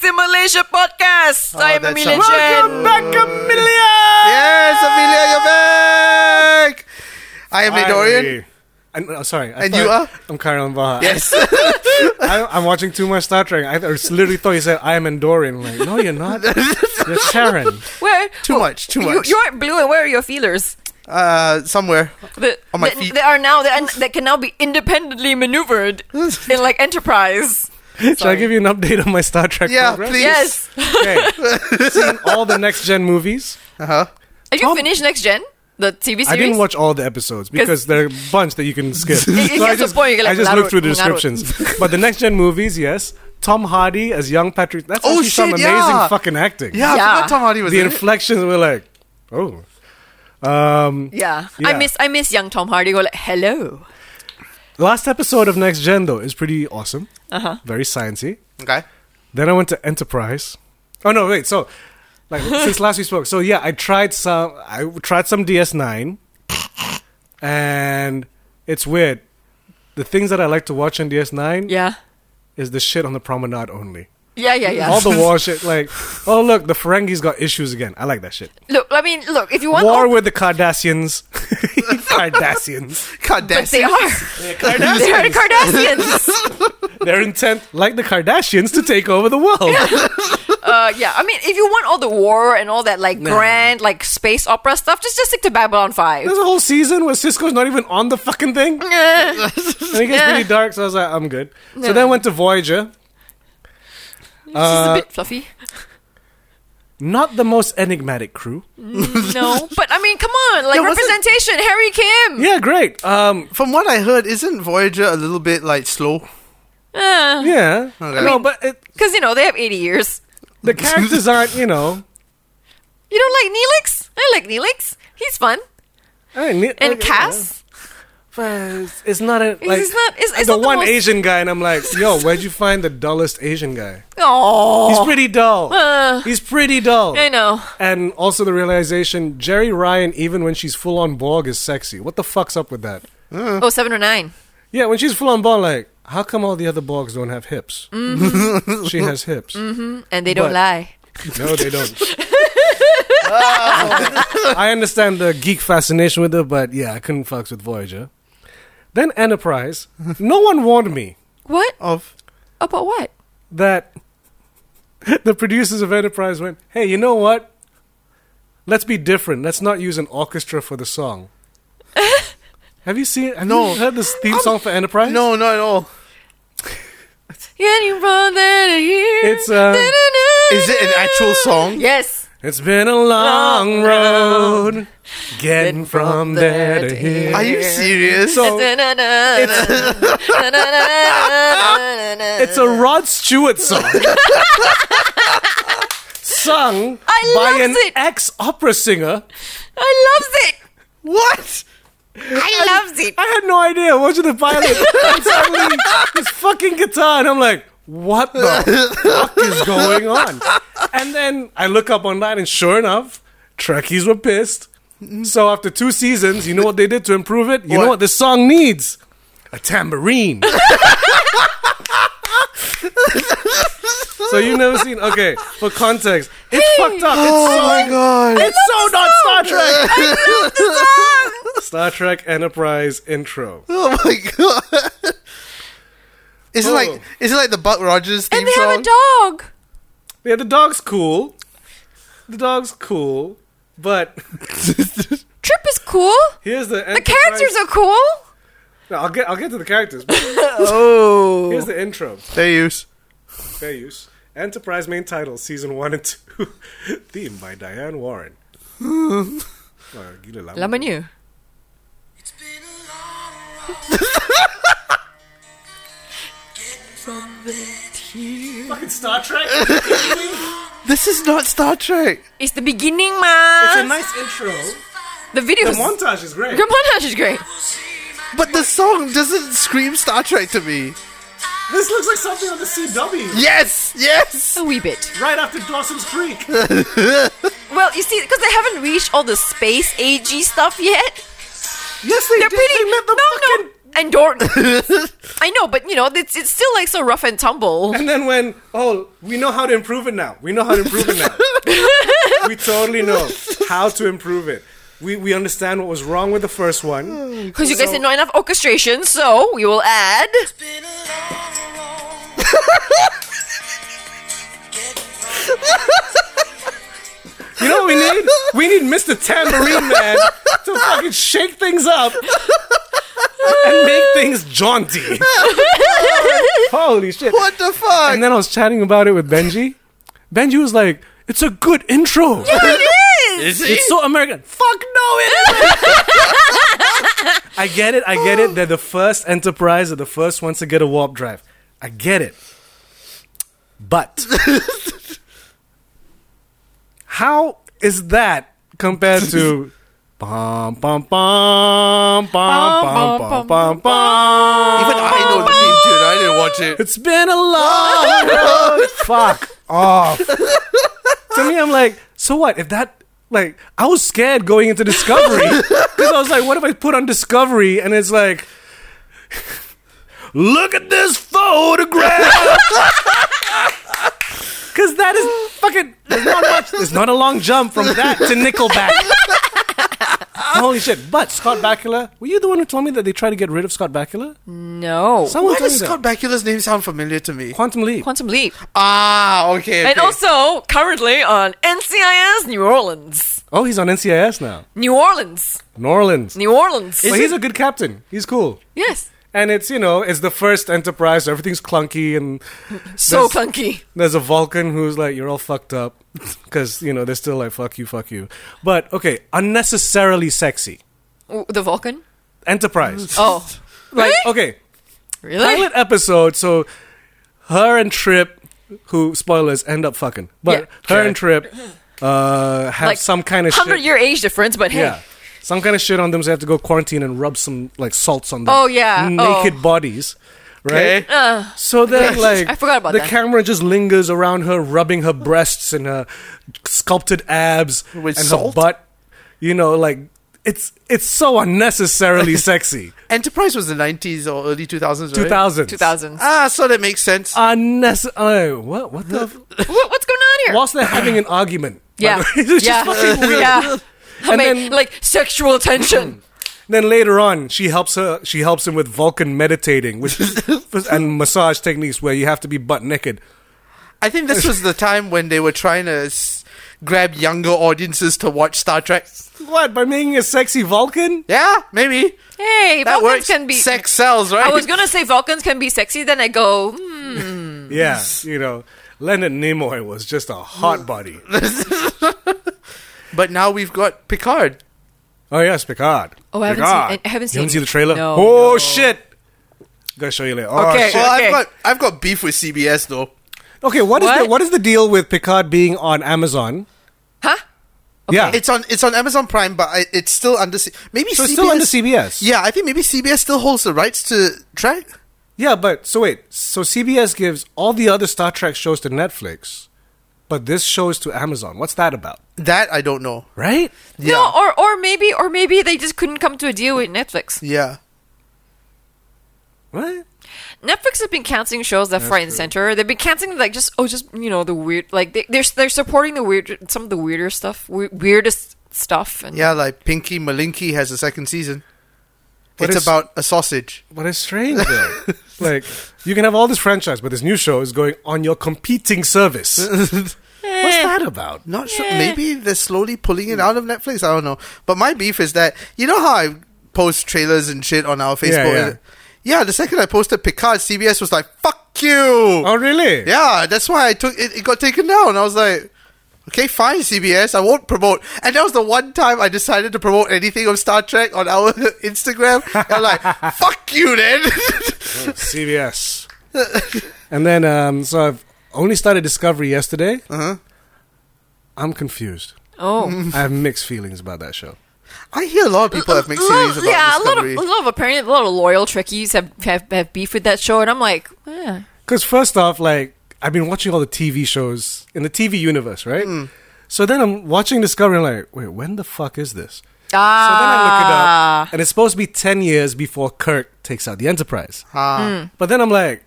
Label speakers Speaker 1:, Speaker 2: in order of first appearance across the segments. Speaker 1: Militia Podcast!
Speaker 2: Oh,
Speaker 1: I'm a
Speaker 2: that
Speaker 1: militia.
Speaker 2: sounds-
Speaker 1: and-
Speaker 3: back, Amelia!
Speaker 2: Yes, Amelia, you're back! I am Midorian.
Speaker 3: Finally. I'm uh, sorry. I
Speaker 2: And you
Speaker 3: thought-
Speaker 2: are?
Speaker 3: I'm Kyle Baha.
Speaker 2: Yes.
Speaker 3: I, I'm watching too much Star Trek. I th- literally thought you said I am Endorian. Like, no, you're not. You're Terran.
Speaker 1: Where?
Speaker 2: too much, too
Speaker 1: You,
Speaker 2: much.
Speaker 1: you aren't blue, and where are your feelers?
Speaker 2: uh, somewhere.
Speaker 1: The,
Speaker 2: On my
Speaker 1: that-
Speaker 2: feet.
Speaker 1: They are now that that can now be independently maneuvered
Speaker 2: Uh-huh.
Speaker 1: in like Enterprise.
Speaker 3: Shall I give you an update on my Star Trek
Speaker 2: Yeah,
Speaker 3: progress?
Speaker 2: please.
Speaker 1: Yes.
Speaker 3: Okay. Seen all the next gen movies.
Speaker 2: Uh huh.
Speaker 1: Did you
Speaker 3: Tom-
Speaker 1: finish Next Gen? The TV series.
Speaker 3: I didn't watch all the episodes because there are a bunch that you can skip. so
Speaker 1: it
Speaker 3: I
Speaker 1: gets to a
Speaker 3: just,
Speaker 1: point you're like,
Speaker 3: I just
Speaker 1: "Naruto,
Speaker 3: looked through the
Speaker 1: Naruto."
Speaker 3: descriptions. but the next gen movies, yes. Tom Hardy as young Patrick. That's
Speaker 2: Oh,
Speaker 3: actually some
Speaker 2: shit,
Speaker 3: amazing
Speaker 2: yeah.
Speaker 3: fucking acting.
Speaker 1: Yeah.
Speaker 2: Yeah, I forgot Tom Hardy was
Speaker 3: The
Speaker 2: in it.
Speaker 3: inflections were like, oh. Um,
Speaker 1: Yeah. I
Speaker 3: Yeah.
Speaker 1: miss I miss young Tom Hardy. Go like hello.
Speaker 3: Last episode of Next Gen though is pretty awesome.
Speaker 1: Uh-huh.
Speaker 3: Very sciencey.
Speaker 2: Okay.
Speaker 3: Then I went to Enterprise. Oh no, wait. So, like since last we spoke, so yeah, I tried some. I tried some DS9, and it's weird. The things that I like to watch on DS9
Speaker 1: Yeah.
Speaker 3: is the shit on the promenade only.
Speaker 1: Yeah, yeah, yeah.
Speaker 3: All the war shit, like, oh look, the Ferengi's got issues again. I like that shit.
Speaker 1: look, I mean, look, if you want
Speaker 3: war
Speaker 1: all-
Speaker 3: with the Cardassians. Cardassians.
Speaker 2: God damn
Speaker 1: but they are. They are the Kardashians.
Speaker 3: Their intent, like the Kardashians, to take over the world.
Speaker 1: uh, yeah, I mean, if you want all the war and all that like grand like space opera stuff, just just stick to Babylon Five.
Speaker 3: There's a whole season where Cisco's not even on the fucking thing.
Speaker 1: Eh.
Speaker 3: And it gets pretty dark, so I was like, I'm good. So then I went to Voyager.
Speaker 1: This is a
Speaker 3: Uh,
Speaker 1: bit fluffy.
Speaker 3: Not the most enigmatic crew.
Speaker 1: No, but I mean, come on, like
Speaker 2: Yeah, was it-
Speaker 1: representation. Harry Kim.
Speaker 3: Yeah, great. Um,
Speaker 2: From what I heard, isn't Voyager a little bit like slow?
Speaker 1: Because
Speaker 3: yeah.
Speaker 2: Okay.
Speaker 3: No, but it,
Speaker 1: Uh, you know they have eighty years.
Speaker 3: the characters aren't, you know.
Speaker 1: You don't like Neelix? I like Neelix. He's fun.
Speaker 3: I mean,
Speaker 1: And
Speaker 3: like,
Speaker 1: Cass.
Speaker 3: you know, but it's not a like
Speaker 1: It's not- it's- it's
Speaker 3: the
Speaker 1: not the
Speaker 3: one
Speaker 1: most-
Speaker 3: Asian guy, and I'm like, yo, where'd you find the dullest Asian guy? He's
Speaker 1: Oh,
Speaker 3: pretty dull.
Speaker 1: Uh.
Speaker 3: He's pretty dull.
Speaker 1: I know.
Speaker 3: And also the realization Jerry Ryan, even when she's full on Borg, is sexy. What the fuck's up with that?
Speaker 1: Oh, seven or nine.
Speaker 3: Yeah, when she's full on Borg, like, how come all the other Borgs don't have hips? she has hips.
Speaker 1: and they don't
Speaker 3: But-
Speaker 1: lie.
Speaker 3: No, they don't. I understand the geek fascination with her, but yeah, I couldn't fucks with Voyager. Then Enterprise. No one warned me
Speaker 1: What
Speaker 2: Of
Speaker 1: about what?
Speaker 3: that the producers of Enterprise went, hey, you know what? Let's be different. Let's not use an orchestra for the song. have you seen? Have
Speaker 2: No.
Speaker 3: you heard this theme song for Enterprise?
Speaker 2: no, not at all.
Speaker 1: Can you run that here?
Speaker 3: It's, uh,
Speaker 2: Is it an actual song?
Speaker 1: Yes.
Speaker 3: It's been a long road getting
Speaker 1: Been from
Speaker 3: from there to here.
Speaker 2: Are you serious?
Speaker 3: So- It's a Rod Stewart song. Sung
Speaker 1: I
Speaker 3: by
Speaker 1: loves
Speaker 3: an
Speaker 1: it.
Speaker 3: ex opera singer.
Speaker 1: I loves it.
Speaker 2: what?
Speaker 1: I loves it.
Speaker 3: I had no idea. Watching the pilot, and suddenly this fucking guitar, and I'm like, "What the fuck is going on?" And then I look up online, and sure enough, Trekkies were pissed. So after two seasons, you know what they did to improve it? You know
Speaker 2: What?
Speaker 3: what this song needs? A tambourine. so you've never seen? Okay, for context, it's fucked up. It's so
Speaker 2: Oh my god.
Speaker 3: it's so not Star Trek. Star Trek Enterprise intro.
Speaker 2: Oh my god. Is it
Speaker 3: Oh.
Speaker 2: like is it like the Buck Rogers theme
Speaker 1: And they
Speaker 2: song?
Speaker 1: have a dog.
Speaker 3: Yeah, the dog's cool. The dog's cool, but
Speaker 1: Trip is cool.
Speaker 3: here's the
Speaker 1: The characters are cool.
Speaker 3: No, I'll get I'll get to the characters. but
Speaker 1: Oh.
Speaker 3: Here's the intro.
Speaker 2: They use.
Speaker 3: Fair use. Enterprise main title season one and two, theme by Diane Warren. Oh, gila lama.
Speaker 1: La menu.
Speaker 3: Fucking Star Trek.
Speaker 2: This is not Star Trek.
Speaker 1: It's the beginning, man.
Speaker 3: it's a nice intro.
Speaker 1: the
Speaker 3: The
Speaker 1: videos.
Speaker 3: montage is great.
Speaker 1: Your montage is great.
Speaker 2: But the song doesn't scream Star Trek to me.
Speaker 3: This looks like something on the CW.
Speaker 2: Yes, yes.
Speaker 1: A wee bit.
Speaker 3: Right after Dawson's Creek.
Speaker 1: Well, you see, because they haven't reached all the space agey stuff yet.
Speaker 3: Yes, they
Speaker 1: They're
Speaker 3: did.
Speaker 1: pretty-
Speaker 3: They met the
Speaker 1: no, no.
Speaker 3: fucking
Speaker 1: Endor. I know, but you know, it's, it's still like so rough and tumble.
Speaker 3: And then when oh, we know how to improve it now. We know how to improve it now. we totally know how to improve it. We we understand what was wrong with the first one.
Speaker 1: Because you guys did not enough orchestration, so we will add.
Speaker 3: You know what we need? We need Mr. Tambourine Man to fucking shake things up and make things jaunty. Holy shit.
Speaker 2: What the fuck?
Speaker 3: And then I was chatting about it with Benji. Benji was like, it's a good intro.
Speaker 1: It is!
Speaker 3: It's so American. Fuck no, it isn't. I get it. I get it. They're the first enterprise. They're the first ones to get a warp drive. I get it. But how is that compared to? Bum, bum, bum, bum, bum, bum, bum, bum.
Speaker 2: Even I know the name, dude. I didn't watch it.
Speaker 3: It's been a long road. Fuck off. to me, I'm like, so what? If that, like, I was scared going into Discovery because I was like, what if I put on Discovery and it's like, look at this photograph. Because that is fucking. There's not much. There's not a long jump from that to Nickelback. Holy shit! But Scott Bakula, were you the one who told me that they tried to get rid of Scott Bakula?
Speaker 1: No.
Speaker 3: Someone
Speaker 2: Why
Speaker 3: told me
Speaker 2: does
Speaker 3: that.
Speaker 2: Scott Bakula's name sound familiar to me?
Speaker 3: Quantum Leap.
Speaker 1: Quantum Leap.
Speaker 2: Ah, okay.
Speaker 1: And
Speaker 2: okay.
Speaker 1: also, currently on NCIS New Orleans.
Speaker 3: Oh, he's on NCIS now.
Speaker 1: New Orleans.
Speaker 3: New Orleans.
Speaker 1: New Orleans.
Speaker 3: But he's a good captain. He's cool.
Speaker 1: yes.
Speaker 3: And it's, you know, it's the first Enterprise, so everything's clunky, and
Speaker 1: So
Speaker 3: there's,
Speaker 1: clunky.
Speaker 3: there's a Vulcan who's like, you're all fucked up. Because, you know, they're still like, fuck you, fuck you. But, okay, unnecessarily sexy.
Speaker 1: Ooh, The Vulcan?
Speaker 3: Enterprise.
Speaker 1: Oh.
Speaker 3: like,
Speaker 1: really?
Speaker 3: okay,
Speaker 1: Really?
Speaker 3: pilot episode, so her and Trip, who, spoilers, end up fucking. But
Speaker 1: Yeah.
Speaker 3: her
Speaker 2: Okay.
Speaker 3: and Trip uh, have
Speaker 1: Like,
Speaker 3: some kind of
Speaker 1: 100
Speaker 3: shit.
Speaker 1: year age difference, but hey.
Speaker 3: Yeah. Some kind of shit on them, so they have to go quarantine and rub some like salts on them.
Speaker 1: Oh, yeah.
Speaker 3: naked
Speaker 1: Oh.
Speaker 3: bodies, right?
Speaker 2: okay.
Speaker 1: uh,
Speaker 3: So then, like,
Speaker 1: I forgot about
Speaker 3: the
Speaker 1: that.
Speaker 3: camera just lingers around her, rubbing her breasts and her sculpted abs
Speaker 2: With
Speaker 3: and
Speaker 2: salt?
Speaker 3: her butt. You know, like it's it's so unnecessarily sexy.
Speaker 2: Enterprise was the 90s or early 2000s,
Speaker 3: Two
Speaker 2: right?
Speaker 3: thousand.
Speaker 1: 2000s.
Speaker 3: Uh,
Speaker 2: Ah, so that makes sense.
Speaker 1: Uh,
Speaker 3: Unnecess. Oh, what? What the? f-
Speaker 1: Wha- what's going on here?
Speaker 3: Whilst they're having an argument. by
Speaker 1: yeah.
Speaker 3: the way. it's just
Speaker 1: yeah.
Speaker 3: fucking weird.
Speaker 1: Yeah. I
Speaker 3: And
Speaker 1: mean,
Speaker 3: then- Hmm.
Speaker 1: like sexual tension.
Speaker 3: Then later on, she helps her. She helps him with Vulcan meditating, which and massage techniques where you have to be butt naked.
Speaker 2: I think this was the time when they were trying to s- grab younger audiences to watch Star Trek.
Speaker 3: What by making a sexy Vulcan?
Speaker 2: Yeah, maybe.
Speaker 1: hey,
Speaker 2: That
Speaker 1: Vulcans
Speaker 2: works.
Speaker 1: can be.
Speaker 2: Sex sells, right?
Speaker 1: I was gonna say Vulcans can be sexy, then I go, hmm,
Speaker 3: Yeah, you know, Leonard Nimoy was just a hot body.
Speaker 2: but now we've got Picard.
Speaker 3: Oh yes, Picard.
Speaker 1: Oh, I haven't
Speaker 3: Picard.
Speaker 1: seen- I haven't
Speaker 3: You haven't
Speaker 1: seen-
Speaker 3: seen the trailer.
Speaker 1: no,
Speaker 3: oh
Speaker 1: no.
Speaker 3: shit! Gotta show you later. Oh,
Speaker 1: Okay.
Speaker 3: shit.
Speaker 2: Well,
Speaker 1: Okay.
Speaker 2: I've got I've got beef with CBS though.
Speaker 3: Okay. What is
Speaker 1: What?
Speaker 3: the what is the deal with Picard being on Amazon?
Speaker 1: huh?
Speaker 3: Yeah,
Speaker 2: It's on it's on Amazon Prime, but I, it's still under C- maybe
Speaker 3: Ah. so
Speaker 2: CBS.
Speaker 3: it's still under CBS.
Speaker 2: Yeah, I think maybe CBS still holds the rights to track.
Speaker 3: yeah, but so wait, so CBS gives all the other Star Trek shows to Netflix, but this shows to Amazon. What's that about?
Speaker 2: That I don't know.
Speaker 3: Right?
Speaker 2: Yeah.
Speaker 1: No, or or maybe or maybe they just couldn't come to a deal with Netflix.
Speaker 2: Yeah.
Speaker 3: What?
Speaker 1: Netflix has been canceling shows left, right, and center. They've been canceling like just oh, just you know the weird like they, they're they're supporting the weird some of the weirder stuff, we- weirdest stuff. And
Speaker 2: Yeah, like Pinky Malinky has a second season.
Speaker 3: But
Speaker 2: it's
Speaker 3: it's-
Speaker 2: about a sausage.
Speaker 3: What is strange though. like you can have all this franchise, but this new show is going on your competing service. What's that about?
Speaker 2: Not sure. Maybe they're slowly pulling it out of Netflix. I don't know. But my beef is that you know how I post trailers and shit on our Facebook.
Speaker 3: yeah.
Speaker 2: Yeah, the second I posted Picard, CBS was like, "Fuck you."
Speaker 3: Oh really?
Speaker 2: Yeah, that's why I took it. It got taken down. I was like, okay, fine, CBS. I won't promote. And that was the one time I decided to promote anything of Star Trek on our Instagram. I'm like, fuck you, then.
Speaker 3: CBS. and then, um, so I've only started Discovery yesterday. Uh-huh. I'm confused.
Speaker 1: Oh,
Speaker 3: I have mixed feelings about that show.
Speaker 2: I hear a lot of people have mixed
Speaker 1: Lo-
Speaker 2: feelings about
Speaker 1: yeah,
Speaker 2: Discovery.
Speaker 1: a lot of a lot of apparently a lot of loyal Trekkies have, have have beef with that show, and I'm like, eh. Hmm.
Speaker 3: Because first off, like I've been watching all the TV shows in the TV universe, right? So then I'm watching Discovery and I'm like, wait, when the fuck is this? So then I look it
Speaker 1: Ah.
Speaker 3: up, and it's supposed to be 10 years before Kirk takes out the Enterprise.
Speaker 1: Hmm.
Speaker 2: Ah.
Speaker 3: But then I'm like,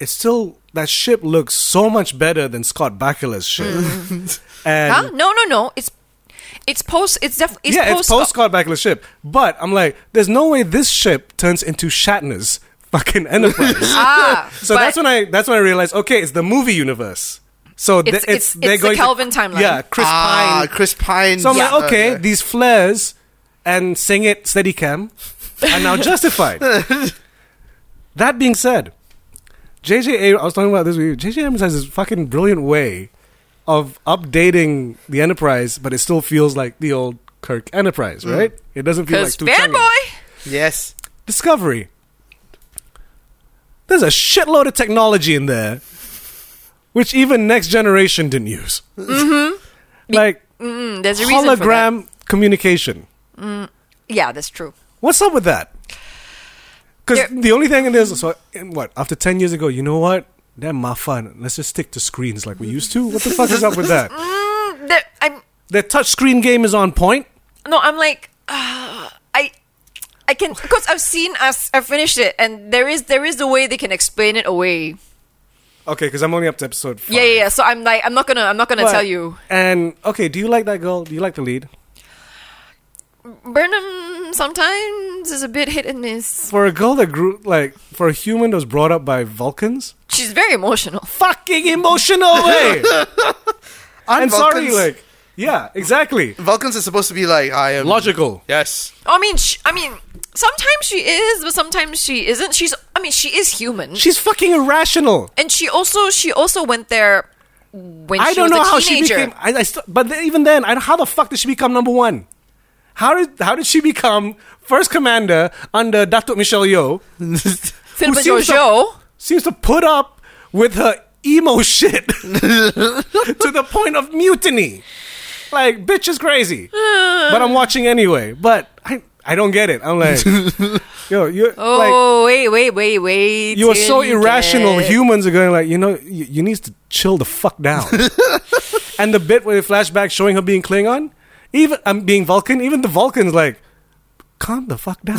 Speaker 3: it's still, that ship looks so much better than Scott Bakula's ship. and
Speaker 1: Hmm. Huh? No, no, no. It's it's post. It's definitely it's
Speaker 3: yeah,
Speaker 1: post.
Speaker 3: it's post Scott Bakula ship. But I'm like, there's no way this ship turns into Shatner's fucking Enterprise.
Speaker 1: ah,
Speaker 3: so
Speaker 1: but-
Speaker 3: that's when I that's when I realized, okay, it's the movie universe. So th-
Speaker 1: It's-
Speaker 3: it's,
Speaker 1: it's-
Speaker 3: they're
Speaker 1: it's the
Speaker 3: going to-
Speaker 1: Kelvin timeline.
Speaker 3: Yeah, Chris
Speaker 2: ah,
Speaker 3: Pine.
Speaker 2: Chris Pine. Uh,
Speaker 3: So I'm
Speaker 1: Yeah.
Speaker 3: like, okay, these flares and sing it Steadicam are now justified. that being said, JJ Abrams, I was talking about this with you. JJ Abrams has this fucking brilliant way of updating the Enterprise, but it still feels like the old Kirk Enterprise,
Speaker 2: Mm.
Speaker 3: right? It doesn't feel like
Speaker 1: Because
Speaker 3: too
Speaker 1: bad
Speaker 3: chunky.
Speaker 1: boy.
Speaker 2: yes.
Speaker 3: Discovery. There's a shitload of technology in there, which even next generation didn't use. Mm-hmm. like
Speaker 1: Mm, there's a reason for that.
Speaker 3: hologram communication.
Speaker 1: Yeah, that's true.
Speaker 3: What's up with that? Because
Speaker 1: There-
Speaker 3: the only thing in this, so in what after ten years ago, you know what? They're my fun. Let's just stick to screens like we used to. What the fuck is up with that?
Speaker 1: There, I'm
Speaker 3: Their touch screen game is on point.
Speaker 1: no. I'm like ah, I. I can because I've seen us. I finished it, and there is there is a way they can explain it away.
Speaker 3: Okay, because I'm only up to episode. Five.
Speaker 1: Yeah, yeah, yeah. So I'm like, I'm not gonna, I'm not gonna
Speaker 3: But-
Speaker 1: tell you.
Speaker 3: And okay, do you like that girl? Do you like the lead?
Speaker 1: Burnham sometimes is a bit hit and miss.
Speaker 3: For a girl that grew like for a human that was brought up by Vulcans,
Speaker 1: She's very emotional.
Speaker 3: fucking emotional way.
Speaker 2: Aren't
Speaker 3: and sorry,
Speaker 2: Vulcans-
Speaker 3: like yeah, exactly.
Speaker 2: Vulcans are supposed to be like I am
Speaker 3: Logical.
Speaker 2: Yes.
Speaker 1: I mean, sh I mean, sometimes she is, but sometimes she isn't. She's, I mean, she is human,
Speaker 3: She's fucking irrational.
Speaker 1: and she also, she also went there when
Speaker 3: I
Speaker 1: she was
Speaker 3: don't know
Speaker 1: a
Speaker 3: how she
Speaker 1: teenager.
Speaker 3: became. I, I st- but then, even then, I, how the fuck did she become number one? How did how did she become first commander under Datuk Michelle Yeoh?
Speaker 1: Philip
Speaker 3: who
Speaker 1: and
Speaker 3: seems to-
Speaker 1: Jojo.
Speaker 3: Seems to put up with her emo shit to the point of mutiny. Like bitch is crazy, but I'm watching anyway. But I I don't get it. I'm like, yo, you like
Speaker 1: Oh wait, wait, wait, wait!
Speaker 3: you are so
Speaker 1: till you
Speaker 3: irrational.
Speaker 1: get-
Speaker 3: Humans are going like, you know, you, you need to chill the fuck down. and the bit where the flashback showing her being Klingon, even I'm being Vulcan, even the Vulcans like, calm the fuck down.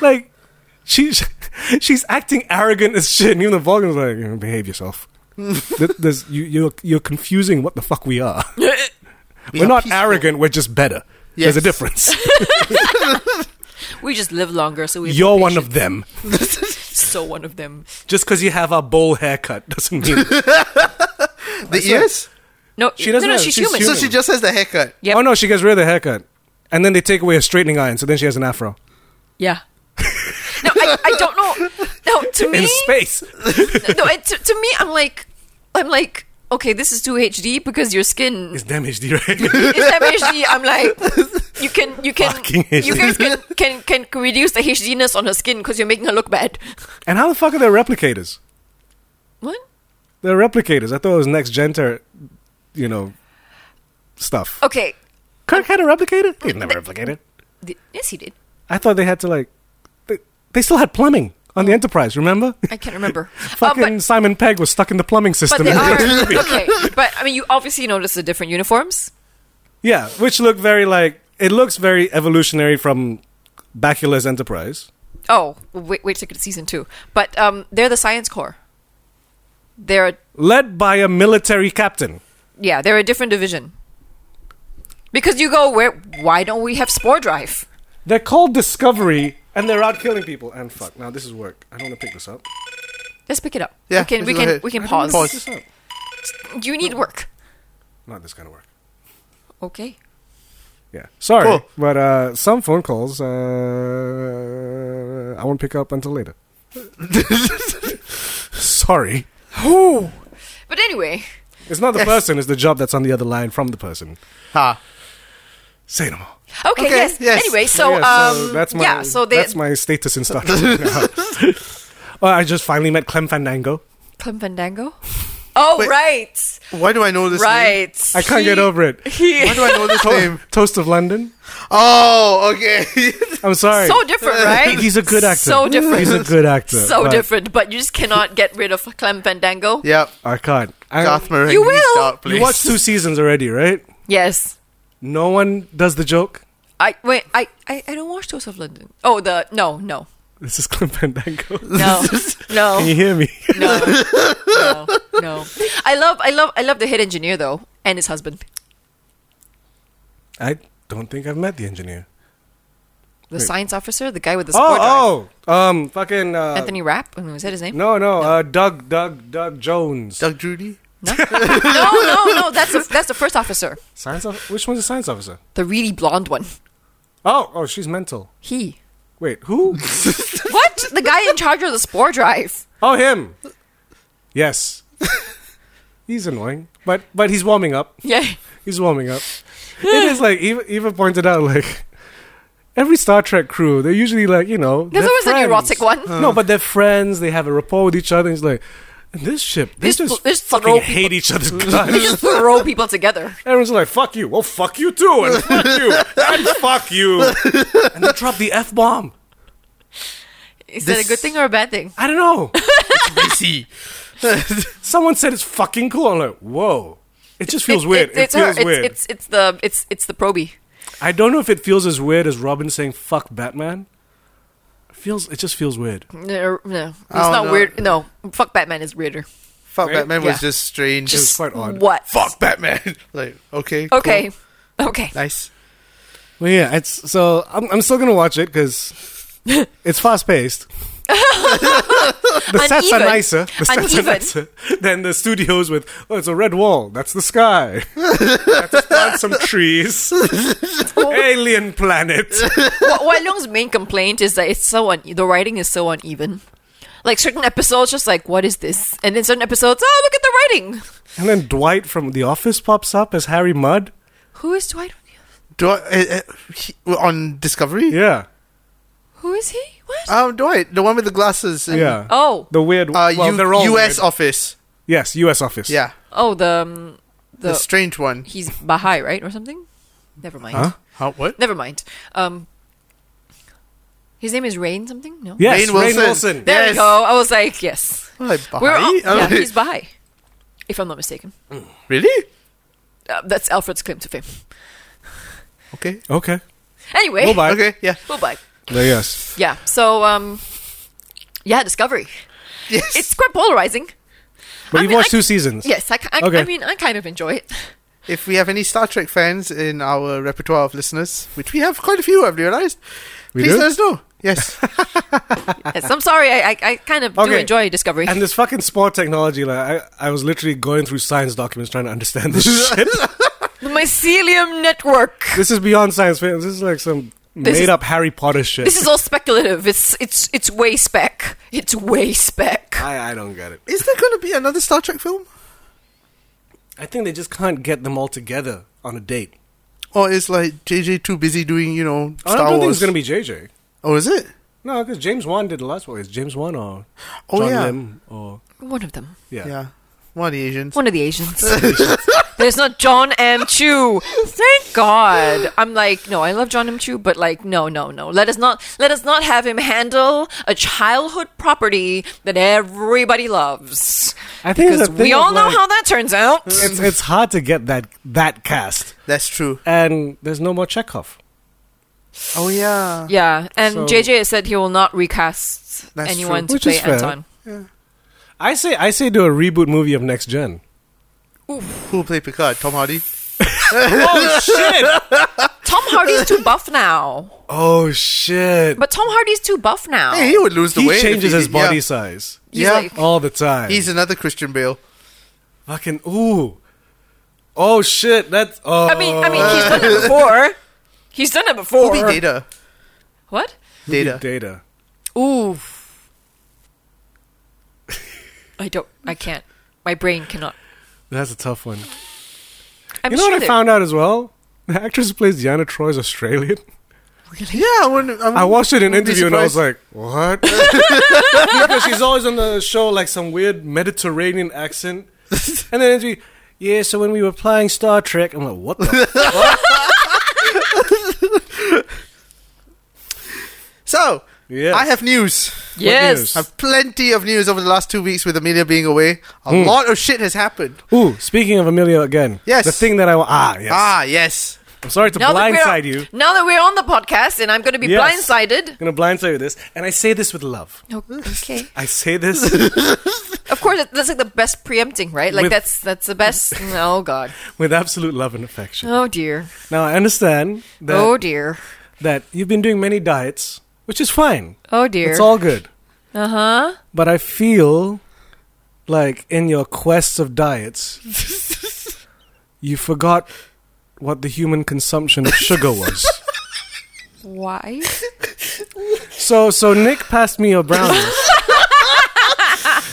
Speaker 3: like, she's she's acting arrogant as shit. And even the Vulcans are like, you know, behave yourself. Th- there's- you, you're, you're confusing what the fuck we are.
Speaker 2: We are
Speaker 3: we're not
Speaker 2: peaceful.
Speaker 3: arrogant. We're just better. There's a
Speaker 2: Yes.
Speaker 3: difference.
Speaker 1: we just live longer, so we. have
Speaker 3: You're
Speaker 1: more
Speaker 3: one
Speaker 1: patience.
Speaker 3: of them.
Speaker 1: so one of them.
Speaker 3: Just because you have a bowl haircut doesn't mean
Speaker 2: The ears?
Speaker 1: No,
Speaker 3: She doesn't
Speaker 1: No, no,
Speaker 3: have-
Speaker 1: she's,
Speaker 3: she's
Speaker 1: human.
Speaker 2: So
Speaker 3: human.
Speaker 2: she just has the haircut.
Speaker 1: Yep.
Speaker 3: Oh no, she gets rid of the haircut, and then they take away her straightening iron, so then she has an afro
Speaker 1: Yeah. no, I, I don't know. No, to me,
Speaker 3: in space.
Speaker 1: no, it, to, to me, I'm like, I'm like, okay, this is too HD because your skin
Speaker 3: It's
Speaker 1: is
Speaker 3: damaged, right?
Speaker 1: that HD. I'm like, you can, you can,
Speaker 3: Fucking
Speaker 1: you
Speaker 3: HD.
Speaker 1: guys can, can can reduce the HDness on her skin because you're making her look bad.
Speaker 3: and how the fuck are they replicators?
Speaker 1: What?
Speaker 3: They're replicators. I thought it was next gen, ter- you know, stuff.
Speaker 1: Okay,
Speaker 3: Kirk had a replicator. They never replicated.
Speaker 1: Th- yes, he did.
Speaker 3: I thought they had to like. They, they still had plumbing on the Enterprise. Remember?
Speaker 1: I can't remember. Uh,
Speaker 3: Fucking
Speaker 1: Oh, but
Speaker 3: Simon Pegg was stuck in the plumbing
Speaker 1: but
Speaker 3: system.
Speaker 1: they
Speaker 3: in the
Speaker 1: are
Speaker 3: first movie.
Speaker 1: okay. But I mean, you obviously notice the different uniforms.
Speaker 3: Yeah, which look very like it looks very evolutionary from Bacula's Enterprise.
Speaker 1: Oh, wait, wait till you get to season two. But um, they're the science corps. They're
Speaker 3: led by a military captain.
Speaker 1: yeah, they're a different division. Because you go where? Why don't we have spore drive?
Speaker 3: They're called Discovery, and they're out killing people. And fuck, now this is work. I don't want to pick this up.
Speaker 1: Let's pick it up.
Speaker 2: Yeah,
Speaker 1: we can we
Speaker 2: let's go
Speaker 1: can
Speaker 2: ahead.
Speaker 1: we can
Speaker 2: I don't
Speaker 1: pause.
Speaker 2: know.
Speaker 3: Pick this up.
Speaker 1: You need work.
Speaker 3: Not this kind of work.
Speaker 1: Okay.
Speaker 3: Yeah, sorry,
Speaker 2: Cool.
Speaker 3: but uh, some phone calls uh, I won't pick up until later. sorry,
Speaker 1: Who? But anyway,
Speaker 3: it's not the person; it's the job that's on the other line from the person.
Speaker 2: Ha.
Speaker 3: Say no more.
Speaker 1: okay,
Speaker 2: Okay,
Speaker 1: yes.
Speaker 2: yes.
Speaker 1: Anyway, so um,
Speaker 3: Yeah, so that's my
Speaker 1: yeah, so they
Speaker 3: that's my status in Star Trek. now. Well, I just finally met Clem Fandango.
Speaker 1: Clem Fandango. Oh
Speaker 2: Wait.
Speaker 1: right,
Speaker 2: Why do I know this name?
Speaker 1: right.
Speaker 3: I can't get
Speaker 1: He-
Speaker 3: over it.
Speaker 1: He
Speaker 2: Why do I know this name?
Speaker 3: Toast of London.
Speaker 2: Oh, okay.
Speaker 3: I'm sorry.
Speaker 1: so different, right?
Speaker 3: He's a good actor.
Speaker 1: So different.
Speaker 3: He's a good actor.
Speaker 1: so
Speaker 3: but
Speaker 1: different, but you just cannot get rid of Clem Fandango.
Speaker 2: yep.
Speaker 3: I can't. I-
Speaker 2: Garth Marenghi's
Speaker 1: You will.
Speaker 2: Dark Place.
Speaker 3: Uh, you watched two seasons already, right?
Speaker 1: Yes.
Speaker 3: No one does the joke.
Speaker 1: I wait. I, I I don't watch Toast of London. Oh, the no, no,
Speaker 3: This is Clint Fandango.
Speaker 1: no,
Speaker 3: Can you
Speaker 1: no,
Speaker 3: hear me?
Speaker 1: no, no, no. I love, I love, I love the head engineer though, and his husband.
Speaker 3: I don't think I've met the engineer.
Speaker 1: The
Speaker 3: Wait.
Speaker 1: science officer, the guy with the sport drive.
Speaker 3: Oh, oh, um, fucking uh,
Speaker 1: Anthony Rapp. Was that his name?
Speaker 3: No, no, Uh, Doug, Doug, Doug Jones.
Speaker 2: Doug Drudy.
Speaker 1: No, no, no, no. That's the- that's the first officer,
Speaker 3: Science officer. Which one's the science officer?
Speaker 1: the really blonde one.
Speaker 3: Oh, oh, she's mental.
Speaker 1: He.
Speaker 3: Wait, who?
Speaker 1: What? The guy in charge of the spore drive.
Speaker 3: oh, him. Yes. he's annoying, but but he's warming up.
Speaker 1: Yeah.
Speaker 3: He's warming up. It is like Eva, Eva pointed out, like every Star Trek crew, they're usually like you know.
Speaker 1: There's
Speaker 3: they're
Speaker 1: always an
Speaker 3: friends.
Speaker 1: erotic one.
Speaker 3: No, but they're friends. They have a rapport with each other. And it's like "In this ship, they
Speaker 1: This-
Speaker 3: just
Speaker 1: this
Speaker 3: fucking
Speaker 1: throw
Speaker 3: hate each other's
Speaker 1: They
Speaker 3: guts.
Speaker 1: just throw people together.
Speaker 3: Everyone's like, "Fuck you!" Well, fuck you too, and fuck you, and fuck you, and they drop the f bomb.
Speaker 1: Is that
Speaker 2: This-
Speaker 1: a good thing or a bad thing?
Speaker 3: I don't know.
Speaker 2: Busy.
Speaker 3: Someone said it's fucking cool. I'm like, whoa. It just feels
Speaker 1: It-
Speaker 3: weird. It,
Speaker 1: it's her.
Speaker 3: feels
Speaker 1: It's,
Speaker 3: weird.
Speaker 1: It's, it's the it's it's the proby.
Speaker 3: I don't know if it feels as weird as Robin saying "fuck Batman." It feels. It just feels weird.
Speaker 1: No, no. it's
Speaker 2: Oh,
Speaker 1: not
Speaker 2: no.
Speaker 1: weird. No, fuck Batman is weirder.
Speaker 2: Fuck Batman was
Speaker 1: Yeah.
Speaker 2: just strange.
Speaker 3: It's quite odd.
Speaker 1: What?
Speaker 2: Fuck Batman. like okay. cool.
Speaker 1: Okay, okay.
Speaker 2: Nice.
Speaker 3: Well, yeah. It's so I'm, I'm still gonna watch it because it's fast paced. the sets are
Speaker 1: Uneven.
Speaker 3: nicer. The sets
Speaker 1: Uneven.
Speaker 3: are nicer than the studios with. Oh, it's a red wall. That's the sky. Let's plant some trees. Alien planet.
Speaker 1: Wa- Wai Leung's main complaint is that it's so un- the writing is so uneven. Like certain episodes, just like what is this, and then certain episodes, oh look at the writing.
Speaker 3: and then Dwight from The Office pops up as Harry Mudd.
Speaker 1: Who is Dwight?
Speaker 2: Dwight uh, uh, he- on Discovery.
Speaker 3: Yeah.
Speaker 1: Who is he? What?
Speaker 3: Uh,
Speaker 2: Um, Dwight, the one with the glasses. and-
Speaker 3: Yeah.
Speaker 1: Oh,
Speaker 3: The weird.
Speaker 2: Uh,
Speaker 3: well,
Speaker 2: U-
Speaker 3: they're all
Speaker 2: U.S.
Speaker 3: weird.
Speaker 2: office.
Speaker 3: Yes, U.S. office.
Speaker 2: Yeah,
Speaker 1: oh, the um,
Speaker 2: the,
Speaker 1: the
Speaker 2: strange one.
Speaker 1: he's Baha'i, right, or something? Never mind.
Speaker 3: Huh?
Speaker 2: How? What?
Speaker 1: Never mind. Um, his name is Rain something. No.
Speaker 3: Yes,
Speaker 2: Rainn Wilson.
Speaker 3: Rainn Wilson.
Speaker 1: There
Speaker 2: Yes.
Speaker 1: we go. I was like, yes.
Speaker 2: Like, Baha'i?
Speaker 1: We're all, yeah,
Speaker 2: Oh,
Speaker 1: he's Baha'i, if I'm not mistaken.
Speaker 2: really?
Speaker 1: Uh, that's Alfred's claim to fame.
Speaker 2: Okay.
Speaker 3: Okay.
Speaker 1: Anyway,
Speaker 3: We'll buy. it.
Speaker 2: Okay. Yeah.
Speaker 1: We'll buy.
Speaker 3: But yes.
Speaker 1: Yeah. So, um, yeah, Discovery.
Speaker 2: Yes.
Speaker 1: It's quite polarizing.
Speaker 3: But
Speaker 1: I
Speaker 3: you've
Speaker 1: mean,
Speaker 3: watched
Speaker 1: I-
Speaker 3: two seasons.
Speaker 1: Yes, I, ki- I,
Speaker 3: Okay.
Speaker 1: I mean, I kind of enjoy it.
Speaker 2: if we have any Star Trek fans in our repertoire of listeners, which we have quite a few, I've realized,
Speaker 3: We
Speaker 2: please
Speaker 3: do?
Speaker 2: let us know. Yes.
Speaker 1: Yes, I'm sorry, I, I, I kind of do
Speaker 3: Okay.
Speaker 1: enjoy Discovery.
Speaker 3: And this fucking sport technology, like I, I was literally going through science documents trying to understand this shit.
Speaker 1: the mycelium network.
Speaker 3: This is beyond science fiction. This is like some
Speaker 1: This
Speaker 3: made
Speaker 1: is-
Speaker 3: up Harry Potter shit.
Speaker 1: This is all speculative. It's it's it's way spec. It's way spec.
Speaker 3: I, I don't get it.
Speaker 2: Is there going to be another Star Trek film?
Speaker 3: I think they just can't get them all together on a date.
Speaker 2: Or is like JJ too busy doing, you know, Star
Speaker 3: I don't think
Speaker 2: Wars?
Speaker 3: it's gonna be JJ.
Speaker 2: oh, is it?
Speaker 3: No, because James Wan did the last one. It's James Wan or
Speaker 2: Oh,
Speaker 3: John
Speaker 2: yeah.
Speaker 3: Lim or
Speaker 1: One of them.
Speaker 3: yeah.
Speaker 2: Yeah. One of the Asians.
Speaker 1: One of the Asians. There's not John M. Chu. Thank God. I'm like, no, I love John M. Chu, but like, no, no, no. Let us not let us not have him handle a childhood property that everybody loves.
Speaker 3: I think
Speaker 1: Because
Speaker 3: the thing
Speaker 1: we all
Speaker 3: is,
Speaker 1: know
Speaker 3: like,
Speaker 1: how that turns out.
Speaker 3: it's it's hard to get that that cast,
Speaker 2: That's true.
Speaker 3: and there's no more Chekhov.
Speaker 2: Oh, yeah.
Speaker 1: Yeah, and
Speaker 3: So-
Speaker 1: JJ has said he will not recast
Speaker 2: That's
Speaker 1: anyone
Speaker 2: true.
Speaker 1: to
Speaker 3: Which
Speaker 1: play
Speaker 3: is fair.
Speaker 1: Anton.
Speaker 3: I say I say do a reboot movie of Next Gen.
Speaker 2: Who played Picard? Tom Hardy?
Speaker 3: oh shit!
Speaker 1: Tom Hardy's too buff now,
Speaker 3: Oh shit!
Speaker 1: but Tom Hardy's too buff now.
Speaker 2: Hey, he would lose the
Speaker 3: Oh. he
Speaker 2: weight. if
Speaker 3: changes
Speaker 2: he
Speaker 3: his
Speaker 2: did-
Speaker 3: body
Speaker 2: yeah.
Speaker 3: size
Speaker 1: He's
Speaker 2: yeah.
Speaker 1: like-
Speaker 3: all the time.
Speaker 2: He's another Christian Bale.
Speaker 3: fucking ooh. Oh shit! That's oh.
Speaker 1: I mean, I mean, he's done it before. He's done it
Speaker 2: Uh. Who
Speaker 1: before.
Speaker 2: be Data?
Speaker 1: What?
Speaker 2: Data.
Speaker 3: Data.
Speaker 1: Ooh. I don't. I can't. My brain cannot.
Speaker 3: That's a tough one.
Speaker 1: I'm
Speaker 3: you know
Speaker 1: sure
Speaker 3: what I
Speaker 1: that-
Speaker 3: found out as well? The actress who plays Diana Troy is Australian.
Speaker 2: Yeah, I wouldn't.
Speaker 3: I watched it in an
Speaker 2: wouldn't be
Speaker 3: interview and I was
Speaker 2: surprised.
Speaker 3: like, what? because she's always on the show like some weird Mediterranean accent. And then interview, yeah, so when we were playing Star Trek, I'm like, what the fuck?
Speaker 2: So,
Speaker 3: Yeah.
Speaker 2: I have news.
Speaker 1: Yes.
Speaker 3: news?
Speaker 2: Plenty of news over the last two weeks with Amelia being away. A lot of shit has happened.
Speaker 3: Ooh, speaking of Amelia again.
Speaker 2: Yes.
Speaker 3: The thing that I ah yes.
Speaker 2: Ah, yes.
Speaker 3: I'm sorry to
Speaker 1: that
Speaker 3: blindside
Speaker 1: we're,
Speaker 3: you.
Speaker 1: Now that we're on the podcast and I'm going to be
Speaker 3: Yes.
Speaker 1: blindsided.
Speaker 3: I'm gonna blindside you with this, and I say this with love.
Speaker 1: No, okay.
Speaker 3: I say this.
Speaker 1: Of course, that- that's like the best preempting, right? Like
Speaker 3: With-
Speaker 1: that's that's the best. Oh God.
Speaker 3: with absolute love and affection.
Speaker 1: Oh dear.
Speaker 3: Now I understand that
Speaker 1: Oh dear.
Speaker 3: that you've been doing many diets, which is fine.
Speaker 1: Oh dear.
Speaker 3: It's all good.
Speaker 1: Uh huh.
Speaker 3: But I feel like in your quests of diets, you forgot what the human consumption of sugar was.
Speaker 1: Why?
Speaker 3: So so Nick passed me your brownies.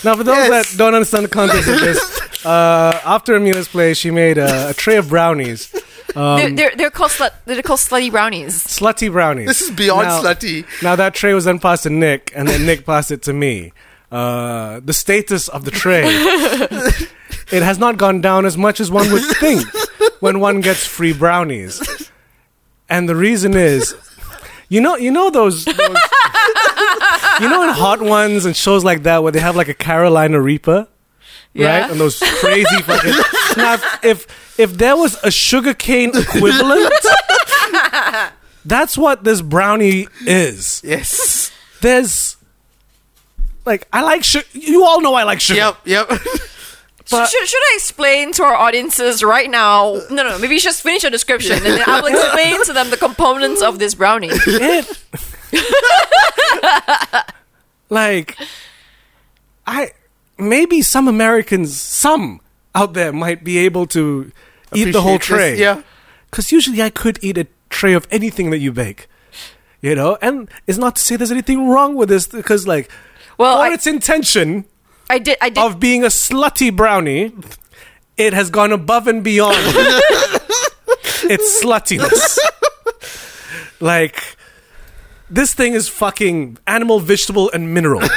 Speaker 3: now for those that don't understand the context of this, uh, after Amelia's play, she made a, a tray of brownies,
Speaker 1: they're,
Speaker 3: Um,
Speaker 1: they're they're called slut. They're called slutty brownies.
Speaker 3: slutty brownies.
Speaker 2: This is beyond
Speaker 3: Now-
Speaker 2: slutty.
Speaker 3: Now that tray was then passed to Nick, and then Nick passed it to me. Uh, the status of the tray, it has not gone down as much as one would think when one gets free brownies, and the reason is, you know, you know those. those You know, in Hot Ones and shows like that, where they have like a Carolina Reaper,
Speaker 1: Yeah.
Speaker 3: right? And those crazy fucking. now, if, if if there was a sugarcane equivalent, that's what this brownie is
Speaker 2: Yes.
Speaker 3: there's like I like sugar. You all know I like sugar.
Speaker 2: Yep, yep.
Speaker 3: But-
Speaker 1: should, should I explain to our audiences right now? No, no, no. Maybe you should finish your description and then I'll explain to them the components of this brownie.
Speaker 3: It- like I maybe some Americans, some out there might be able to eat the whole
Speaker 2: Appreciate
Speaker 3: tray.
Speaker 2: this. Yeah.
Speaker 3: Because usually I could eat a tray of anything that you bake. You know, and it's not to say there's anything wrong with this because like
Speaker 1: Well,
Speaker 3: for
Speaker 1: I-
Speaker 3: its intention
Speaker 1: I did. I did.
Speaker 3: of being a slutty brownie, it has gone above and beyond its sluttiness. Like this thing is fucking animal, vegetable, and mineral.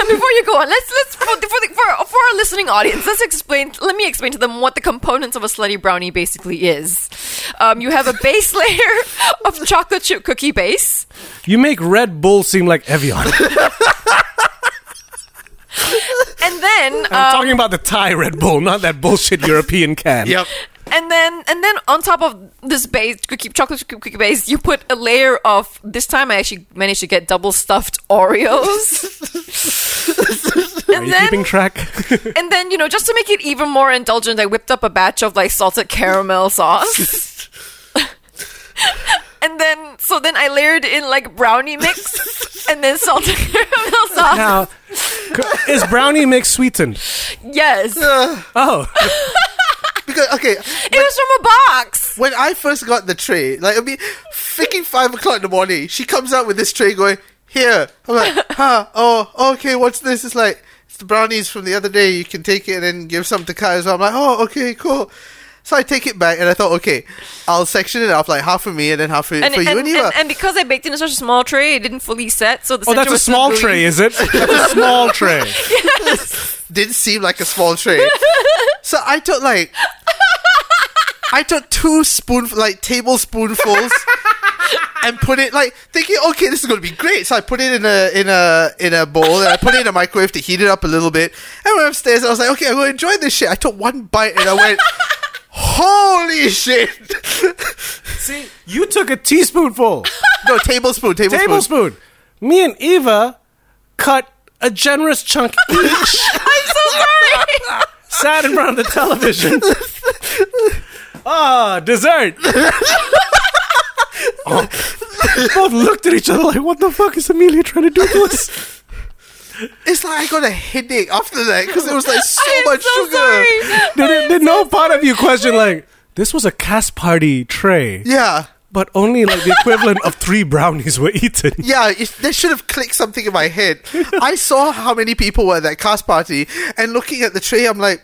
Speaker 1: Before you go on, let's let's for the, for, the, for for our listening audience, let's explain. Let me explain to them what the components of a slutty brownie basically is. Um, you have a base layer of chocolate chip cookie base.
Speaker 3: You make Red Bull seem like Evian.
Speaker 1: and then
Speaker 3: I'm
Speaker 1: um,
Speaker 3: talking about the Thai Red Bull, not that bullshit European can.
Speaker 2: Yep.
Speaker 1: and then and then on top of this base cookie chocolate chip cookie base you put a layer of this time i actually managed to get double stuffed oreos
Speaker 3: Are
Speaker 1: and
Speaker 3: you
Speaker 1: then
Speaker 3: keeping track?
Speaker 1: and then you know just to make it even more indulgent i whipped up a batch of like salted caramel sauce and then so then i layered in like brownie mix and then salted caramel sauce
Speaker 3: now, c- is brownie mix sweetened?
Speaker 1: yes
Speaker 3: Oh,
Speaker 2: Because, okay,
Speaker 1: it was from a box
Speaker 2: when I first got the tray, like, I mean, freaking five o'clock in the morning, she comes out with this tray going, here. I'm like, huh, oh, okay, what's this? It's like, it's the brownies from the other day. You can take it and then give some to Kai as well. I'm like, oh, okay, cool. So I take it back and I thought, okay, I'll section it up, like half for me and then half for,
Speaker 1: and,
Speaker 2: for you
Speaker 1: and,
Speaker 2: and, Eva.
Speaker 1: and- and because I baked it in such a small tray, it didn't fully set. So the
Speaker 3: oh,
Speaker 1: center
Speaker 3: that's a
Speaker 1: was still
Speaker 3: small
Speaker 1: gooey.
Speaker 3: tray, is it? That's a small tray.
Speaker 2: didn't seem like a small tray. so I took like I took two spoon like tablespoonfuls and put it like thinking, okay, this is gonna be great. So I put it in a in a in a bowl and I put it in a microwave to heat it up a little bit. And went upstairs, I was like, okay, I'm gonna enjoy this shit. I took one bite and I went, holy shit!
Speaker 3: See, you took a teaspoonful.
Speaker 2: no tablespoon, tablespoon.
Speaker 3: tablespoon. Me and Eva cut a generous chunk each,
Speaker 1: I'm so sorry.
Speaker 3: sat in front of the television. Ah, dessert. Oh. Both looked at each other like, what the fuck is Amelia trying to do to us?
Speaker 2: It's like I got a headache after that because there was like so
Speaker 1: I'm
Speaker 2: much
Speaker 1: so
Speaker 2: sugar.
Speaker 1: sorry.
Speaker 3: Did, it, did no part of you question, like, this was a cast party tray,
Speaker 2: Yeah.
Speaker 3: but only like the equivalent of three brownies were eaten.
Speaker 2: Yeah, it, they should have clicked something in my head. I saw how many people were at that cast party, and looking at the tray, I'm like,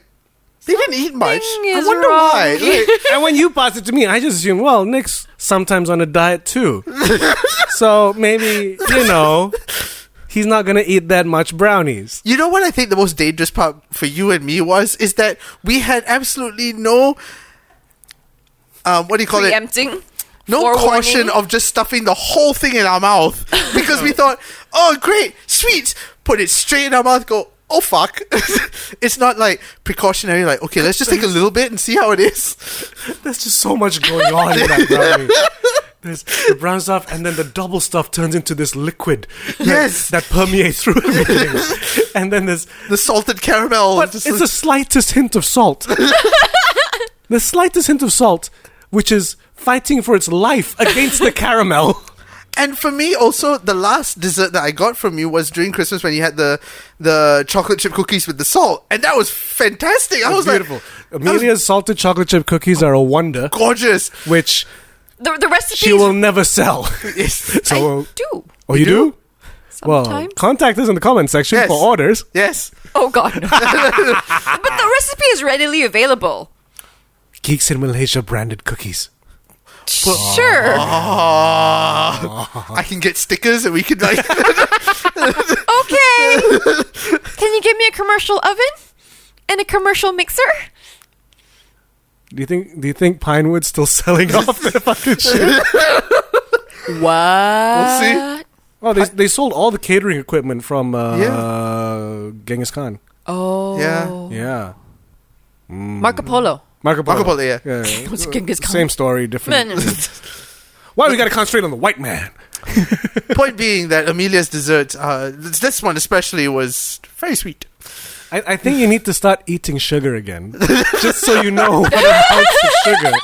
Speaker 2: they didn't eat much. I
Speaker 1: is
Speaker 2: wonder
Speaker 1: wrong
Speaker 2: why.
Speaker 1: here.
Speaker 2: Like,
Speaker 3: and when you passed it to me, I just assumed, well, Nick's sometimes on a diet too. so maybe, you know, he's not going to eat that much brownies.
Speaker 2: you know what I think the most dangerous part for you and me was is that we had absolutely no. Um, what do you call it?
Speaker 1: Preempting.
Speaker 2: no
Speaker 1: Forewarning.
Speaker 2: caution of just stuffing the whole thing in our mouth because we thought, oh great, sweet, put it straight in our mouth, go, oh fuck. it's not like precautionary, like, okay, let's just take a little bit and see how it is.
Speaker 3: There's just so much going on in that brownie. There's the brown stuff, and then the double stuff turns into this liquid. that-
Speaker 2: Yes.
Speaker 3: that, permeates through everything. and then there's
Speaker 2: The salted caramel.
Speaker 3: but
Speaker 2: just
Speaker 3: it's the slightest hint of salt. the slightest hint of salt, which is fighting for its life against the caramel.
Speaker 2: And for me, also the last dessert that I got from you was during Christmas when you had the the chocolate chip cookies with the salt, and that was fantastic. I was
Speaker 3: Beautiful.
Speaker 2: like, that was
Speaker 3: Amelia's salted chocolate chip cookies are a wonder,
Speaker 2: gorgeous.
Speaker 3: which
Speaker 1: The, the recipes
Speaker 3: she will never sell.
Speaker 2: Yes,
Speaker 1: I
Speaker 3: So,
Speaker 1: do
Speaker 3: oh, you do? Well,
Speaker 1: sometimes.
Speaker 3: contact us in the comment section
Speaker 2: Yes.
Speaker 3: for orders.
Speaker 2: yes.
Speaker 1: oh God! no. but the recipe is readily available.
Speaker 3: Geeks in Malaysia branded cookies.
Speaker 1: sure.
Speaker 2: uh-huh. Ah, I can get stickers, and we could like.
Speaker 1: Okay. Can you give me a commercial oven and a commercial mixer?
Speaker 3: Do you think? Do you think Pinewood's still selling off their fucking shit?
Speaker 1: What?
Speaker 2: we'll see.
Speaker 3: Oh, they, they sold all the catering equipment from uh, Genghis Khan.
Speaker 1: Oh.
Speaker 2: Yeah.
Speaker 3: Yeah,
Speaker 1: Marco Polo.
Speaker 3: Marco Polo.
Speaker 2: Marco Polo, yeah.
Speaker 3: yeah.
Speaker 1: Was Genghis Khan.
Speaker 3: Mm. Same story,
Speaker 1: Man.
Speaker 3: different. Why we got to concentrate on the white man?
Speaker 2: Point being that Amelia's dessert, uh, this this one especially, was very sweet.
Speaker 3: I, I think you need to start eating sugar again, just so you know what amounts of sugar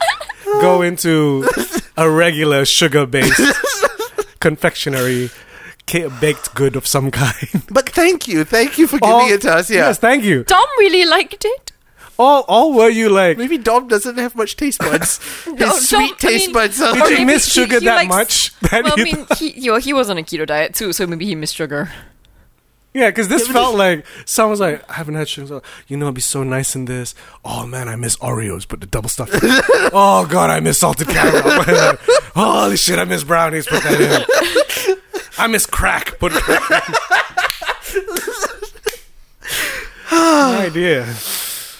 Speaker 3: go into a regular sugar-based confectionery ca- baked good of some kind.
Speaker 2: But thank you, thank you for giving
Speaker 3: All-
Speaker 2: it to us. Yeah,
Speaker 3: Yes, thank you.
Speaker 1: Dom really liked it.
Speaker 3: All, all were you like?
Speaker 2: maybe Dom doesn't have much taste buds. His
Speaker 1: No, Dom-
Speaker 2: sweet
Speaker 1: I
Speaker 2: taste
Speaker 1: mean-
Speaker 2: buds.
Speaker 1: Or
Speaker 2: Are
Speaker 3: Did you
Speaker 1: maybe
Speaker 3: miss sugar that much? That
Speaker 1: well, I
Speaker 3: you
Speaker 1: mean, he, well, he was on a keto diet too, so maybe he missed sugar.
Speaker 3: Yeah, because this felt like someone's like, I haven't had sugar. so- You know, it'd be so nice in this. Oh man, I miss Oreos, but the double stuff. oh god, I miss salted caramel. Holy shit, I miss brownies. Put that in. I miss crack. Put crack. in. no idea.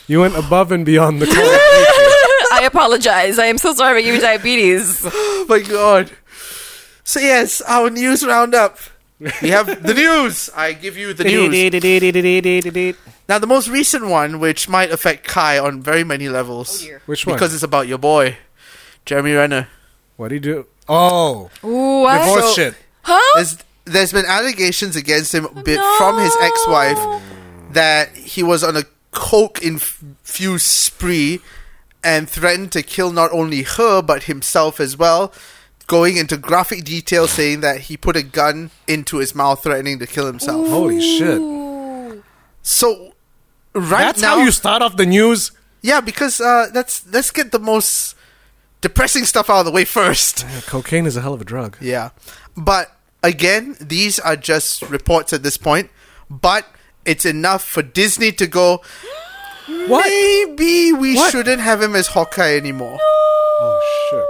Speaker 3: You went above and beyond the call.
Speaker 1: I apologize. I am so sorry I gave you diabetes.
Speaker 2: Oh my god. So yes, our news roundup. We have the news. I give you the news. Now the most recent one, which might affect Kai on very many levels.
Speaker 1: Oh, dear.
Speaker 3: Which one?
Speaker 2: Because it's about your boy, Jeremy Renner.
Speaker 3: what do you do? Oh,
Speaker 1: Ooh, what?
Speaker 3: divorce
Speaker 2: So-
Speaker 3: shit.
Speaker 1: huh?
Speaker 2: There's there's been allegations against him bit from his ex-wife that he was on a coke infused spree and threatened to kill not only her but himself as well. Going into graphic detail, saying that he put a gun into his mouth, threatening to kill himself.
Speaker 3: Holy shit.
Speaker 1: Ooh.
Speaker 2: So right
Speaker 3: That's
Speaker 2: now,
Speaker 3: how you start off the news.
Speaker 2: yeah, because uh, that's let's get the most depressing stuff out of the way first.
Speaker 3: Yeah, cocaine is a hell of a drug.
Speaker 2: Yeah, but again, these are just reports at this point. But it's enough for Disney to go.
Speaker 3: What?
Speaker 2: Maybe we
Speaker 3: What?
Speaker 2: shouldn't have him as Hawkeye anymore.
Speaker 3: Oh shit.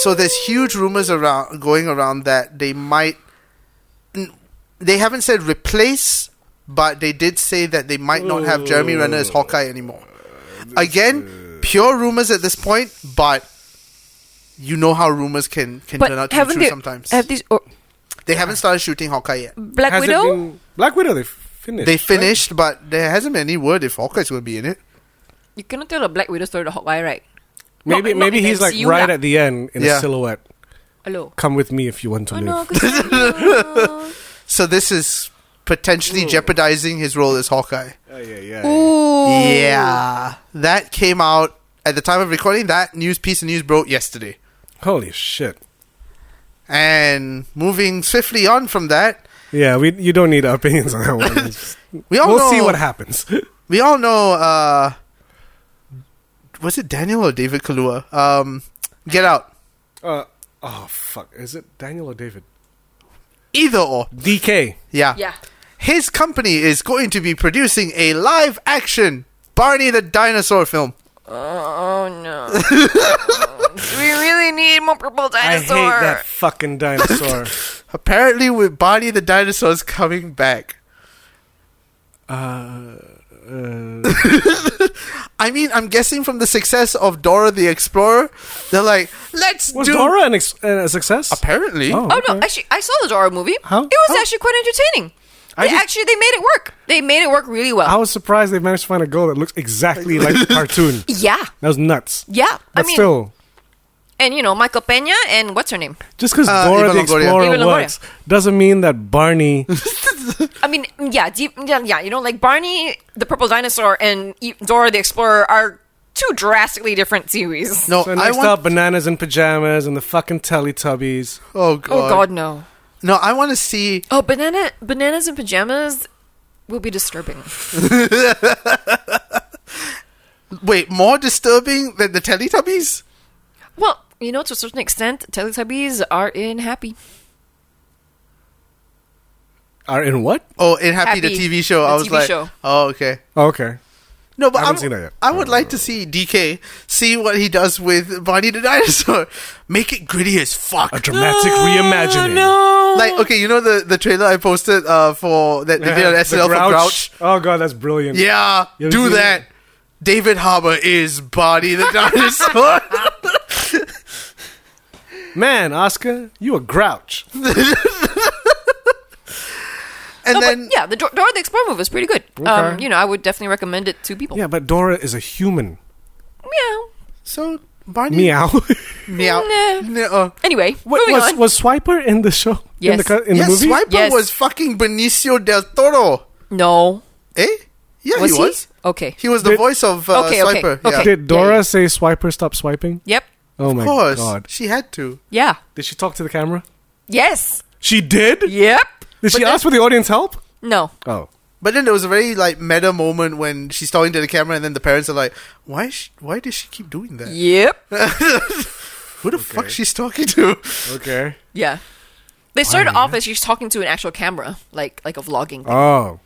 Speaker 2: So there's huge rumors around going around that they might. n- They haven't said replace, but they did say that they might not have Jeremy Renner as Hawkeye anymore. Again, pure rumors at this point, but you know how rumors can can turn
Speaker 1: But
Speaker 2: out to be
Speaker 1: haven't
Speaker 2: true
Speaker 1: they,
Speaker 2: sometimes.
Speaker 1: have these or,
Speaker 2: they haven't started shooting Hawkeye yet.
Speaker 3: Mm.
Speaker 1: Black
Speaker 3: Has it
Speaker 1: Widow?
Speaker 3: been- Black Widow, they finished.
Speaker 2: They
Speaker 3: right?
Speaker 2: finished, but there hasn't been any word if Hawkeye's going to be in it.
Speaker 1: You cannot tell a Black Widow story to Hawkeye, right?
Speaker 3: Maybe
Speaker 1: Not- not
Speaker 3: maybe
Speaker 1: in
Speaker 3: he's like
Speaker 1: MCU
Speaker 3: right
Speaker 1: lah.
Speaker 3: at the end in
Speaker 2: Yeah.
Speaker 3: a silhouette.
Speaker 1: Hello.
Speaker 3: Come with me if you want to
Speaker 1: Oh
Speaker 3: live.
Speaker 1: no, 'cause I'm not.
Speaker 2: So this is potentially jeopardizing his role as Hawkeye.
Speaker 3: Oh, yeah, yeah.
Speaker 1: Ooh.
Speaker 2: Yeah, that came out at the time of recording. That news piece of news broke yesterday.
Speaker 3: Holy shit.
Speaker 2: And moving swiftly on from that,
Speaker 3: Yeah, we you don't need opinions on that one. It's-
Speaker 2: we all
Speaker 3: we'll
Speaker 2: know
Speaker 3: see what happens.
Speaker 2: we all know. Uh, was it Daniel or David Kalua? Um, Get Out.
Speaker 3: Uh, oh fuck. Is it Daniel or David?
Speaker 2: Either or,
Speaker 3: DK.
Speaker 2: yeah.
Speaker 1: Yeah.
Speaker 2: His company is going to be producing a live action Barney the Dinosaur film.
Speaker 1: Oh, oh, no. Do we really need more purple dinosaur?
Speaker 3: I hate that fucking dinosaur.
Speaker 2: Apparently, with Barney the Dinosaur is coming back.
Speaker 3: uh Uh,
Speaker 2: I mean, I'm guessing from the success of Dora the Explorer, they're like, let's
Speaker 3: was
Speaker 2: do.
Speaker 3: Dora an ex- uh, a success?
Speaker 2: Apparently.
Speaker 3: Oh.
Speaker 1: Oh no! Actually, I saw the Dora movie.
Speaker 3: How-
Speaker 1: It was
Speaker 3: how-
Speaker 1: actually quite entertaining.
Speaker 3: I
Speaker 1: They
Speaker 3: just-
Speaker 1: actually they made it work. They made it work really well.
Speaker 3: I was surprised they managed to find a girl that looks exactly like the cartoon.
Speaker 1: yeah,
Speaker 3: That was nuts.
Speaker 1: yeah. I
Speaker 3: But
Speaker 1: mean,
Speaker 3: still,
Speaker 1: and you know, Michael Pena and what's her name?
Speaker 3: just because
Speaker 2: Uh,
Speaker 3: Dora
Speaker 2: Eva
Speaker 3: the
Speaker 2: Longoria.
Speaker 3: Explorer
Speaker 1: Eva Longoria.
Speaker 3: works doesn't mean that Barney.
Speaker 1: I mean, yeah, deep, yeah, yeah. You know, like Barney the Purple Dinosaur and E- Dora the Explorer are two drastically different series.
Speaker 2: No,
Speaker 3: so
Speaker 2: I
Speaker 3: next
Speaker 2: want.
Speaker 3: up, bananas and pajamas and the fucking Teletubbies.
Speaker 2: oh, God.
Speaker 1: Oh God, no.
Speaker 2: No, I want to see.
Speaker 1: Oh, banana bananas and pajamas will be disturbing.
Speaker 2: Wait, more disturbing than the Teletubbies?
Speaker 1: Well, you know, to a certain extent, Teletubbies are in Happy.
Speaker 3: Are in what?
Speaker 2: Oh, in Happy, the
Speaker 1: Happy,
Speaker 2: TV show.
Speaker 1: the
Speaker 2: I was
Speaker 1: TV
Speaker 2: like,
Speaker 1: show.
Speaker 2: oh, okay.
Speaker 3: Oh, okay.
Speaker 2: No, but I,
Speaker 3: haven't
Speaker 2: w-
Speaker 3: seen that yet.
Speaker 2: I would like to see DK see what he does with Barney the Dinosaur. Make it gritty as fuck.
Speaker 3: A dramatic reimagining.
Speaker 1: Oh, No.
Speaker 2: Like okay, you know the, the trailer I posted uh, for that they did on
Speaker 3: The
Speaker 2: SNL for Grouch.
Speaker 3: Oh god, that's brilliant.
Speaker 2: Yeah,
Speaker 3: You haven't
Speaker 2: do
Speaker 3: seen
Speaker 2: that.
Speaker 3: it?
Speaker 2: David Harbour is Barney the dinosaur.
Speaker 3: Man, Oscar, you a grouch.
Speaker 2: and
Speaker 1: No,
Speaker 2: then
Speaker 1: but yeah, the Dor- Dora the Explorer movie is pretty good. Um, you know, I would definitely recommend it to people.
Speaker 3: Yeah, but Dora is a human.
Speaker 1: Meow.
Speaker 2: so Barney
Speaker 3: Meow.
Speaker 2: meow.
Speaker 1: Nah.
Speaker 2: Nah, uh,
Speaker 1: Anyway,
Speaker 3: what,
Speaker 1: moving
Speaker 3: was
Speaker 1: on.
Speaker 3: was Swiper in the show? In the,
Speaker 1: Yes.
Speaker 3: co- in
Speaker 2: yeah,
Speaker 3: the movie?
Speaker 2: Swiper
Speaker 1: Yes.
Speaker 2: was fucking Benicio del Toro.
Speaker 1: no.
Speaker 2: Eh? Yeah,
Speaker 1: Was
Speaker 2: he
Speaker 1: he?
Speaker 2: was.
Speaker 1: Okay.
Speaker 2: He was the
Speaker 3: Did-
Speaker 2: voice of uh,
Speaker 1: Okay, okay,
Speaker 2: Swiper.
Speaker 1: okay.
Speaker 2: Yeah.
Speaker 3: Did Dora
Speaker 1: Yeah, yeah.
Speaker 3: say Swiper stop swiping?
Speaker 1: Yep.
Speaker 3: Oh my
Speaker 2: Of course,
Speaker 3: god.
Speaker 2: she had to.
Speaker 1: Yeah.
Speaker 3: Did she talk to the camera?
Speaker 1: Yes.
Speaker 3: She did?
Speaker 1: Yep.
Speaker 3: Did she
Speaker 1: But
Speaker 3: ask for the audience help?
Speaker 1: No.
Speaker 3: Oh.
Speaker 2: But then there was a very like meta moment when she's talking to the camera, and then the parents are like, "Why? Is she, why does she keep doing that?
Speaker 1: Yep.
Speaker 2: Who the fuck she's talking to?"
Speaker 3: Okay.
Speaker 1: Yeah. They started off as she's talking to an actual camera, like like a vlogging.
Speaker 3: Oh.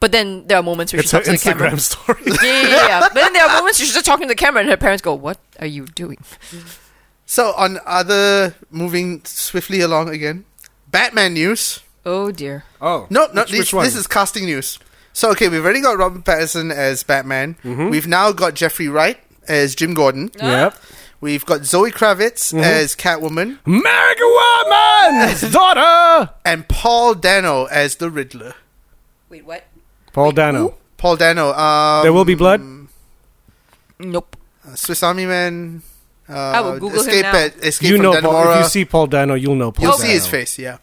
Speaker 1: But then there are moments where she
Speaker 3: It's her
Speaker 1: talks to the
Speaker 3: Instagram
Speaker 1: camera.
Speaker 3: story.
Speaker 1: Yeah, yeah, yeah, yeah. But then there are moments where she's just talking to the camera, and her parents go, "What are you doing?"
Speaker 2: So on other moving swiftly along again, Batman news.
Speaker 1: Oh dear.
Speaker 3: Oh.
Speaker 2: No, not
Speaker 3: Which-
Speaker 2: these-
Speaker 3: which one?
Speaker 2: this is casting news. So okay, we've already got Robin Pattinson as Batman.
Speaker 3: Mm-hmm.
Speaker 2: We've now got Jeffrey Wright as Jim Gordon.
Speaker 3: Yep.
Speaker 2: We've got Zoe
Speaker 3: Mm-hmm.
Speaker 2: Kravitz as Catwoman
Speaker 3: American Woman's daughter!
Speaker 2: and Paul Dano as the Riddler.
Speaker 1: Wait, what?
Speaker 3: Paul Dano.
Speaker 2: Paul Dano. Um,
Speaker 3: There will be blood?
Speaker 1: Nope.
Speaker 2: Swiss Army Man. Uh, I
Speaker 1: will Google him
Speaker 2: escape
Speaker 1: now.
Speaker 2: At, escape
Speaker 3: you
Speaker 2: from
Speaker 3: know Paul.
Speaker 2: Dannemora.
Speaker 3: If you see Paul Dano, you'll know Paul
Speaker 2: You'll
Speaker 3: Dano.
Speaker 2: see his face. Yeah,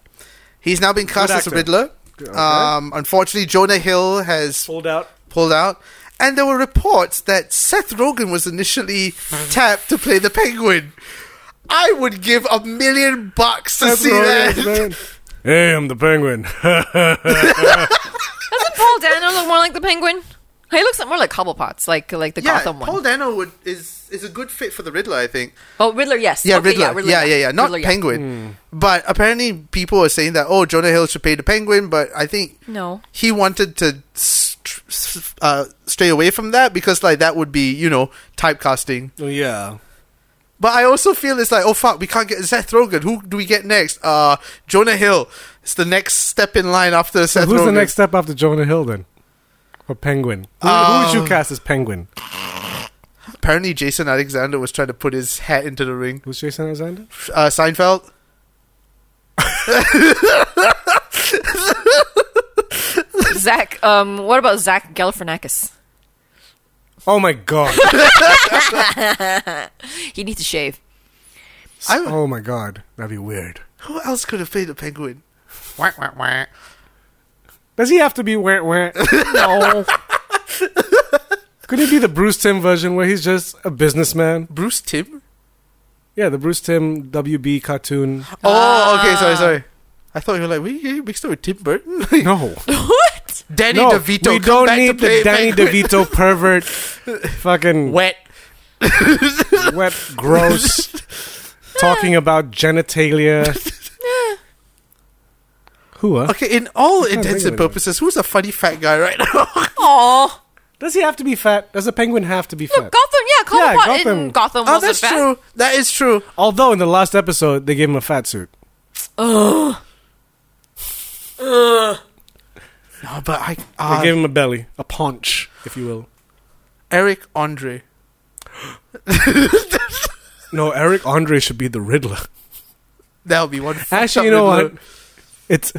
Speaker 2: he's now been cast
Speaker 3: Good
Speaker 2: as a
Speaker 3: actor.
Speaker 2: Riddler. Um, unfortunately, Jonah Hill has
Speaker 3: Pulled out.
Speaker 2: pulled out, and there were reports that Seth Rogen was initially tapped to play the Penguin. I would give a million bucks to see that. Oh,
Speaker 3: Hey, I'm the penguin.
Speaker 1: Doesn't Paul Dano look more like the Penguin? He looks more like Cobblepots, like like the
Speaker 2: yeah,
Speaker 1: Gotham one.
Speaker 2: Paul Dano would, is is a good fit for the Riddler. I think.
Speaker 1: oh, Riddler, yes.
Speaker 2: Yeah,
Speaker 1: Okay,
Speaker 2: Riddler. Yeah, yeah, yeah, Not
Speaker 1: Riddler,
Speaker 2: Penguin. But apparently, people are saying that oh, Jonah Hill should play the Penguin, but I think
Speaker 1: No.
Speaker 2: he wanted to st- s- uh, stay away from that because like that would be you know typecasting.
Speaker 3: oh, yeah.
Speaker 2: But I also feel it's like oh fuck, we can't get Seth Rogen. Who do we get next? Uh, Jonah Hill. It's the next step in line after
Speaker 3: So
Speaker 2: Seth
Speaker 3: who's
Speaker 2: Rogen.
Speaker 3: the next step after Jonah Hill then? Or Penguin? Who, who
Speaker 2: Um,
Speaker 3: would you cast as Penguin?
Speaker 2: Apparently, Jason Alexander was trying to put his hat into the ring.
Speaker 3: Who's Jason Alexander?
Speaker 2: Uh, Seinfeld.
Speaker 1: Zach, um, what about Zach Galifianakis?
Speaker 3: Oh my god.
Speaker 1: He needs to shave.
Speaker 2: I would-
Speaker 3: oh my god. That'd be weird.
Speaker 2: Who else could have played the Penguin? Wah, wah, wah.
Speaker 3: Does he have to be where where?
Speaker 1: No.
Speaker 3: Could it be the Bruce Tim version where he's just a businessman?
Speaker 2: Bruce Tim.
Speaker 3: Yeah, the Bruce Tim WB cartoon. Ah.
Speaker 2: Oh, okay. Sorry, sorry. I thought you were like, we you mixed up with Tim Burton.
Speaker 3: No.
Speaker 1: what?
Speaker 2: Danny
Speaker 3: no,
Speaker 2: DeVito.
Speaker 3: we
Speaker 2: come
Speaker 3: don't
Speaker 2: back to
Speaker 3: need the
Speaker 2: play
Speaker 3: Danny
Speaker 2: Penguin.
Speaker 3: DeVito pervert, fucking wet,
Speaker 2: Wet.
Speaker 3: gross, talking about genitalia. Who? Huh?
Speaker 2: Okay, in all intents
Speaker 3: think of
Speaker 2: and
Speaker 3: it.
Speaker 2: purposes, who's a funny fat guy right now?
Speaker 1: Aw.
Speaker 3: Does he have to be fat? Does a penguin have to be
Speaker 1: No,
Speaker 3: fat?
Speaker 1: Gotham, yeah, Cobblepot
Speaker 3: Gotham.
Speaker 1: in Gotham
Speaker 2: oh,
Speaker 1: was
Speaker 2: that's
Speaker 1: a fat.
Speaker 2: true. That is true.
Speaker 3: Although in the last episode they gave him a fat suit.
Speaker 2: No, but I.
Speaker 3: I
Speaker 2: Uh,
Speaker 3: gave him a belly, a paunch, if you will.
Speaker 2: Eric Andre.
Speaker 3: No, Eric Andre should be the Riddler.
Speaker 2: That would be one. fucked up
Speaker 3: Actually, you know
Speaker 2: Riddler.
Speaker 3: what? It's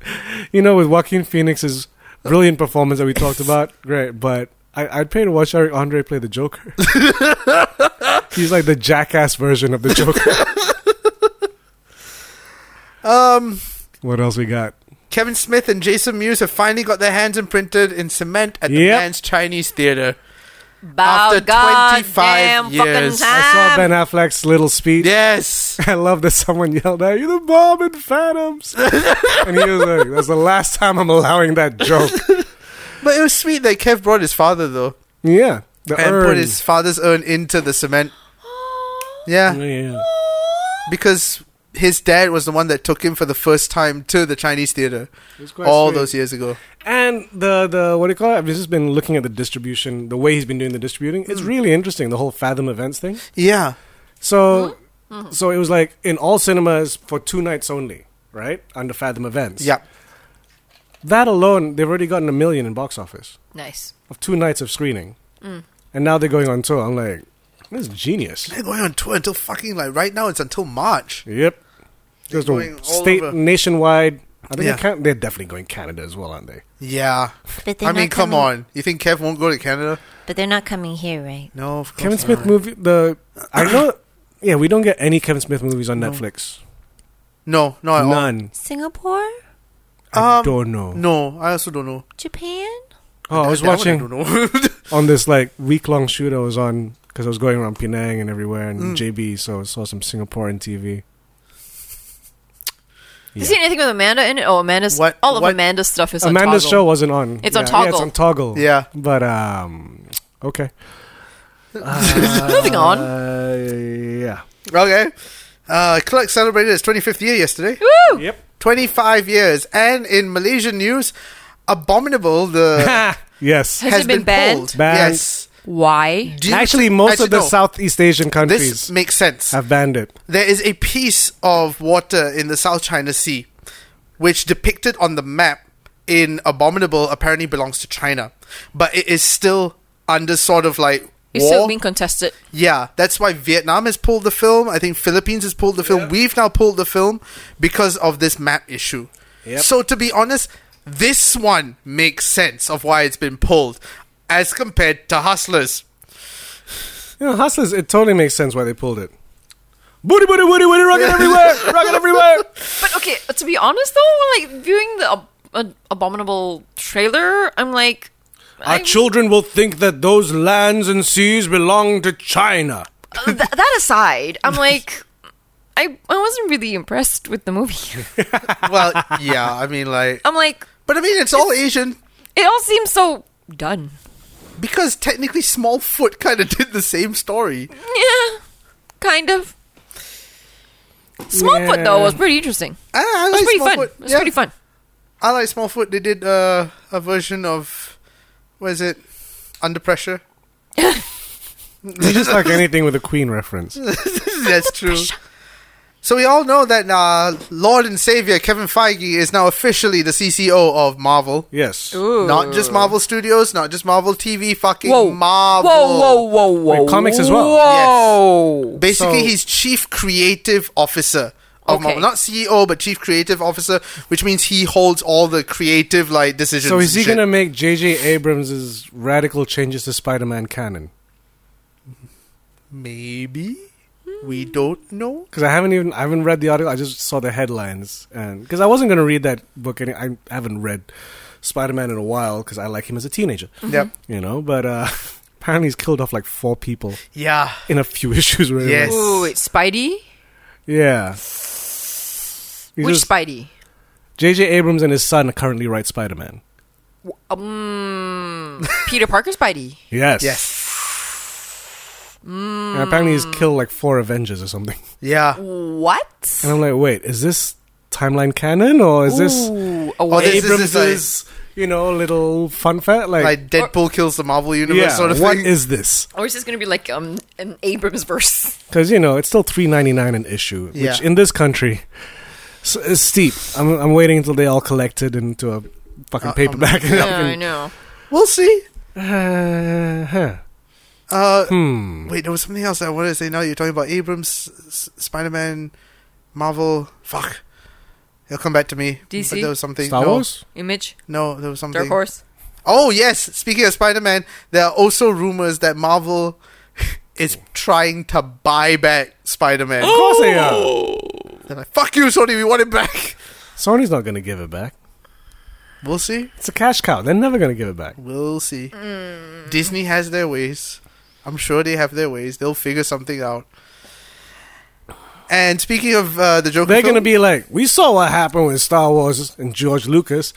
Speaker 3: you know with Joaquin Phoenix's brilliant performance that we talked about, great. But I, I'd pay to watch Eric Andre play the Joker. He's like the jackass version of the Joker.
Speaker 2: Um,
Speaker 3: what else we got?
Speaker 2: Kevin Smith and Jason Mewes have finally got their hands imprinted in cement at the
Speaker 3: Yep.
Speaker 2: Man's Chinese Theater.
Speaker 1: About
Speaker 2: After 25
Speaker 1: goddamn
Speaker 2: years.
Speaker 1: fucking time.
Speaker 3: I saw Ben Affleck's little speech.
Speaker 2: Yes.
Speaker 3: I love that someone yelled out, "You're the bomb in Phantoms," and he was like, "That's the last time I'm allowing that joke."
Speaker 2: But it was sweet that Kev brought his father though,
Speaker 3: Yeah, the
Speaker 2: and
Speaker 3: urn.
Speaker 2: put his father's urn into the cement. Yeah,
Speaker 3: yeah.
Speaker 2: because his dad was the one that took him for the first time to the Chinese theater
Speaker 3: It's quite
Speaker 2: all
Speaker 3: sweet.
Speaker 2: those years ago.
Speaker 3: And the the what do you call it? I've just been looking at the distribution, the way he's been doing the distributing.
Speaker 2: Mm.
Speaker 3: It's really interesting, the whole Fathom Events thing.
Speaker 2: Yeah, Mm-hmm.
Speaker 3: So so it was like in all cinemas for two nights only, right? Under Fathom Events.
Speaker 2: yeah.
Speaker 3: That alone, they've already gotten a million in box office
Speaker 1: Nice.
Speaker 3: of two nights of screening.
Speaker 2: Mm.
Speaker 3: And now they're going on tour. I'm like, this is genius.
Speaker 2: They're going on tour until fucking like right now. It's until March.
Speaker 3: Yep. Goes
Speaker 2: going
Speaker 3: to
Speaker 2: all
Speaker 3: state
Speaker 2: over.
Speaker 3: nationwide. I think
Speaker 2: Yeah.
Speaker 3: they can, they're definitely going Canada as well, aren't they?
Speaker 2: Yeah,
Speaker 4: But they're
Speaker 2: I mean,
Speaker 4: not
Speaker 2: come
Speaker 4: coming-
Speaker 2: on. You think Kev won't go to Canada?
Speaker 4: But they're not coming here, right?
Speaker 2: No, of course
Speaker 3: Kevin
Speaker 2: not.
Speaker 3: Smith movie. The I know. Yeah, we don't get any Kevin Smith movies on Netflix.
Speaker 2: No, no, at all.
Speaker 3: None.
Speaker 4: Singapore?
Speaker 3: I
Speaker 2: Um,
Speaker 3: don't know.
Speaker 2: No, I also don't know.
Speaker 4: Japan?
Speaker 3: Oh, I was
Speaker 2: That one I
Speaker 3: watching
Speaker 2: don't know.
Speaker 3: on this like week long shoot I was on because I was going around Penang and everywhere and JB, so I saw some Singaporean TV.
Speaker 1: You see anything with Amanda in it? Oh, Amanda's
Speaker 2: What-
Speaker 1: all of
Speaker 2: what-
Speaker 1: Amanda's stuff is on
Speaker 3: Amanda's
Speaker 1: Toggle.
Speaker 3: show wasn't on.
Speaker 1: It's on
Speaker 3: Yeah, Yeah, it's
Speaker 1: Toggle.
Speaker 3: on Toggle.
Speaker 2: Yeah.
Speaker 3: but um, okay.
Speaker 1: Moving on.
Speaker 3: Uh, yeah.
Speaker 2: okay. Uh, Clerk celebrated its 25th year yesterday.
Speaker 1: Woo!
Speaker 3: Yep.
Speaker 2: 25 years. And in Malaysian news, Abominable the
Speaker 3: yes.
Speaker 2: has
Speaker 1: Has it been banned?
Speaker 2: pulled.
Speaker 3: Banned.
Speaker 2: Yes.
Speaker 1: Why?
Speaker 2: Do you-
Speaker 3: Actually, most
Speaker 2: actually,
Speaker 3: of the
Speaker 2: no.
Speaker 3: Southeast Asian
Speaker 2: This
Speaker 3: countries
Speaker 2: makes sense.
Speaker 3: have banned it.
Speaker 2: There is a piece of water in the South China Sea, which depicted on the map in Abominable apparently belongs to China, but it is still under sort of like
Speaker 1: It's
Speaker 2: war.
Speaker 1: still being contested.
Speaker 2: Yeah, that's why Vietnam has pulled the film. I think Philippines has pulled the film. We've now pulled the film because of this map issue.
Speaker 3: Yep.
Speaker 2: So to be honest, this one makes sense of why it's been pulled as compared to Hustlers.
Speaker 3: You know, Hustlers, it totally makes sense why they pulled it. Booty, booty, booty, booty, rocket everywhere, rocket everywhere.
Speaker 1: But okay, uh, to be honest though, like viewing the ab- ab- abominable trailer, I'm like,
Speaker 3: Our
Speaker 1: I-
Speaker 3: children will think that those lands and seas belong to China.
Speaker 1: th- uh, that aside, I'm like, I I wasn't really impressed with the movie.
Speaker 2: Well, yeah, I mean like
Speaker 1: I'm like,
Speaker 2: but I mean it's all Asian
Speaker 1: it all seems so done.
Speaker 2: because technically Smallfoot kind of did the same story.
Speaker 1: Yeah, kind of. Smallfoot though
Speaker 3: Yeah.
Speaker 1: was pretty interesting.
Speaker 2: I, I
Speaker 1: It was
Speaker 2: like
Speaker 1: pretty fun.
Speaker 2: Smallfoot.
Speaker 1: It was
Speaker 2: yeah.
Speaker 1: pretty fun.
Speaker 2: I like Smallfoot. They did uh, a version of what is it? Under Pressure.
Speaker 3: They just like anything with a Queen reference.
Speaker 2: That's true. So we all know that uh, Lord and Savior Kevin Feige is now officially the CCO of Marvel.
Speaker 3: Yes.
Speaker 2: Not just Marvel Studios, not just Marvel TV, fucking
Speaker 1: Whoa.
Speaker 2: Marvel.
Speaker 1: Whoa, whoa, whoa, whoa.
Speaker 3: Wait, comics as well?
Speaker 1: Whoa.
Speaker 2: Basically,
Speaker 3: So-
Speaker 2: he's Chief Creative Officer of
Speaker 1: Okay.
Speaker 2: Marvel. Not CEO, but Chief Creative Officer, which means he holds all the creative like decisions.
Speaker 3: So is
Speaker 2: and
Speaker 3: he
Speaker 2: shit.
Speaker 3: going to make J.J. Abrams' radical changes to Spider-Man canon?
Speaker 2: Maybe. We don't know.
Speaker 3: Because I haven't even I haven't read the article. I just saw the headlines, and because I wasn't going to read that book, any, I haven't read Spider-Man in a while because I like him as a teenager.
Speaker 1: Hmm.
Speaker 2: Yep.
Speaker 3: You know, but uh, apparently he's killed off like four people
Speaker 2: Yeah.
Speaker 3: in a few issues. Right
Speaker 2: Yes.
Speaker 1: Ooh, wait, Spidey?
Speaker 3: Yeah. He
Speaker 1: Which
Speaker 3: just-
Speaker 1: Spidey?
Speaker 3: J.J. Abrams and his son currently write Spider Man.
Speaker 1: Um, Peter Parker Spidey.
Speaker 3: Yes.
Speaker 2: Yes.
Speaker 3: And apparently he's killed like four Avengers or something.
Speaker 2: Yeah.
Speaker 1: What?
Speaker 3: And I'm like, wait, is this timeline canon or is this
Speaker 1: Ooh,
Speaker 2: Oh,
Speaker 1: away.
Speaker 2: this,
Speaker 3: Abrams'
Speaker 2: this is
Speaker 3: you know little fun fact? Like,
Speaker 2: like, like Deadpool kills the Marvel universe
Speaker 3: yeah,
Speaker 2: sort of
Speaker 3: what
Speaker 2: thing.
Speaker 3: is this?
Speaker 1: or is this going to be like um an Abrams verse?
Speaker 3: Because you know it's still three ninety nine an issue,
Speaker 2: Yeah.
Speaker 3: which in this country s- is steep. I'm I'm waiting until they all collected into a fucking
Speaker 2: Uh, um,
Speaker 3: paperback. and
Speaker 1: Yeah, I
Speaker 3: fucking-
Speaker 1: know.
Speaker 2: We'll see.
Speaker 3: Uh, huh.
Speaker 2: Uh,
Speaker 3: Hmm.
Speaker 2: Wait, there was something else I wanted to say. Now you're talking about Abrams, S- S- Spider-Man, Marvel. Fuck, it'll come back to me.
Speaker 1: DC?
Speaker 2: But there was something.
Speaker 3: Star
Speaker 2: no,
Speaker 3: Wars?
Speaker 1: Image,
Speaker 2: No, there was something.
Speaker 1: Dark Horse.
Speaker 2: Oh yes. Speaking of Spider-Man, there are also rumors that Marvel is trying to buy back Spider-Man.
Speaker 3: Of course they
Speaker 1: Oh!
Speaker 3: are.
Speaker 2: They're like, "Fuck you, Sony. We want it back."
Speaker 3: Sony's not going to give it back.
Speaker 2: We'll see.
Speaker 3: It's a cash cow. They're never going to give it back.
Speaker 2: We'll see.
Speaker 1: Mm.
Speaker 2: Disney has their ways. I'm sure they have their ways. They'll figure something out. And speaking of uh, the Joker,
Speaker 3: They're going to
Speaker 2: film-
Speaker 3: be like, we saw what happened with Star Wars and George Lucas.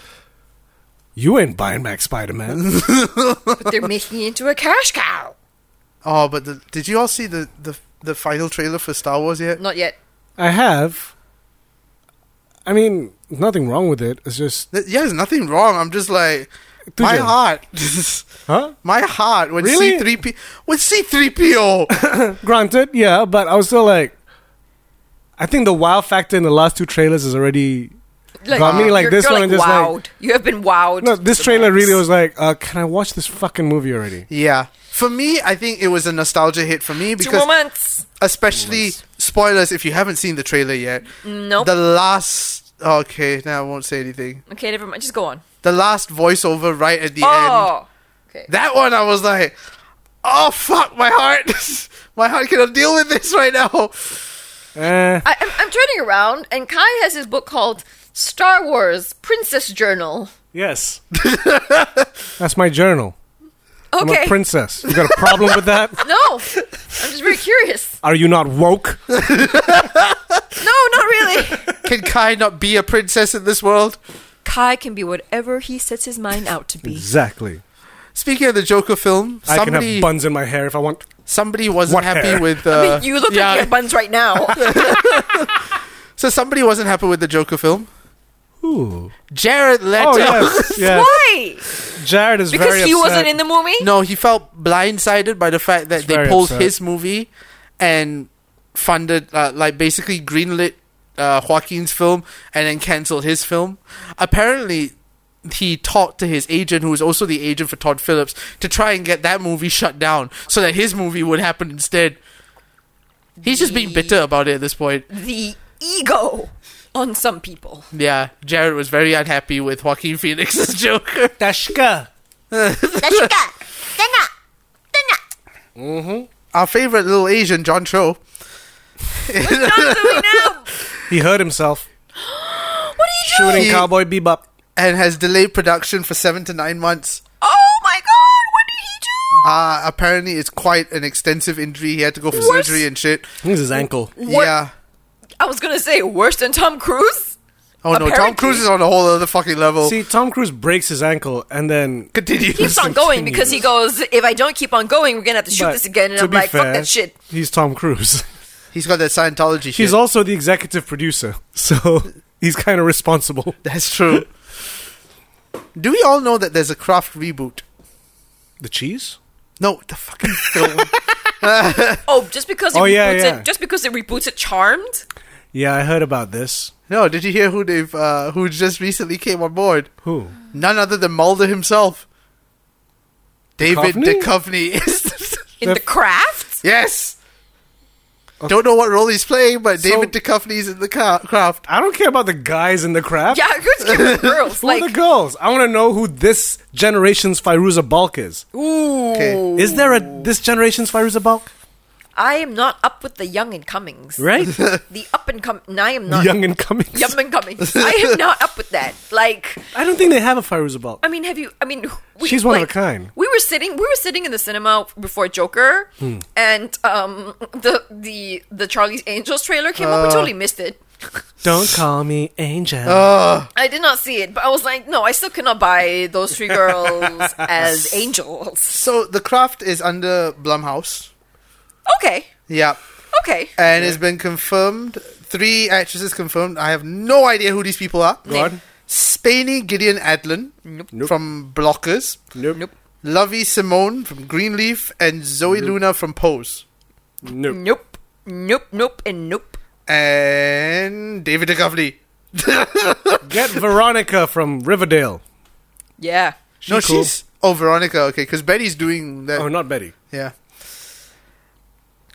Speaker 3: You ain't buying back Spider Man.
Speaker 1: But they're making it into a cash cow.
Speaker 2: Oh, but the, did you all see the, the the final trailer for Star Wars yet?
Speaker 1: Not yet.
Speaker 3: I have. I mean, nothing wrong with it. It's just.
Speaker 2: Th- Yeah, there's nothing wrong. I'm just like my
Speaker 3: Tujuh.
Speaker 2: heart,
Speaker 3: Huh?
Speaker 2: my heart. When
Speaker 3: Really?
Speaker 2: C three P, when C three PO,
Speaker 3: Granted, yeah, but I was still like. I think the wow factor in the last two trailers is already. Got me like
Speaker 1: you're-
Speaker 3: this
Speaker 1: you're,
Speaker 3: one
Speaker 1: like,
Speaker 3: and just like-
Speaker 1: wowed. you have been wowed.
Speaker 3: No,
Speaker 1: to
Speaker 3: this
Speaker 1: the
Speaker 3: trailer
Speaker 1: max.
Speaker 3: really was like, uh, can I watch this fucking movie already?
Speaker 2: yeah. For me, I think it was a nostalgia hit for me
Speaker 1: two
Speaker 2: because,
Speaker 1: moments.
Speaker 2: especially spoilers if you haven't seen the trailer yet.
Speaker 1: Nope.
Speaker 2: The last. Okay, now I won't say anything.
Speaker 1: okay, never mind. Just go on.
Speaker 2: The last voiceover right at the end.
Speaker 1: oh, okay.
Speaker 2: That one, I was like, oh fuck, my heart, my heart cannot deal with this right now.
Speaker 3: Eh.
Speaker 1: I, I'm, I'm turning around, and Kai has his book called Star Wars Princess Journal.
Speaker 3: Yes. That's my journal. I'm
Speaker 1: Okay.
Speaker 3: a princess. You got a problem with that?
Speaker 1: no, I'm just very curious.
Speaker 3: Are you not woke?
Speaker 1: No, not really.
Speaker 2: Can Kai not be a princess in this world?
Speaker 1: Kai can be whatever he sets his mind out to be.
Speaker 3: Exactly.
Speaker 2: Speaking of the Joker film,
Speaker 3: I can
Speaker 2: somebody
Speaker 3: have buns in my hair if I want.
Speaker 2: somebody wasn't
Speaker 3: What
Speaker 2: happy
Speaker 3: hair?
Speaker 2: with.
Speaker 1: I
Speaker 2: Uh,
Speaker 1: mean, you look
Speaker 2: yeah,
Speaker 1: like you have buns right now.
Speaker 2: so somebody wasn't happy with the Joker film.
Speaker 3: Ooh.
Speaker 2: Jared Leto.
Speaker 3: Oh yes, yes.
Speaker 1: Why?
Speaker 3: Jared is
Speaker 1: Because
Speaker 3: very
Speaker 1: he
Speaker 3: upset.
Speaker 1: wasn't in the movie.
Speaker 2: No, he felt blindsided by the fact that
Speaker 3: It's
Speaker 2: they
Speaker 3: very
Speaker 2: pulled
Speaker 3: upset.
Speaker 2: his movie and funded, uh, like, basically greenlit uh, Joaquin's film and then cancelled his film. Apparently, he talked to his agent, who was also the agent for Todd Phillips, to try and get that movie shut down so that his movie would happen instead. He's just being bitter about it at this point.
Speaker 1: The ego on some people.
Speaker 2: Yeah, Jared was very unhappy with Joaquin Phoenix's Joker.
Speaker 3: Dashka.
Speaker 2: Our favorite little Asian, John Cho.
Speaker 1: Doing now.
Speaker 3: He hurt himself
Speaker 1: What are you doing?
Speaker 3: shooting
Speaker 2: He-
Speaker 3: Cowboy Bebop.
Speaker 2: and has delayed production for seven to nine months.
Speaker 1: Oh my god! What did he do?
Speaker 2: Uh, apparently, it's quite an extensive injury. He had to go for
Speaker 1: What?
Speaker 2: surgery and shit.
Speaker 3: He's his ankle.
Speaker 1: What?
Speaker 2: Yeah.
Speaker 1: I was gonna say worse than Tom Cruise.
Speaker 2: Oh no, Tom
Speaker 1: Apparently-
Speaker 2: Cruise is on a whole other fucking level.
Speaker 3: See, Tom Cruise breaks his ankle and then
Speaker 2: Continue.
Speaker 1: Keeps on going because he goes. If I don't keep on going, we're gonna have to shoot
Speaker 3: But
Speaker 1: this again. And
Speaker 3: to
Speaker 1: I'm
Speaker 3: be
Speaker 1: like,
Speaker 3: fair,
Speaker 1: fuck that shit.
Speaker 3: He's Tom Cruise.
Speaker 2: He's got that Scientology shit.
Speaker 3: He's also the executive producer, so he's kind of responsible.
Speaker 2: That's true. Do we all know that there's a Kraft reboot?
Speaker 3: The cheese?
Speaker 2: No, the fucking film.
Speaker 1: Oh, just because it
Speaker 3: Oh,
Speaker 1: reboots
Speaker 3: yeah, yeah.
Speaker 1: it, just because it reboots it, Charmed.
Speaker 3: Yeah, I heard about this.
Speaker 2: no, did you hear who they've uh, who just recently came on board?
Speaker 3: Who?
Speaker 2: None other than Mulder himself. David Duchovny.
Speaker 1: In
Speaker 3: The-
Speaker 1: the craft?
Speaker 2: yes. Don't know what role he's playing, but David Duchovny's in the ca- Kraft.
Speaker 3: I don't care about the guys in the craft.
Speaker 1: Yeah, who's giving the girls?
Speaker 3: Who are
Speaker 1: like,
Speaker 3: the girls? I want to know who this generation's Firuza Balk is.
Speaker 1: ooh.
Speaker 2: Okay.
Speaker 3: Is there a this generation's Firuza Balk?
Speaker 1: I am not up with the young and comings.
Speaker 3: Right?
Speaker 1: The up and coming. I am not.
Speaker 3: Young and coming.
Speaker 1: Young and comings. I am not up with that. Like,
Speaker 3: I don't think they have a Firuza Balk.
Speaker 1: I mean, have you? I mean, we,
Speaker 3: She's one of
Speaker 1: like,
Speaker 3: a kind.
Speaker 1: We were sitting, we were sitting in the cinema before Joker,
Speaker 3: Hmm.
Speaker 1: and um, the the the Charlie's Angels trailer came
Speaker 3: Uh.
Speaker 1: up. We totally missed it.
Speaker 3: Don't call me Angel.
Speaker 1: I did not see it, but I was like, no, I still cannot buy those three girls as angels.
Speaker 2: So the craft is under Blumhouse.
Speaker 1: Okay,
Speaker 2: Yeah.
Speaker 1: okay.
Speaker 2: And it's been confirmed. Three actresses confirmed. I have no idea who these people are.
Speaker 3: God.
Speaker 2: Spainy Gideon Adlin
Speaker 3: Nope.
Speaker 2: from Blockers.
Speaker 3: Nope. Nope.
Speaker 2: Lovey Simone from Greenleaf. And Zoe Luna from Pose.
Speaker 3: Nope.
Speaker 1: Nope, nope, nope, and nope.
Speaker 2: And David Duchovny.
Speaker 3: Get Veronica from Riverdale.
Speaker 1: Yeah.
Speaker 2: no,
Speaker 3: cool.
Speaker 2: she's oh Veronica. Okay, because Betty's doing that.
Speaker 3: Oh, not Betty.
Speaker 2: Yeah.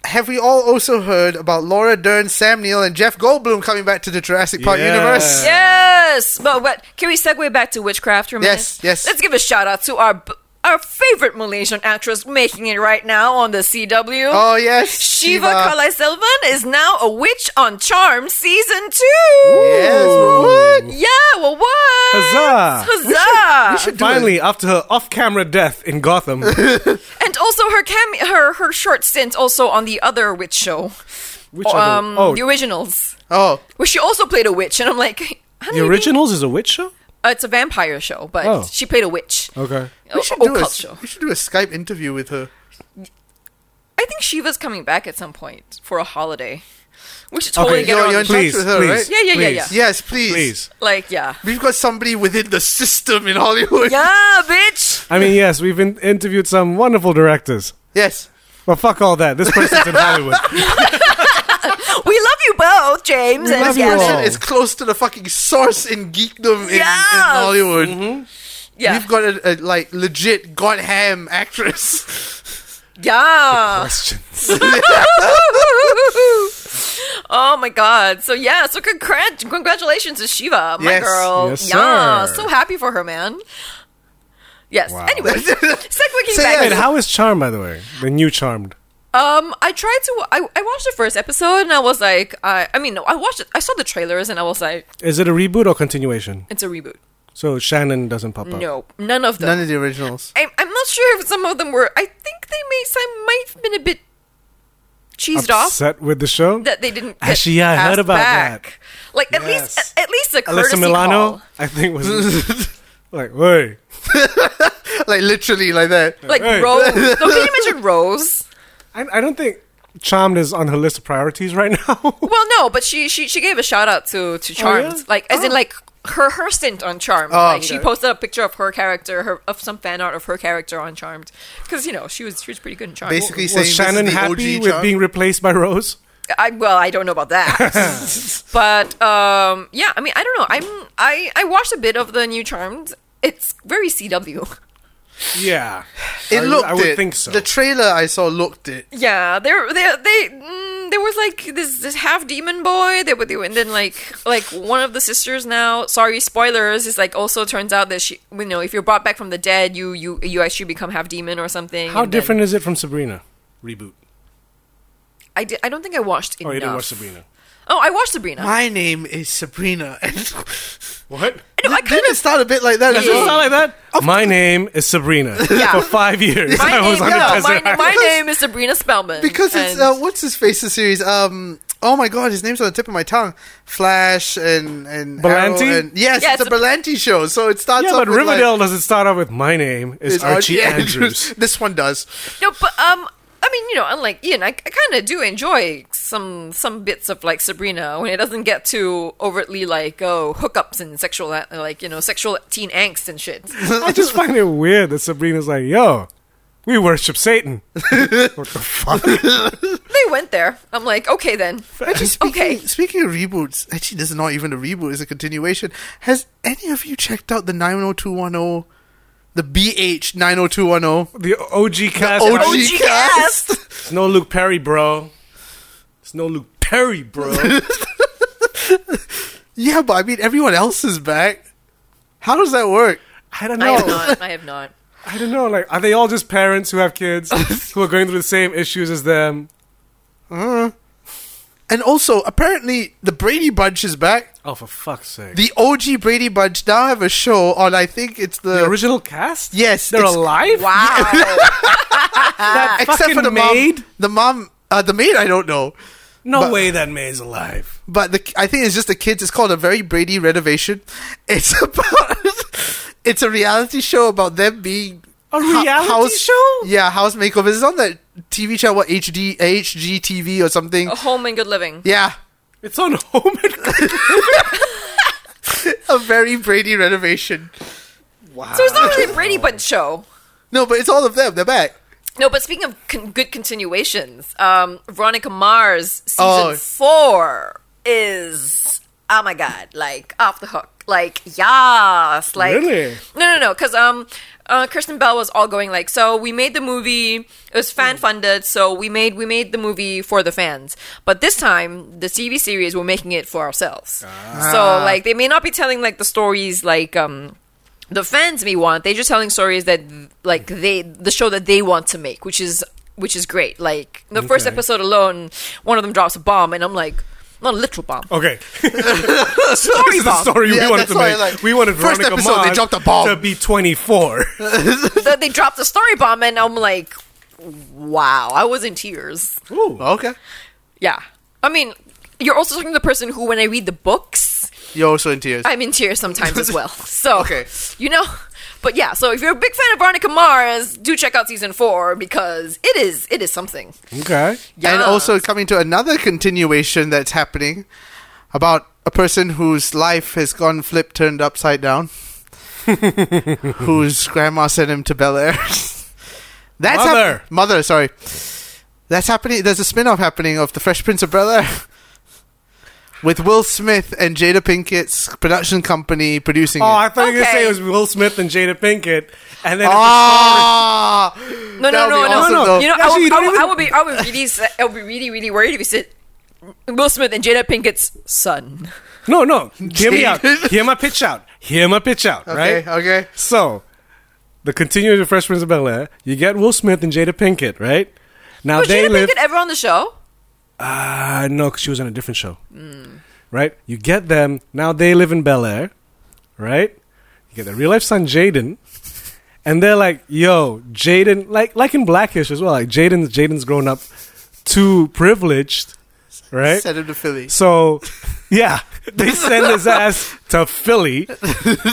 Speaker 2: Have we all also heard about Laura Dern, Sam Neill, and Jeff Goldblum coming back to the Jurassic Park
Speaker 3: Yeah. Uh.
Speaker 2: universe?
Speaker 1: Yes, but but can we segue back to witchcraft for a minute?
Speaker 2: Yes, yes.
Speaker 1: Let's give a shout out to our b- our favorite Malaysian actress making it right now on the CW.
Speaker 2: Oh yes,
Speaker 1: Shiva Kalaiselvan is now a witch on Charm season two.
Speaker 2: Yes, well, what?
Speaker 1: Yeah, well, what?
Speaker 3: Huzzah.
Speaker 1: Huzzah!
Speaker 2: Do it.
Speaker 3: Finally, after her off-camera death in Gotham,
Speaker 1: And also her cam- her her short stint also on the other witch show,
Speaker 3: which
Speaker 1: um,
Speaker 3: other? oh,
Speaker 1: the originals,
Speaker 2: Oh,
Speaker 1: where she also played a witch. And I'm like, how do
Speaker 3: the
Speaker 1: you think-
Speaker 3: originals is a witch show.
Speaker 1: Uh, it's a vampire show, but
Speaker 3: Oh.
Speaker 1: she played a witch.
Speaker 3: Okay.
Speaker 2: we
Speaker 1: O-
Speaker 2: should do a
Speaker 1: occult show.
Speaker 2: we should do a Skype interview with her.
Speaker 1: I think Shiva's coming back at some point for a holiday. We should totally
Speaker 3: Okay,
Speaker 1: get
Speaker 2: you're-
Speaker 1: her on
Speaker 2: you're
Speaker 1: the
Speaker 2: in touch
Speaker 1: show.
Speaker 3: Please,
Speaker 2: with her,
Speaker 3: please,
Speaker 2: right?
Speaker 1: Yeah, yeah, yeah,
Speaker 3: please,
Speaker 1: yeah.
Speaker 2: Yes, please.
Speaker 3: Please.
Speaker 1: Like, yeah.
Speaker 2: We've got somebody within the system in Hollywood.
Speaker 1: Yeah, bitch!
Speaker 3: I mean, yes, we've in- interviewed some wonderful directors.
Speaker 2: Yes.
Speaker 3: Well, fuck all that. This person's in Hollywood.
Speaker 1: We love you both, James and
Speaker 3: love you
Speaker 1: Gavin.
Speaker 3: all.
Speaker 2: Person is close to the fucking source in geekdom in, in
Speaker 1: Yes. Mm-hmm.
Speaker 2: Hollywood.
Speaker 1: Yeah.
Speaker 2: We've got a, a like legit gone ham actress.
Speaker 1: yeah.
Speaker 3: Questions.
Speaker 1: oh my god. So yeah, so congrat- congratulations to Shiva, my
Speaker 2: Yes.
Speaker 1: girl.
Speaker 3: Yes,
Speaker 1: yeah.
Speaker 3: sir.
Speaker 1: So happy for her, man. Yes.
Speaker 3: Wow.
Speaker 1: Anyway, segueing
Speaker 2: So,
Speaker 1: back.
Speaker 3: And how is Charm, by the way? The new Charmed.
Speaker 1: Um, I tried to. I, I watched the first episode and I was like, I, I mean, no, I watched it. I saw the trailers and I was like,
Speaker 3: Is it a reboot or continuation?
Speaker 1: it's a reboot.
Speaker 3: So Shannon doesn't pop up.
Speaker 1: No, none of them.
Speaker 2: None of the originals.
Speaker 1: I'm, I'm not sure if some of them were. I think they may. Some might have been a bit cheesed off
Speaker 3: Upset with the show?
Speaker 1: that they didn't. Get
Speaker 3: Actually, yeah, I heard
Speaker 1: asked
Speaker 3: about
Speaker 1: back. that. Like at
Speaker 3: Yes.
Speaker 1: least, at, at least a courtesy
Speaker 3: Alyssa Milano,
Speaker 1: call.
Speaker 3: I think was like, "Wait,
Speaker 2: Like literally like that.
Speaker 1: Like
Speaker 3: Right.
Speaker 1: Rose. Don't can you imagine Rose?
Speaker 3: I, I don't think Charmed is on her list of priorities right now."
Speaker 1: Well, no, but she she she gave a shout out to to Charmed,
Speaker 3: Oh, yeah?
Speaker 1: like as in like her her stint on Charmed. like she
Speaker 2: okay.
Speaker 1: posted a picture of her character, her of some fan art of her character on Charmed, because you know she was she was pretty good in Charmed.
Speaker 2: Basically saying
Speaker 3: Was Shannon
Speaker 2: this is the
Speaker 3: happy
Speaker 2: OG
Speaker 3: with
Speaker 2: Charm.
Speaker 3: being replaced by Rose?
Speaker 1: I well, I don't know about that, but um, yeah, I mean, I don't know. I'm I I watched a bit of the new Charmed. It's very CW.
Speaker 3: Yeah,
Speaker 2: It
Speaker 3: I,
Speaker 2: looked
Speaker 3: I would
Speaker 2: it.
Speaker 3: think so.
Speaker 2: The trailer I saw looked it.
Speaker 1: Yeah, there there they mm, there was like this this half demon boy. They were they were- and then like like one of the sisters now. Sorry, spoilers. Is like also turns out that she you know if you're brought back from the dead, you you you actually become half demon or something.
Speaker 3: How
Speaker 1: and then-
Speaker 3: different is it from Sabrina reboot?
Speaker 1: I did, I don't think I watched.
Speaker 3: Oh,
Speaker 1: Enough.
Speaker 3: you didn't watch Sabrina.
Speaker 1: Oh, I watched Sabrina.
Speaker 2: My name is Sabrina. And
Speaker 3: What?
Speaker 1: No, I
Speaker 2: didn't
Speaker 1: kind
Speaker 2: it
Speaker 1: of
Speaker 2: start a bit like that as
Speaker 1: Yeah.
Speaker 2: well?
Speaker 3: It's not like that. My name is Sabrina.
Speaker 1: Yeah.
Speaker 3: For five years,
Speaker 1: my
Speaker 3: I was
Speaker 1: name,
Speaker 3: on
Speaker 1: yeah,
Speaker 3: a
Speaker 1: my,
Speaker 3: desert
Speaker 1: na- my
Speaker 3: island.
Speaker 1: name is Sabrina Spellman
Speaker 2: Because it's
Speaker 1: and-
Speaker 2: uh, what's his face the series? Um oh my god, his name's on the tip of my tongue. Flash and and Arrow
Speaker 3: Berlanti?
Speaker 2: and yes,
Speaker 1: Yeah,
Speaker 2: it's,
Speaker 1: it's
Speaker 2: a Berlanti show. So it starts
Speaker 3: Yeah,
Speaker 2: off
Speaker 3: but
Speaker 2: with, like,
Speaker 3: Riverdale doesn't start off with my name is
Speaker 2: it's
Speaker 3: Archie Andrews.
Speaker 2: This one does.
Speaker 1: No, but um, I mean, you know, unlike Ian, I, I kind of do enjoy some some bits of like Sabrina when it doesn't get too overtly like oh hookups and sexual a- like you know sexual teen angst and shit.
Speaker 3: I just find it weird that Sabrina's like, "Yo, we worship Satan."
Speaker 1: they went there. I'm like, okay then.
Speaker 2: Actually, speaking,
Speaker 1: Okay.
Speaker 2: speaking of reboots, actually, this is not even a reboot; it's a continuation. Has any of you checked out the 90210, the BH 90210?
Speaker 3: The OG cast.
Speaker 2: OG
Speaker 1: OG
Speaker 2: cast.
Speaker 1: cast.
Speaker 3: It's no Luke Perry, bro. It's no Luke Perry, bro.
Speaker 2: Yeah, but I mean, everyone else is back. How does that work?
Speaker 3: I don't
Speaker 1: I
Speaker 3: know.
Speaker 1: have not. I have not.
Speaker 3: I don't know. Like, are they all just parents who have kids who are going through the same issues as them?
Speaker 2: And also, apparently, the Brady Bunch is back.
Speaker 3: Oh, for fuck's sake!
Speaker 2: The OG Brady Bunch now have a show on. I think it's the,
Speaker 3: The original cast?
Speaker 2: Yes,
Speaker 3: they're
Speaker 2: it's-
Speaker 3: alive.
Speaker 1: Wow.
Speaker 3: That
Speaker 2: except
Speaker 3: fucking
Speaker 2: for the
Speaker 3: maid.
Speaker 2: mom. The mom, uh, the maid. I don't know.
Speaker 3: No
Speaker 2: But-
Speaker 3: way that maid's alive.
Speaker 2: but the I think it's just the kids. It's called a very Brady renovation. It's about it's a reality show about them being
Speaker 3: A
Speaker 2: hou-
Speaker 3: reality show?
Speaker 2: Yeah, house makeovers. It's on that TV channel, what HD HGTV or something.
Speaker 3: Oh.
Speaker 1: A home and good living.
Speaker 2: Yeah,
Speaker 3: It's on home. And-
Speaker 2: a very Brady renovation.
Speaker 1: So it's not really a Brady Bunch show.
Speaker 2: No, but it's all of them. They're back.
Speaker 1: No, but speaking of con- good continuations, um, Veronica Mars season
Speaker 2: Oh.
Speaker 1: four is oh my god, like off the hook, like yas, like
Speaker 3: Really?
Speaker 1: no, no, no, because um, uh, Kristen Bell was all going like, so we made the movie. It was fan funded, so we made we made the movie for the fans. But this time, the TV series, we're making it for ourselves. So like, they may not be telling like the stories like um. The fans may want. They're just telling stories that, like they, the show that they want to make, which is which is great. Like the first
Speaker 3: Okay.
Speaker 1: episode alone, one of them drops a bomb, and I'm like, not a literal bomb,
Speaker 3: Okay. story this is the
Speaker 1: bomb.
Speaker 3: story
Speaker 2: Yeah,
Speaker 3: we wanted
Speaker 2: that's
Speaker 3: to
Speaker 2: why,
Speaker 3: make.
Speaker 2: like,
Speaker 3: we wanted
Speaker 2: first
Speaker 3: Veronica
Speaker 2: episode, they
Speaker 3: Mars
Speaker 2: dropped a bomb.
Speaker 3: to be 24.
Speaker 1: that they dropped a story bomb and I'm like, wow, I was in tears.
Speaker 3: Ooh.
Speaker 2: Okay.
Speaker 1: Yeah. I mean, you're also talking to the person who, when I read the books,
Speaker 2: You're also in tears.
Speaker 1: I'm in tears sometimes as well. So,
Speaker 2: Okay.
Speaker 1: you know, but yeah, so if you're a big fan of Veronica Mars, do check out season four because it is, it is something. Uh,
Speaker 3: Okay.
Speaker 1: Yeah.
Speaker 2: And also coming to another continuation that's happening about a person whose life has gone flip turned upside down, whose grandma sent him to Bel Air. that's hap-
Speaker 3: Mother.
Speaker 2: mother, sorry. That's happening. There's a spin off happening of The Fresh Prince of Bel Air with Will Smith and Jada Pinkett's production company producing
Speaker 3: Oh,
Speaker 2: it.
Speaker 3: I thought you were going to
Speaker 1: Okay.
Speaker 3: say it was Will Smith and Jada Pinkett. And then
Speaker 2: Oh,
Speaker 3: it's
Speaker 2: Ah!
Speaker 1: No, no,
Speaker 2: That would
Speaker 1: no,
Speaker 2: be
Speaker 1: no,
Speaker 2: awesome,
Speaker 1: no,
Speaker 2: though.
Speaker 1: You know, I,
Speaker 3: Actually,
Speaker 1: would,
Speaker 3: you
Speaker 1: I,
Speaker 3: don't
Speaker 1: would,
Speaker 3: even-
Speaker 1: I would be, I would really, s- I would be really, really worried if you said Will Smith and Jada Pinkett's son.
Speaker 3: No, no. Hear me out. Hear my pitch out. Hear my pitch out,
Speaker 2: Okay,
Speaker 3: right?
Speaker 2: okay.
Speaker 3: So, the continuing of Fresh Prince of Bel Air, you get Will Smith and Jada Pinkett, right? Now
Speaker 1: Was
Speaker 3: they
Speaker 1: Jada
Speaker 3: live.
Speaker 1: Pinkett ever on the show?
Speaker 3: Uh, no, because she was on a different show.
Speaker 1: Mm.
Speaker 3: Right? You get them. Now they live in Bel Air, right? You get their real life son, Jaden. And they're like, yo, Jaden, like like in Blackish as well, like Jaden, Jaden's grown up too privileged, right?
Speaker 2: Sent him to Philly.
Speaker 3: So, yeah, they send his ass to Philly,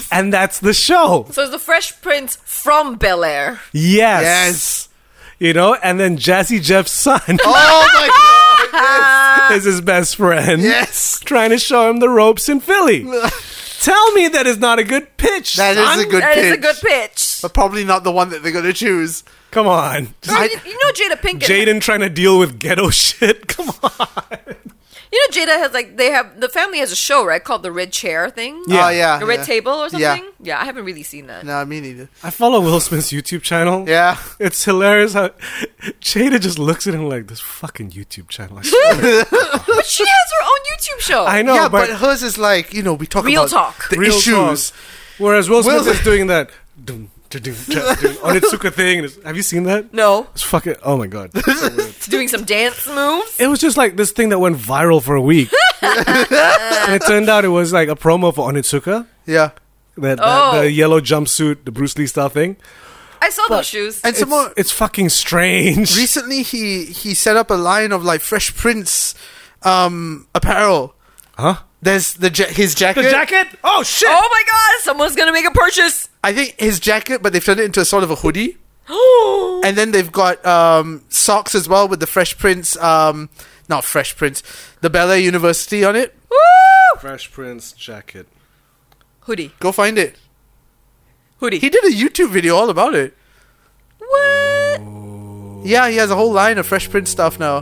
Speaker 3: and that's the show.
Speaker 1: So it's the Fresh Prince from Bel Air.
Speaker 3: Yes.
Speaker 2: Yes.
Speaker 3: You know, and then Jazzy Jeff's son
Speaker 2: Oh my god!
Speaker 3: is his best friend.
Speaker 2: Yes!
Speaker 3: Trying to show him the ropes in Philly. Tell me that is not a good pitch.
Speaker 2: That is
Speaker 3: son.
Speaker 2: a good
Speaker 1: That
Speaker 2: pitch.
Speaker 1: is a good pitch.
Speaker 2: but probably not the one that they're going to choose.
Speaker 3: Come on.
Speaker 1: I
Speaker 2: I-
Speaker 1: mean, you know Jada Pinkett.
Speaker 3: Jaden trying to deal with ghetto shit. Come on.
Speaker 1: You know Jada has like they have the family has a show right called the Red Chair thing.
Speaker 3: Yeah.
Speaker 2: Oh yeah,
Speaker 1: Uh, The Red
Speaker 2: yeah.
Speaker 1: Table or something.
Speaker 2: Yeah.
Speaker 1: Yeah. I haven't really seen that.
Speaker 2: No, me neither.
Speaker 3: I follow Will Smith's YouTube channel.
Speaker 2: Yeah,
Speaker 3: It's hilarious how Jada just looks at him like this fucking YouTube channel.
Speaker 1: But she has her own YouTube show.
Speaker 3: I know,
Speaker 2: yeah, but,
Speaker 3: but
Speaker 2: hers is like you know we talk
Speaker 1: Real
Speaker 2: about
Speaker 1: talk.
Speaker 2: the
Speaker 3: Real
Speaker 2: issues.
Speaker 3: talk. Whereas Will Smith
Speaker 2: Will-
Speaker 3: is doing that doom, da, doom, da, doom, Onitsuka thing. and it's- Have you seen that?
Speaker 1: no,
Speaker 3: It's fucking. Oh my god.
Speaker 1: doing some dance moves.
Speaker 3: It was just like this thing that went viral for a week, and it turned out it was like a promo for Onitsuka,
Speaker 2: Yeah,
Speaker 3: that, that
Speaker 1: Oh.
Speaker 3: the yellow jumpsuit, the Bruce Lee style thing.
Speaker 1: I saw those shoes.
Speaker 2: and some more.
Speaker 3: It's fucking strange.
Speaker 2: Recently, he he set up a line of like Fresh Prince um apparel.
Speaker 3: huh?
Speaker 2: There's the ja- his jacket.
Speaker 3: The jacket? Oh shit!
Speaker 1: oh my god! Someone's gonna make a purchase.
Speaker 2: I think his jacket, but they've turned it into a sort of a hoodie. and then they've got um, socks as well with the Fresh Prince, um, not Fresh Prince, the Bel Air University on it.
Speaker 1: Woo!
Speaker 3: Fresh Prince jacket.
Speaker 1: Hoodie,
Speaker 2: Go find it.
Speaker 1: hoodie.
Speaker 2: He did a YouTube video all about it.
Speaker 1: what?
Speaker 2: Yeah, he has a whole line of Fresh Prince stuff now,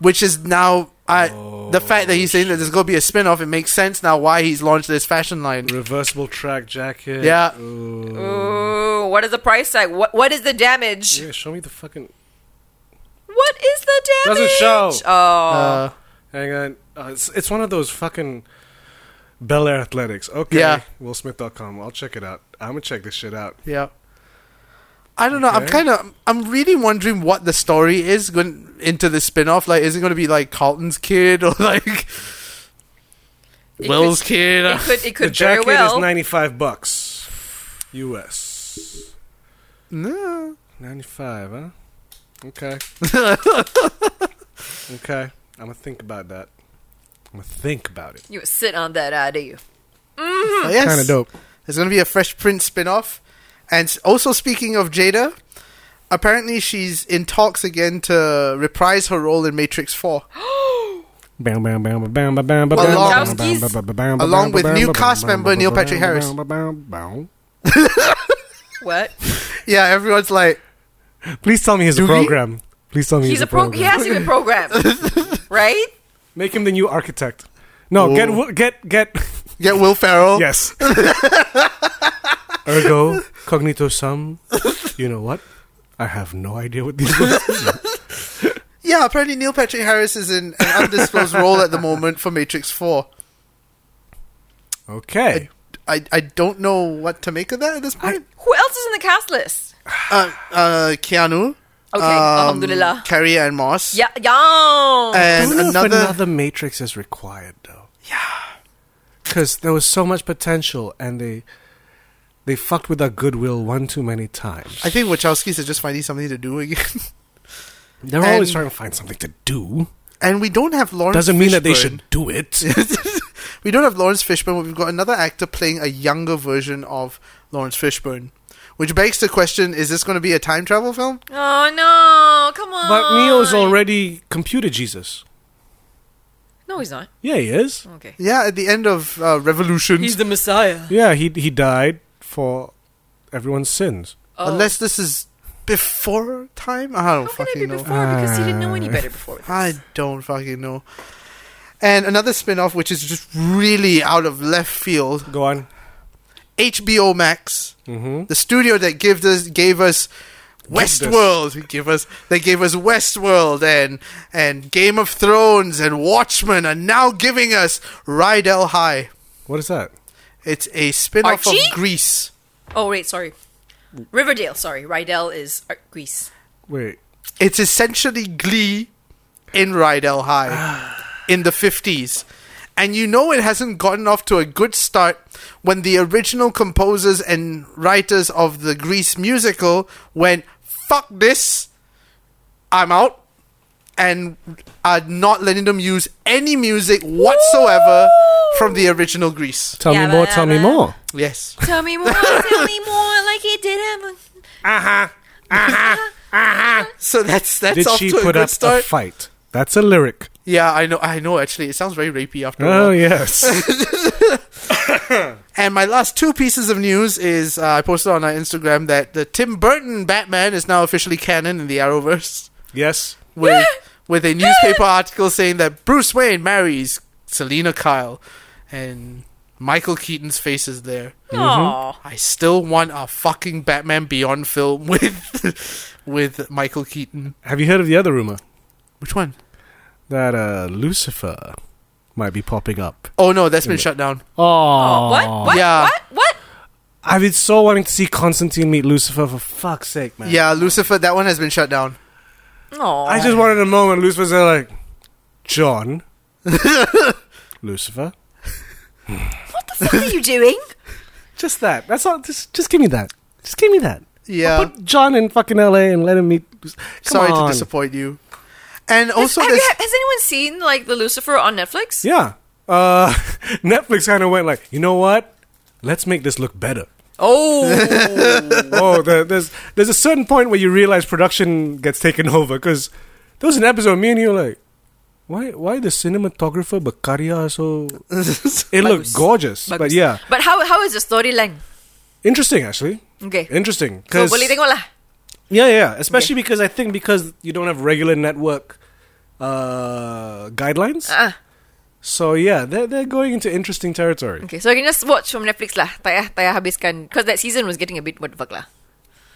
Speaker 2: which is now I the fact that he's saying that there's gonna be a spin off. It makes sense now why he's launched this fashion line.
Speaker 3: Reversible track jacket.
Speaker 2: Yeah.
Speaker 3: Ooh.
Speaker 1: Ooh, what is the price tag? What What is the damage?
Speaker 3: Yeah, show me the fucking.
Speaker 1: What is the damage?
Speaker 3: Doesn't show.
Speaker 1: Oh,
Speaker 2: Uh,
Speaker 3: Hang on. Uh, it's, it's one of those fucking Bel Air Athletics. Okay.
Speaker 2: Yeah.
Speaker 3: WillSmith.com. I'll check it out. I'm gonna check this shit out.
Speaker 2: yeah. I don't know. I'm
Speaker 3: Okay.
Speaker 2: kind of. I'm really wondering what the story is going into this spin off. Like, is it going to be like Carlton's kid or like
Speaker 1: It
Speaker 2: Will's
Speaker 1: could-
Speaker 2: kid?
Speaker 1: It could. It
Speaker 3: The
Speaker 1: could very
Speaker 3: jacket
Speaker 1: well.
Speaker 3: is 95 bucks. US.
Speaker 2: No.
Speaker 3: 95, huh? Okay. okay. I'm gonna think about that. I'm gonna think about it.
Speaker 1: You would sit on that uh, idea.
Speaker 2: But yes,
Speaker 3: Kind of dope.
Speaker 2: There's going to be a Fresh Prince spin off. And s- also, speaking of Jada, apparently she's in talks again to reprise her role in Matrix 4,
Speaker 3: Bam, bam, bam, bam, bam, bam, bam, bam,
Speaker 2: Along-
Speaker 3: bam, bam, bam, bam, bam,
Speaker 2: along
Speaker 3: bam,
Speaker 2: with
Speaker 3: bam,
Speaker 2: new
Speaker 3: bam,
Speaker 2: cast
Speaker 3: bam,
Speaker 2: member
Speaker 3: bam,
Speaker 2: Neil
Speaker 3: bam,
Speaker 2: Patrick
Speaker 3: bam,
Speaker 2: Harris.
Speaker 3: bam, bam, bam.
Speaker 1: What?
Speaker 2: Yeah, everyone's like,
Speaker 3: Please tell me he's a
Speaker 2: we?
Speaker 3: program. Please tell me he's,
Speaker 1: He's a pro. He has even programmed, right?
Speaker 3: Make him the new architect. No, get Wi- get get.
Speaker 2: Get Will Ferrell.
Speaker 3: yes. Ergo cognito sum. You know what? I have no idea what these words.
Speaker 2: Yeah, apparently Neil Patrick Harris is in an undisclosed role at the moment for Matrix 4.
Speaker 3: Okay.
Speaker 2: I, I don't know what to make of that at this point.
Speaker 1: Who else is in the cast list?
Speaker 2: uh, uh, Keanu. um,
Speaker 1: Okay, alhamdulillah.
Speaker 2: Carrie Ann Moss.
Speaker 1: Yeah, yeah.
Speaker 3: I
Speaker 2: And
Speaker 3: don't know
Speaker 2: another,
Speaker 3: if another Matrix is required though. Yeah. Because there was so much potential, and they they fucked with our goodwill one too many times.
Speaker 2: I think Wachowskis are just finding something to do again.
Speaker 3: They're always
Speaker 2: and-
Speaker 3: trying to find something to do.
Speaker 2: and we don't have Lawrence.
Speaker 3: Doesn't mean that they
Speaker 2: Fishburne.
Speaker 3: should do it.
Speaker 2: we don't have Lawrence Fishburne, but we've got another actor playing a younger version of Lawrence Fishburne, which begs the question: Is this going to be a time travel film?
Speaker 1: Oh no! Come on.
Speaker 3: But Neo's already computer Jesus.
Speaker 1: No, he's not.
Speaker 3: Yeah, he is.
Speaker 1: Okay.
Speaker 2: Yeah, at the end of uh, Revolution,
Speaker 1: He's the Messiah.
Speaker 3: Yeah, he he died for everyone's sins.
Speaker 1: Oh.
Speaker 2: unless this is before time. I don't
Speaker 1: How can it be
Speaker 2: fucking know. Uh,
Speaker 1: before? because he didn't know any better before.
Speaker 2: I don't fucking know. And another spin-off, which is just really out of left field,
Speaker 3: Go on.
Speaker 2: HBO Max,
Speaker 3: Mm-hmm.
Speaker 2: the studio that gave us gave us
Speaker 3: us.
Speaker 2: Westworld, give us they gave us Westworld and and Game of Thrones and Watchmen are now giving us Rydell High.
Speaker 3: What is that?
Speaker 2: It's a spin-off
Speaker 1: Archie?
Speaker 2: of Greece.
Speaker 1: Oh wait, sorry. Riverdale. Sorry, Rydell is uh, Greece.
Speaker 3: Wait.
Speaker 2: It's essentially Glee in Rydell High in the 50s. And you know it hasn't gotten off to a good start when the original composers and writers of the Grease musical went, fuck this, I'm out, and are not letting them use any music whatsoever from the original Grease.
Speaker 3: Tell
Speaker 1: Yeah,
Speaker 3: me more.
Speaker 1: but-
Speaker 3: Tell me
Speaker 1: but-
Speaker 3: more.
Speaker 2: Yes.
Speaker 1: Tell me more. tell me more. Like he did have.
Speaker 2: So that's that's
Speaker 3: Did
Speaker 2: off
Speaker 3: she
Speaker 2: to a
Speaker 3: put
Speaker 2: good
Speaker 3: up a
Speaker 2: start.
Speaker 3: fight? That's a lyric.
Speaker 2: yeah, I know I know actually. It sounds very rapey after a
Speaker 3: Oh
Speaker 2: while.
Speaker 3: yes.
Speaker 2: And my last two pieces of news is uh, I posted on our Instagram that the Tim Burton Batman is now officially canon in the Arrowverse
Speaker 3: yes.
Speaker 2: with with a newspaper article saying that Bruce Wayne marries Selena Kyle and Michael Keaton's face is there.
Speaker 1: Aw.
Speaker 2: I still want a fucking Batman Beyond film with with Michael Keaton.
Speaker 3: Have you heard of the other rumor
Speaker 2: Which one?
Speaker 3: that uh, Lucifer might be popping up?
Speaker 2: Oh no, that's been shut down.
Speaker 1: Oh, what? What?
Speaker 2: Yeah.
Speaker 1: What? What?
Speaker 3: I've been so wanting to see Constantine meet Lucifer for fuck's sake, man.
Speaker 2: Yeah, Lucifer, that one has been shut down.
Speaker 1: Oh.
Speaker 3: I just wanted a moment. Lucifer's there like, John. Lucifer.
Speaker 1: What are you doing?
Speaker 3: Just that. That's all. Just, just give me that. Just give me that.
Speaker 2: Yeah.
Speaker 3: Put John in fucking LA and let him meet. Luc- Come
Speaker 2: Sorry
Speaker 3: on.
Speaker 2: to disappoint you. And also
Speaker 1: Have
Speaker 2: there's
Speaker 1: you- has anyone seen like the Lucifer on Netflix?
Speaker 3: Yeah. Uh, Netflix kind of went like, you know what? Let's make this look better.
Speaker 1: Oh,
Speaker 3: oh, the, there's there's a certain point where you realize production gets taken over because there was an episode me and you were like, why why the cinematographer Bakaria so? It looked
Speaker 1: Bagus.
Speaker 3: gorgeous, but
Speaker 1: Bagus.
Speaker 3: yeah,
Speaker 1: But how how is the storyline? interesting
Speaker 3: interesting actually.
Speaker 1: Okay. So,
Speaker 3: Interesting because
Speaker 1: boleh tengok lah.
Speaker 3: yeah, yeah, especially because I think because you don't have regular network uh, guidelines,
Speaker 1: Ah,
Speaker 3: so yeah, they're they're going into interesting territory.
Speaker 1: okay. So I can just watch from Netflix lah. Tak payah, tak payah habiskan. Because that season was getting a bit what the fuck lah.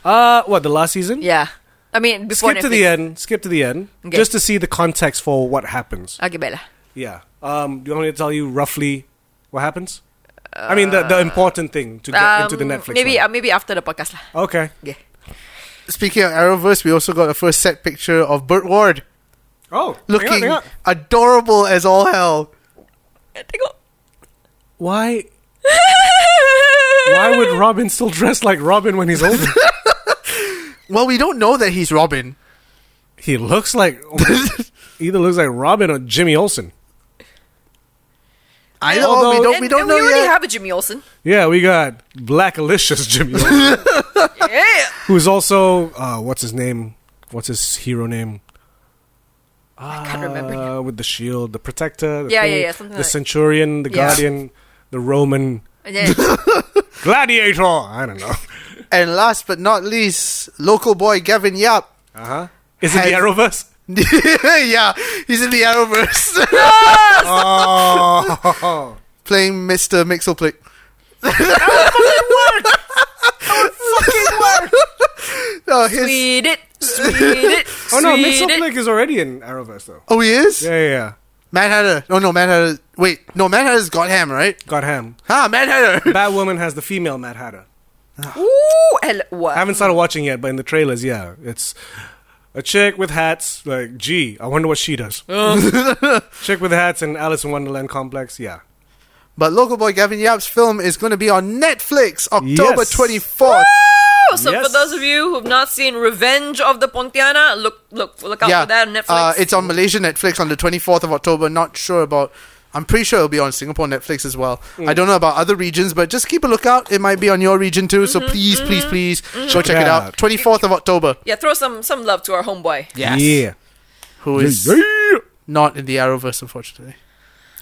Speaker 3: Uh, what the last season?
Speaker 1: Yeah. I mean, before
Speaker 3: Skip to the end. Skip to the end,
Speaker 1: Okay.
Speaker 3: just to see the context for what happens.
Speaker 1: Okay, baik lah.
Speaker 3: Yeah. Um, do you want me to tell you roughly what happens? I mean, the, the important thing to get into the
Speaker 1: Uh, Um,
Speaker 3: Netflix.
Speaker 1: Maybe
Speaker 3: one.
Speaker 1: uh, maybe after the podcast lah.
Speaker 3: okay.
Speaker 1: Okay.
Speaker 2: Speaking of Arrowverse, we also got a first set picture of Burt Ward
Speaker 3: Oh,
Speaker 2: looking adorable as all hell.
Speaker 1: Tengok.
Speaker 3: Why? Why would Robin still dress like Robin when he's older?
Speaker 2: Well, we don't know that he's Robin.
Speaker 3: he looks like either looks like Robin or Jimmy Olsen.
Speaker 2: I
Speaker 1: And-
Speaker 2: know we
Speaker 3: although-
Speaker 2: don't.
Speaker 1: and-
Speaker 2: we don't
Speaker 1: and
Speaker 2: know
Speaker 1: We already
Speaker 2: yet.
Speaker 1: have a Jimmy Olsen.
Speaker 3: Yeah, we got Blackalicious Jimmy Olsen,
Speaker 1: yeah.
Speaker 3: who's also uh, what's his name? What's his hero name?
Speaker 1: I can't remember. now.
Speaker 3: Uh, with the shield, the protector, the
Speaker 1: Yeah,
Speaker 3: thing,
Speaker 1: yeah, yeah, something
Speaker 3: the
Speaker 1: like-
Speaker 3: centurion, the
Speaker 1: Yeah.
Speaker 3: guardian, the Roman
Speaker 1: Yeah.
Speaker 3: gladiator. I don't know.
Speaker 2: and last but not least, local boy Gavin Yap.
Speaker 3: Uh huh. Is it
Speaker 2: Uh-huh.
Speaker 3: the
Speaker 2: Has-
Speaker 3: Arrowverse?
Speaker 2: yeah, he's in the Arrowverse.
Speaker 3: Oh,
Speaker 2: playing Mr. Mixelplick. No, his,
Speaker 1: Sweet it, sweet it, sweet
Speaker 3: Oh no,
Speaker 1: it.
Speaker 3: Mixoplick is already in Arrowverse though.
Speaker 2: oh, he is?
Speaker 3: Yeah, yeah, yeah.
Speaker 2: Mad Hatter. Oh, no, Mad Hatter. Wait, no, Mad Hatter's got ham, right?
Speaker 3: Got ham.
Speaker 2: Ah, Mad Hatter.
Speaker 3: Batwoman has the female Mad Hatter.
Speaker 1: Ooh, hello.
Speaker 3: I
Speaker 1: What?
Speaker 3: haven't started watching yet, but in the trailers, yeah, it's a chick with hats. Like, gee, I wonder what she does.
Speaker 2: Uh.
Speaker 3: chick with hats and Alice in Wonderland complex. Yeah,
Speaker 2: But local boy Gavin Yap's film is going to be on Netflix October
Speaker 3: Yes.
Speaker 2: 24th.
Speaker 1: Oh, so
Speaker 3: Yes.
Speaker 1: for those of you who have not seen Revenge of the Pontiana, look, look, look out
Speaker 2: yeah,
Speaker 1: for that on Netflix.
Speaker 2: Uh, it's on Malaysian Netflix on the 24th of October. Not sure about. I'm pretty sure it'll be on Singapore Netflix as well.
Speaker 1: Mm.
Speaker 2: I don't know about other regions, but just keep a lookout. It might be on your region too.
Speaker 1: Mm-hmm,
Speaker 2: So please, please, please go check
Speaker 3: it
Speaker 2: it out.
Speaker 3: out.
Speaker 2: 24th of October.
Speaker 1: yeah, throw some some love to our homeboy.
Speaker 3: yeah.
Speaker 2: Who is
Speaker 3: Yeah.
Speaker 2: not in the Arrowverse, unfortunately.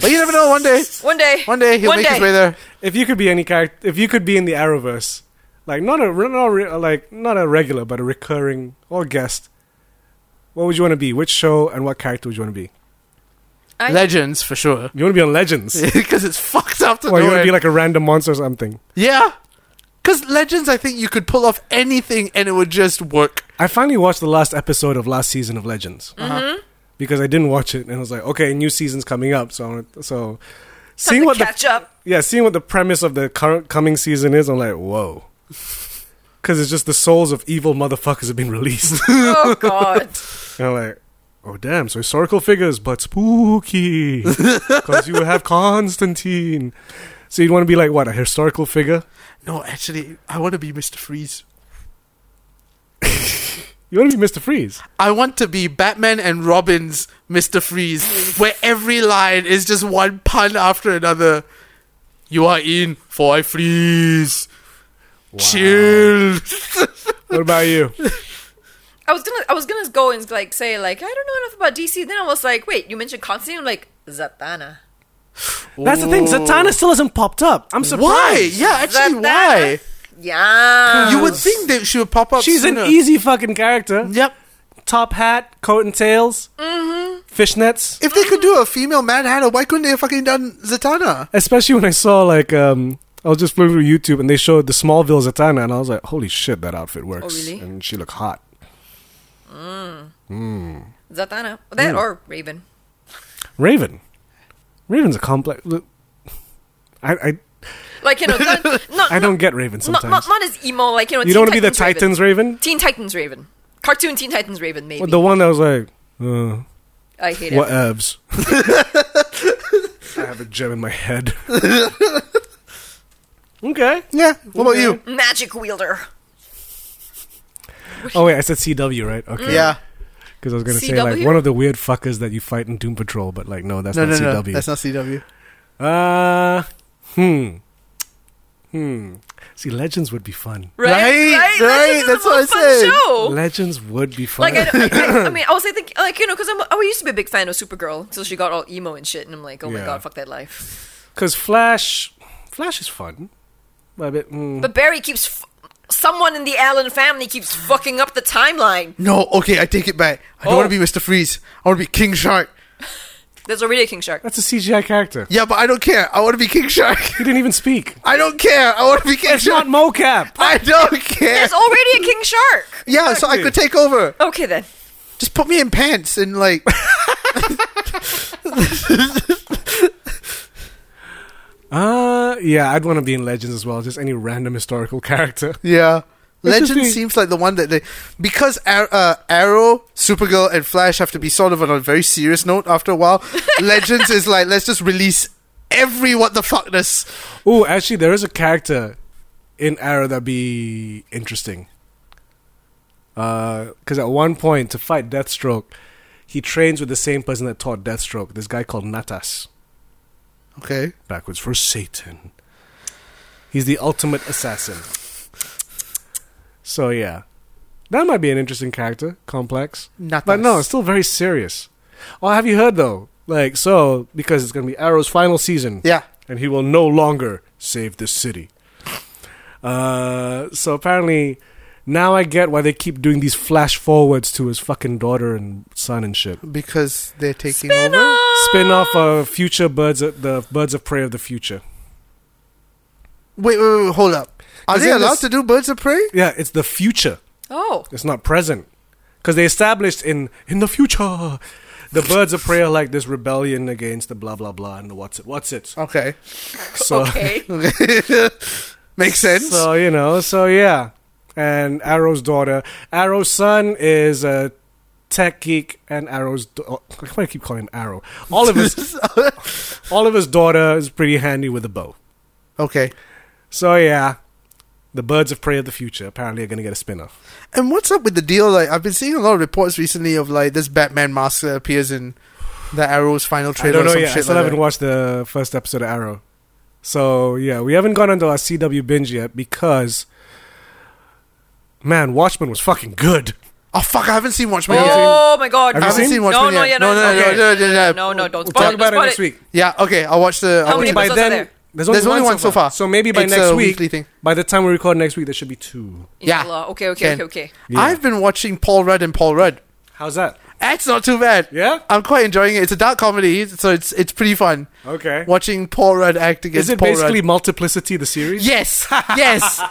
Speaker 2: But you never know. One day,
Speaker 1: One day,
Speaker 2: one day he'll
Speaker 1: one
Speaker 2: make his way there.
Speaker 3: If you could be any character, if you could be in the Arrowverse, like not a re- not re- like not a regular, but a recurring or guest, what would you want to be? Which show and what character would you want to be?
Speaker 1: I-
Speaker 2: Legends for sure,
Speaker 3: You want to be on Legends,
Speaker 2: because it's fucked up to
Speaker 3: or you
Speaker 2: do
Speaker 3: want to
Speaker 2: it.
Speaker 3: be like a random monster or something?
Speaker 2: yeah, because Legends, I think you could pull off anything and it would just work.
Speaker 3: I finally watched the last episode of last season of Legends
Speaker 1: Uh-huh. Mm-hmm.
Speaker 3: because I didn't watch it, and I was like, okay, new season's coming up, so I'm, so seeing
Speaker 1: to
Speaker 3: what
Speaker 1: catch
Speaker 3: the
Speaker 1: up.
Speaker 3: yeah, seeing what the premise of the current coming season is, I'm like, whoa, because it's just the souls of evil motherfuckers have been released, and
Speaker 1: Oh God,
Speaker 3: I'm like. Oh damn! So historical figures, but spooky, because you have Constantine. So you'd want to be like what a historical figure?
Speaker 2: No, actually, I want to be Mister Freeze.
Speaker 3: You want to be Mister Freeze?
Speaker 2: I want to be Batman and Robin's Mr. Freeze, where every line is just one pun after another. You are in for I freeze. Chill.
Speaker 3: What about you?
Speaker 1: I was gonna I was gonna go and like say like I don't know enough about DC. Then I was like, wait, you mentioned Constantine, I'm like Zatanna.
Speaker 3: That's the thing. Zatanna still hasn't popped up. I'm surprised.
Speaker 2: Why? Yeah, actually,
Speaker 1: Zatanna.
Speaker 2: why?
Speaker 1: Yeah,
Speaker 2: You would think that she would pop up.
Speaker 3: She's
Speaker 2: sooner.
Speaker 3: an easy fucking character.
Speaker 2: Yep.
Speaker 3: Top hat, coat and tails,
Speaker 1: Mm-hmm.
Speaker 3: fishnets.
Speaker 2: If they could do a female Mad Hatter, why couldn't they have fucking done Zatanna?
Speaker 3: Especially when I saw like um, I was just flipping through YouTube and they showed the Smallville Zatanna, and I was like, holy shit, that outfit works.
Speaker 1: Oh, really?
Speaker 3: And she looked hot.
Speaker 1: Zatanna, that or Raven.
Speaker 3: Raven. Raven's a complex. Look, I I,
Speaker 1: Like you know, not, not,
Speaker 3: I don't
Speaker 1: not-
Speaker 3: get Raven
Speaker 1: not,
Speaker 3: sometimes.
Speaker 1: not not as emo like you know.
Speaker 3: you don't want to be the Titans
Speaker 1: Raven.
Speaker 3: Raven.
Speaker 1: Teen Titans Raven, cartoon Teen Titans Raven. Maybe
Speaker 3: The one that was like, uh,
Speaker 1: I hate
Speaker 3: what
Speaker 1: it.
Speaker 3: abs? I have a gem in my head. okay.
Speaker 2: Yeah. What about
Speaker 1: Mm-hmm.
Speaker 2: you?
Speaker 1: Magic wielder.
Speaker 3: Oh wait, I said CW, right? Okay.
Speaker 2: Yeah.
Speaker 3: Because I was gonna say like
Speaker 1: CW?
Speaker 3: one of the weird fuckers that you fight in Doom Patrol, but like no, that's
Speaker 2: No, no,
Speaker 3: not
Speaker 2: no.
Speaker 3: CW.
Speaker 2: That's not CW.
Speaker 3: uh, hmm, hmm. See, Legends would be fun.
Speaker 1: Right,
Speaker 2: Right,
Speaker 1: right.
Speaker 2: right,
Speaker 1: That's,
Speaker 2: that's what I
Speaker 1: a fun
Speaker 2: said.
Speaker 1: Show.
Speaker 3: Legends would be fun.
Speaker 1: Oh. like I, I, I, I mean, I was like thinking, like you know, because I'm I used to be a big fan of Supergirl until she got all emo and shit, and I'm like, oh my
Speaker 3: Yeah.
Speaker 1: god, fuck that life.
Speaker 3: Because Flash, Flash is fun. But a bit, mm.
Speaker 1: But Barry keeps f- someone in the Allen family keeps fucking up the timeline.
Speaker 2: No, okay, I take it back. I don't
Speaker 1: Oh.
Speaker 2: want to be Mr. Freeze. I want to be King Shark.
Speaker 1: There's already a King Shark.
Speaker 3: that's a CGI character.
Speaker 2: Yeah, but I don't care. I want to be King Shark.
Speaker 3: He didn't even speak.
Speaker 2: I don't care. I want to be King
Speaker 3: It's not
Speaker 2: Shark.
Speaker 3: mocap.
Speaker 2: I don't care.
Speaker 1: There's already a King Shark.
Speaker 2: Yeah, so I could take over.
Speaker 1: Okay then.
Speaker 2: Just put me in pants and like.
Speaker 3: Uh, yeah, I'd want to be in Legends as well. Just any random historical character.
Speaker 2: Yeah. Legend
Speaker 3: Interesting.
Speaker 2: seems like the one that they, because Ar- uh, Arrow, Supergirl, and Flash have to be sort of on a very serious note after a while. Legends is like let's just release every what the fuckness.
Speaker 3: Ooh, actually, there is a character in Arrow that'd be interesting. Because at one point, to fight Deathstroke, he trains with the same person that taught Deathstroke. This guy called Natas,
Speaker 2: Okay,
Speaker 3: backwards for Satan. He's the ultimate assassin. So yeah, that might be an interesting character, complex.
Speaker 2: Natas.
Speaker 3: but no, it's still very serious. Oh, have you heard though? Like so, because it's gonna be Arrow's final season
Speaker 2: yeah,
Speaker 3: and he will no longer save this city. Uh, so apparently, Now I get why they keep doing these flash forwards to his fucking daughter and son and shit.
Speaker 2: because they're taking over.
Speaker 3: Spin off of future birds, of, the birds of prey of the future.
Speaker 2: Wait, wait, wait, hold up. Are
Speaker 3: 'Cause
Speaker 2: they
Speaker 3: in
Speaker 2: allowed
Speaker 3: this-
Speaker 2: to do Birds of Prey?
Speaker 3: Yeah, it's the future.
Speaker 1: Oh,
Speaker 3: It's not present. Because they established in in the future, the birds of prey are like this rebellion against the blah blah blah and the what's it what's it.
Speaker 2: Okay,
Speaker 3: So,
Speaker 1: okay.
Speaker 2: makes sense.
Speaker 3: so you know, so yeah. And Arrow's daughter, Arrow's son is a tech geek, and Arrow's da- oh, why do I keep calling him Arrow. Oliver's Oliver's daughter is pretty handy with a bow.
Speaker 2: okay,
Speaker 3: So yeah, the birds of prey of the future apparently are going to get a spin off.
Speaker 2: and what's up with the deal? Like, I've been seeing a lot of reports recently of like this Batman mask that appears in the Arrow's final
Speaker 3: I
Speaker 2: trailer.
Speaker 3: don't know
Speaker 2: or some
Speaker 3: yet. I
Speaker 2: Shit
Speaker 3: still
Speaker 2: like
Speaker 3: haven't
Speaker 2: that.
Speaker 3: watched the first episode of Arrow. So yeah, we haven't gone onto our CW binge yet because man, Watchmen was fucking good.
Speaker 2: Oh fuck! I haven't seen Watchmen. yet.
Speaker 1: Oh my god!
Speaker 3: Have you
Speaker 1: no.
Speaker 3: seen?
Speaker 2: Seen
Speaker 1: No,
Speaker 2: Watchmen
Speaker 1: no,
Speaker 2: yet?
Speaker 1: yeah, no,
Speaker 2: No, no,
Speaker 1: no,
Speaker 2: no, no, no, no.
Speaker 1: no, no, don't
Speaker 3: We'll
Speaker 1: spoil
Speaker 3: talk about it
Speaker 1: don't
Speaker 3: next
Speaker 1: spoil
Speaker 3: week.
Speaker 2: Yeah. Okay, I'll watch the.
Speaker 1: How
Speaker 2: I'll watch
Speaker 1: many
Speaker 2: the-
Speaker 3: By
Speaker 1: episodes are
Speaker 3: then,
Speaker 1: there?
Speaker 3: there's only, one, so far. So maybe by
Speaker 2: It's
Speaker 3: next
Speaker 2: a
Speaker 3: week,
Speaker 2: weekly thing.
Speaker 3: by the time we record next week, there should be two.
Speaker 2: Yeah.
Speaker 1: Inshallah. Okay, okay,
Speaker 2: Can-
Speaker 1: okay, okay.
Speaker 3: Yeah.
Speaker 2: I've been watching Paul Rudd and Paul Rudd.
Speaker 3: How's that?
Speaker 2: That's not too bad.
Speaker 3: Yeah?
Speaker 2: I'm quite enjoying it. It's a dark comedy, so it's it's pretty fun.
Speaker 3: Okay.
Speaker 2: Watching Paul Rudd act against
Speaker 3: Is it
Speaker 2: Paul
Speaker 3: basically
Speaker 2: Rudd.
Speaker 3: multiplicity the series?
Speaker 2: Yes, yes.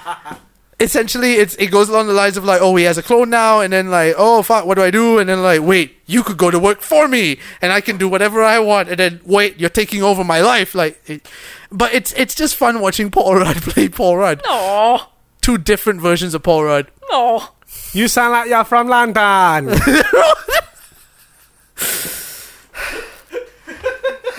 Speaker 2: Essentially, it's it goes along the lines of like, oh, he has a clone now, and then like, oh fuck, what do I do? And then like, wait, you could go to work for me, and I can do whatever I want. And then wait, you're taking over my life, like. It, but it's it's just fun watching Paul Rudd play Paul Rudd.
Speaker 1: No, Oh,
Speaker 2: Two different versions of Paul Rudd.
Speaker 1: no.
Speaker 3: You sound like you're from London.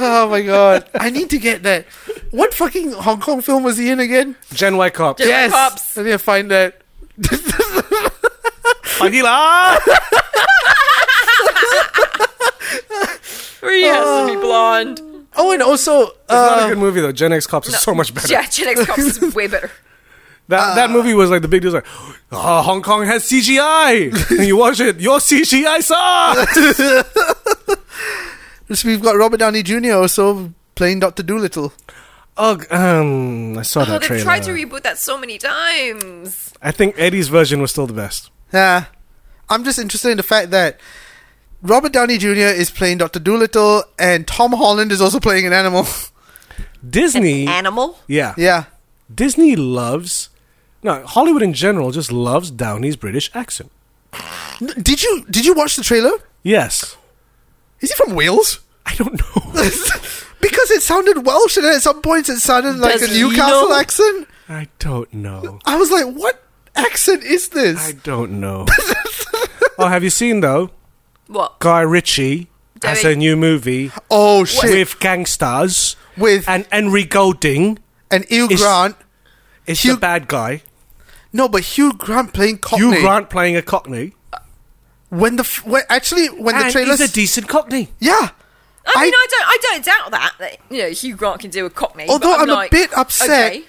Speaker 2: Oh my god, I need to get that. What fucking Hong Kong film was he in again?
Speaker 3: Gen Y cop.
Speaker 1: Gen-
Speaker 2: yes,
Speaker 1: Cops.
Speaker 2: I need to find that.
Speaker 3: Pagila.
Speaker 1: He has to be blonde.
Speaker 2: Oh, and also,
Speaker 3: Not a
Speaker 2: uh,
Speaker 3: good movie though. Gen X cops is so much better.
Speaker 1: Yeah, Gen X cops is way better.
Speaker 3: That that movie was like the big deal. Like, oh, Hong Kong has CGI. and you watch it, your CGI sucks.
Speaker 2: we've got Robert Downey Jr. also playing Doctor Doolittle.
Speaker 3: oh, um, I saw
Speaker 1: Oh,
Speaker 3: that
Speaker 1: they've
Speaker 3: trailer.
Speaker 1: tried to reboot that so many times.
Speaker 3: I think Eddie's version was still the best.
Speaker 2: Yeah, I'm just interested in the fact that Robert Downey Jr. is playing Doctor Doolittle, and Tom Holland is also playing an animal.
Speaker 3: Disney,
Speaker 1: Animal.
Speaker 3: yeah,
Speaker 2: yeah,
Speaker 3: Disney loves. No, Hollywood in general just loves Downey's British accent.
Speaker 2: N- did you did you watch the trailer?
Speaker 3: Yes,
Speaker 2: Is he from Wales?
Speaker 3: I don't know.
Speaker 2: because it sounded Welsh, and then at some points it sounded like
Speaker 1: Does
Speaker 2: a
Speaker 1: he
Speaker 2: Newcastle
Speaker 1: know?
Speaker 2: accent.
Speaker 3: I don't know.
Speaker 2: I was like, what accent is this?
Speaker 3: I don't know. oh, have you seen though?
Speaker 1: What?
Speaker 3: Guy Ritchie has
Speaker 1: Downey-
Speaker 3: a new movie
Speaker 2: oh shit!
Speaker 3: with gangsters
Speaker 2: With-
Speaker 3: and Henry Golding.
Speaker 2: And Hugh
Speaker 3: Is-
Speaker 2: Grant.
Speaker 3: It's
Speaker 2: Hugh-
Speaker 3: the bad guy.
Speaker 2: No, but Hugh Grant playing Cockney.
Speaker 3: Hugh Grant playing a Cockney.
Speaker 2: When the f- when, actually when
Speaker 3: And
Speaker 2: the trailer
Speaker 3: he's a decent Cockney.
Speaker 2: yeah.
Speaker 1: I mean,
Speaker 2: I-
Speaker 1: I, don't, I don't doubt that, that. You know, Hugh Grant can do a cockney. but
Speaker 2: Although I'm a
Speaker 1: like,
Speaker 2: bit upset.
Speaker 1: okay,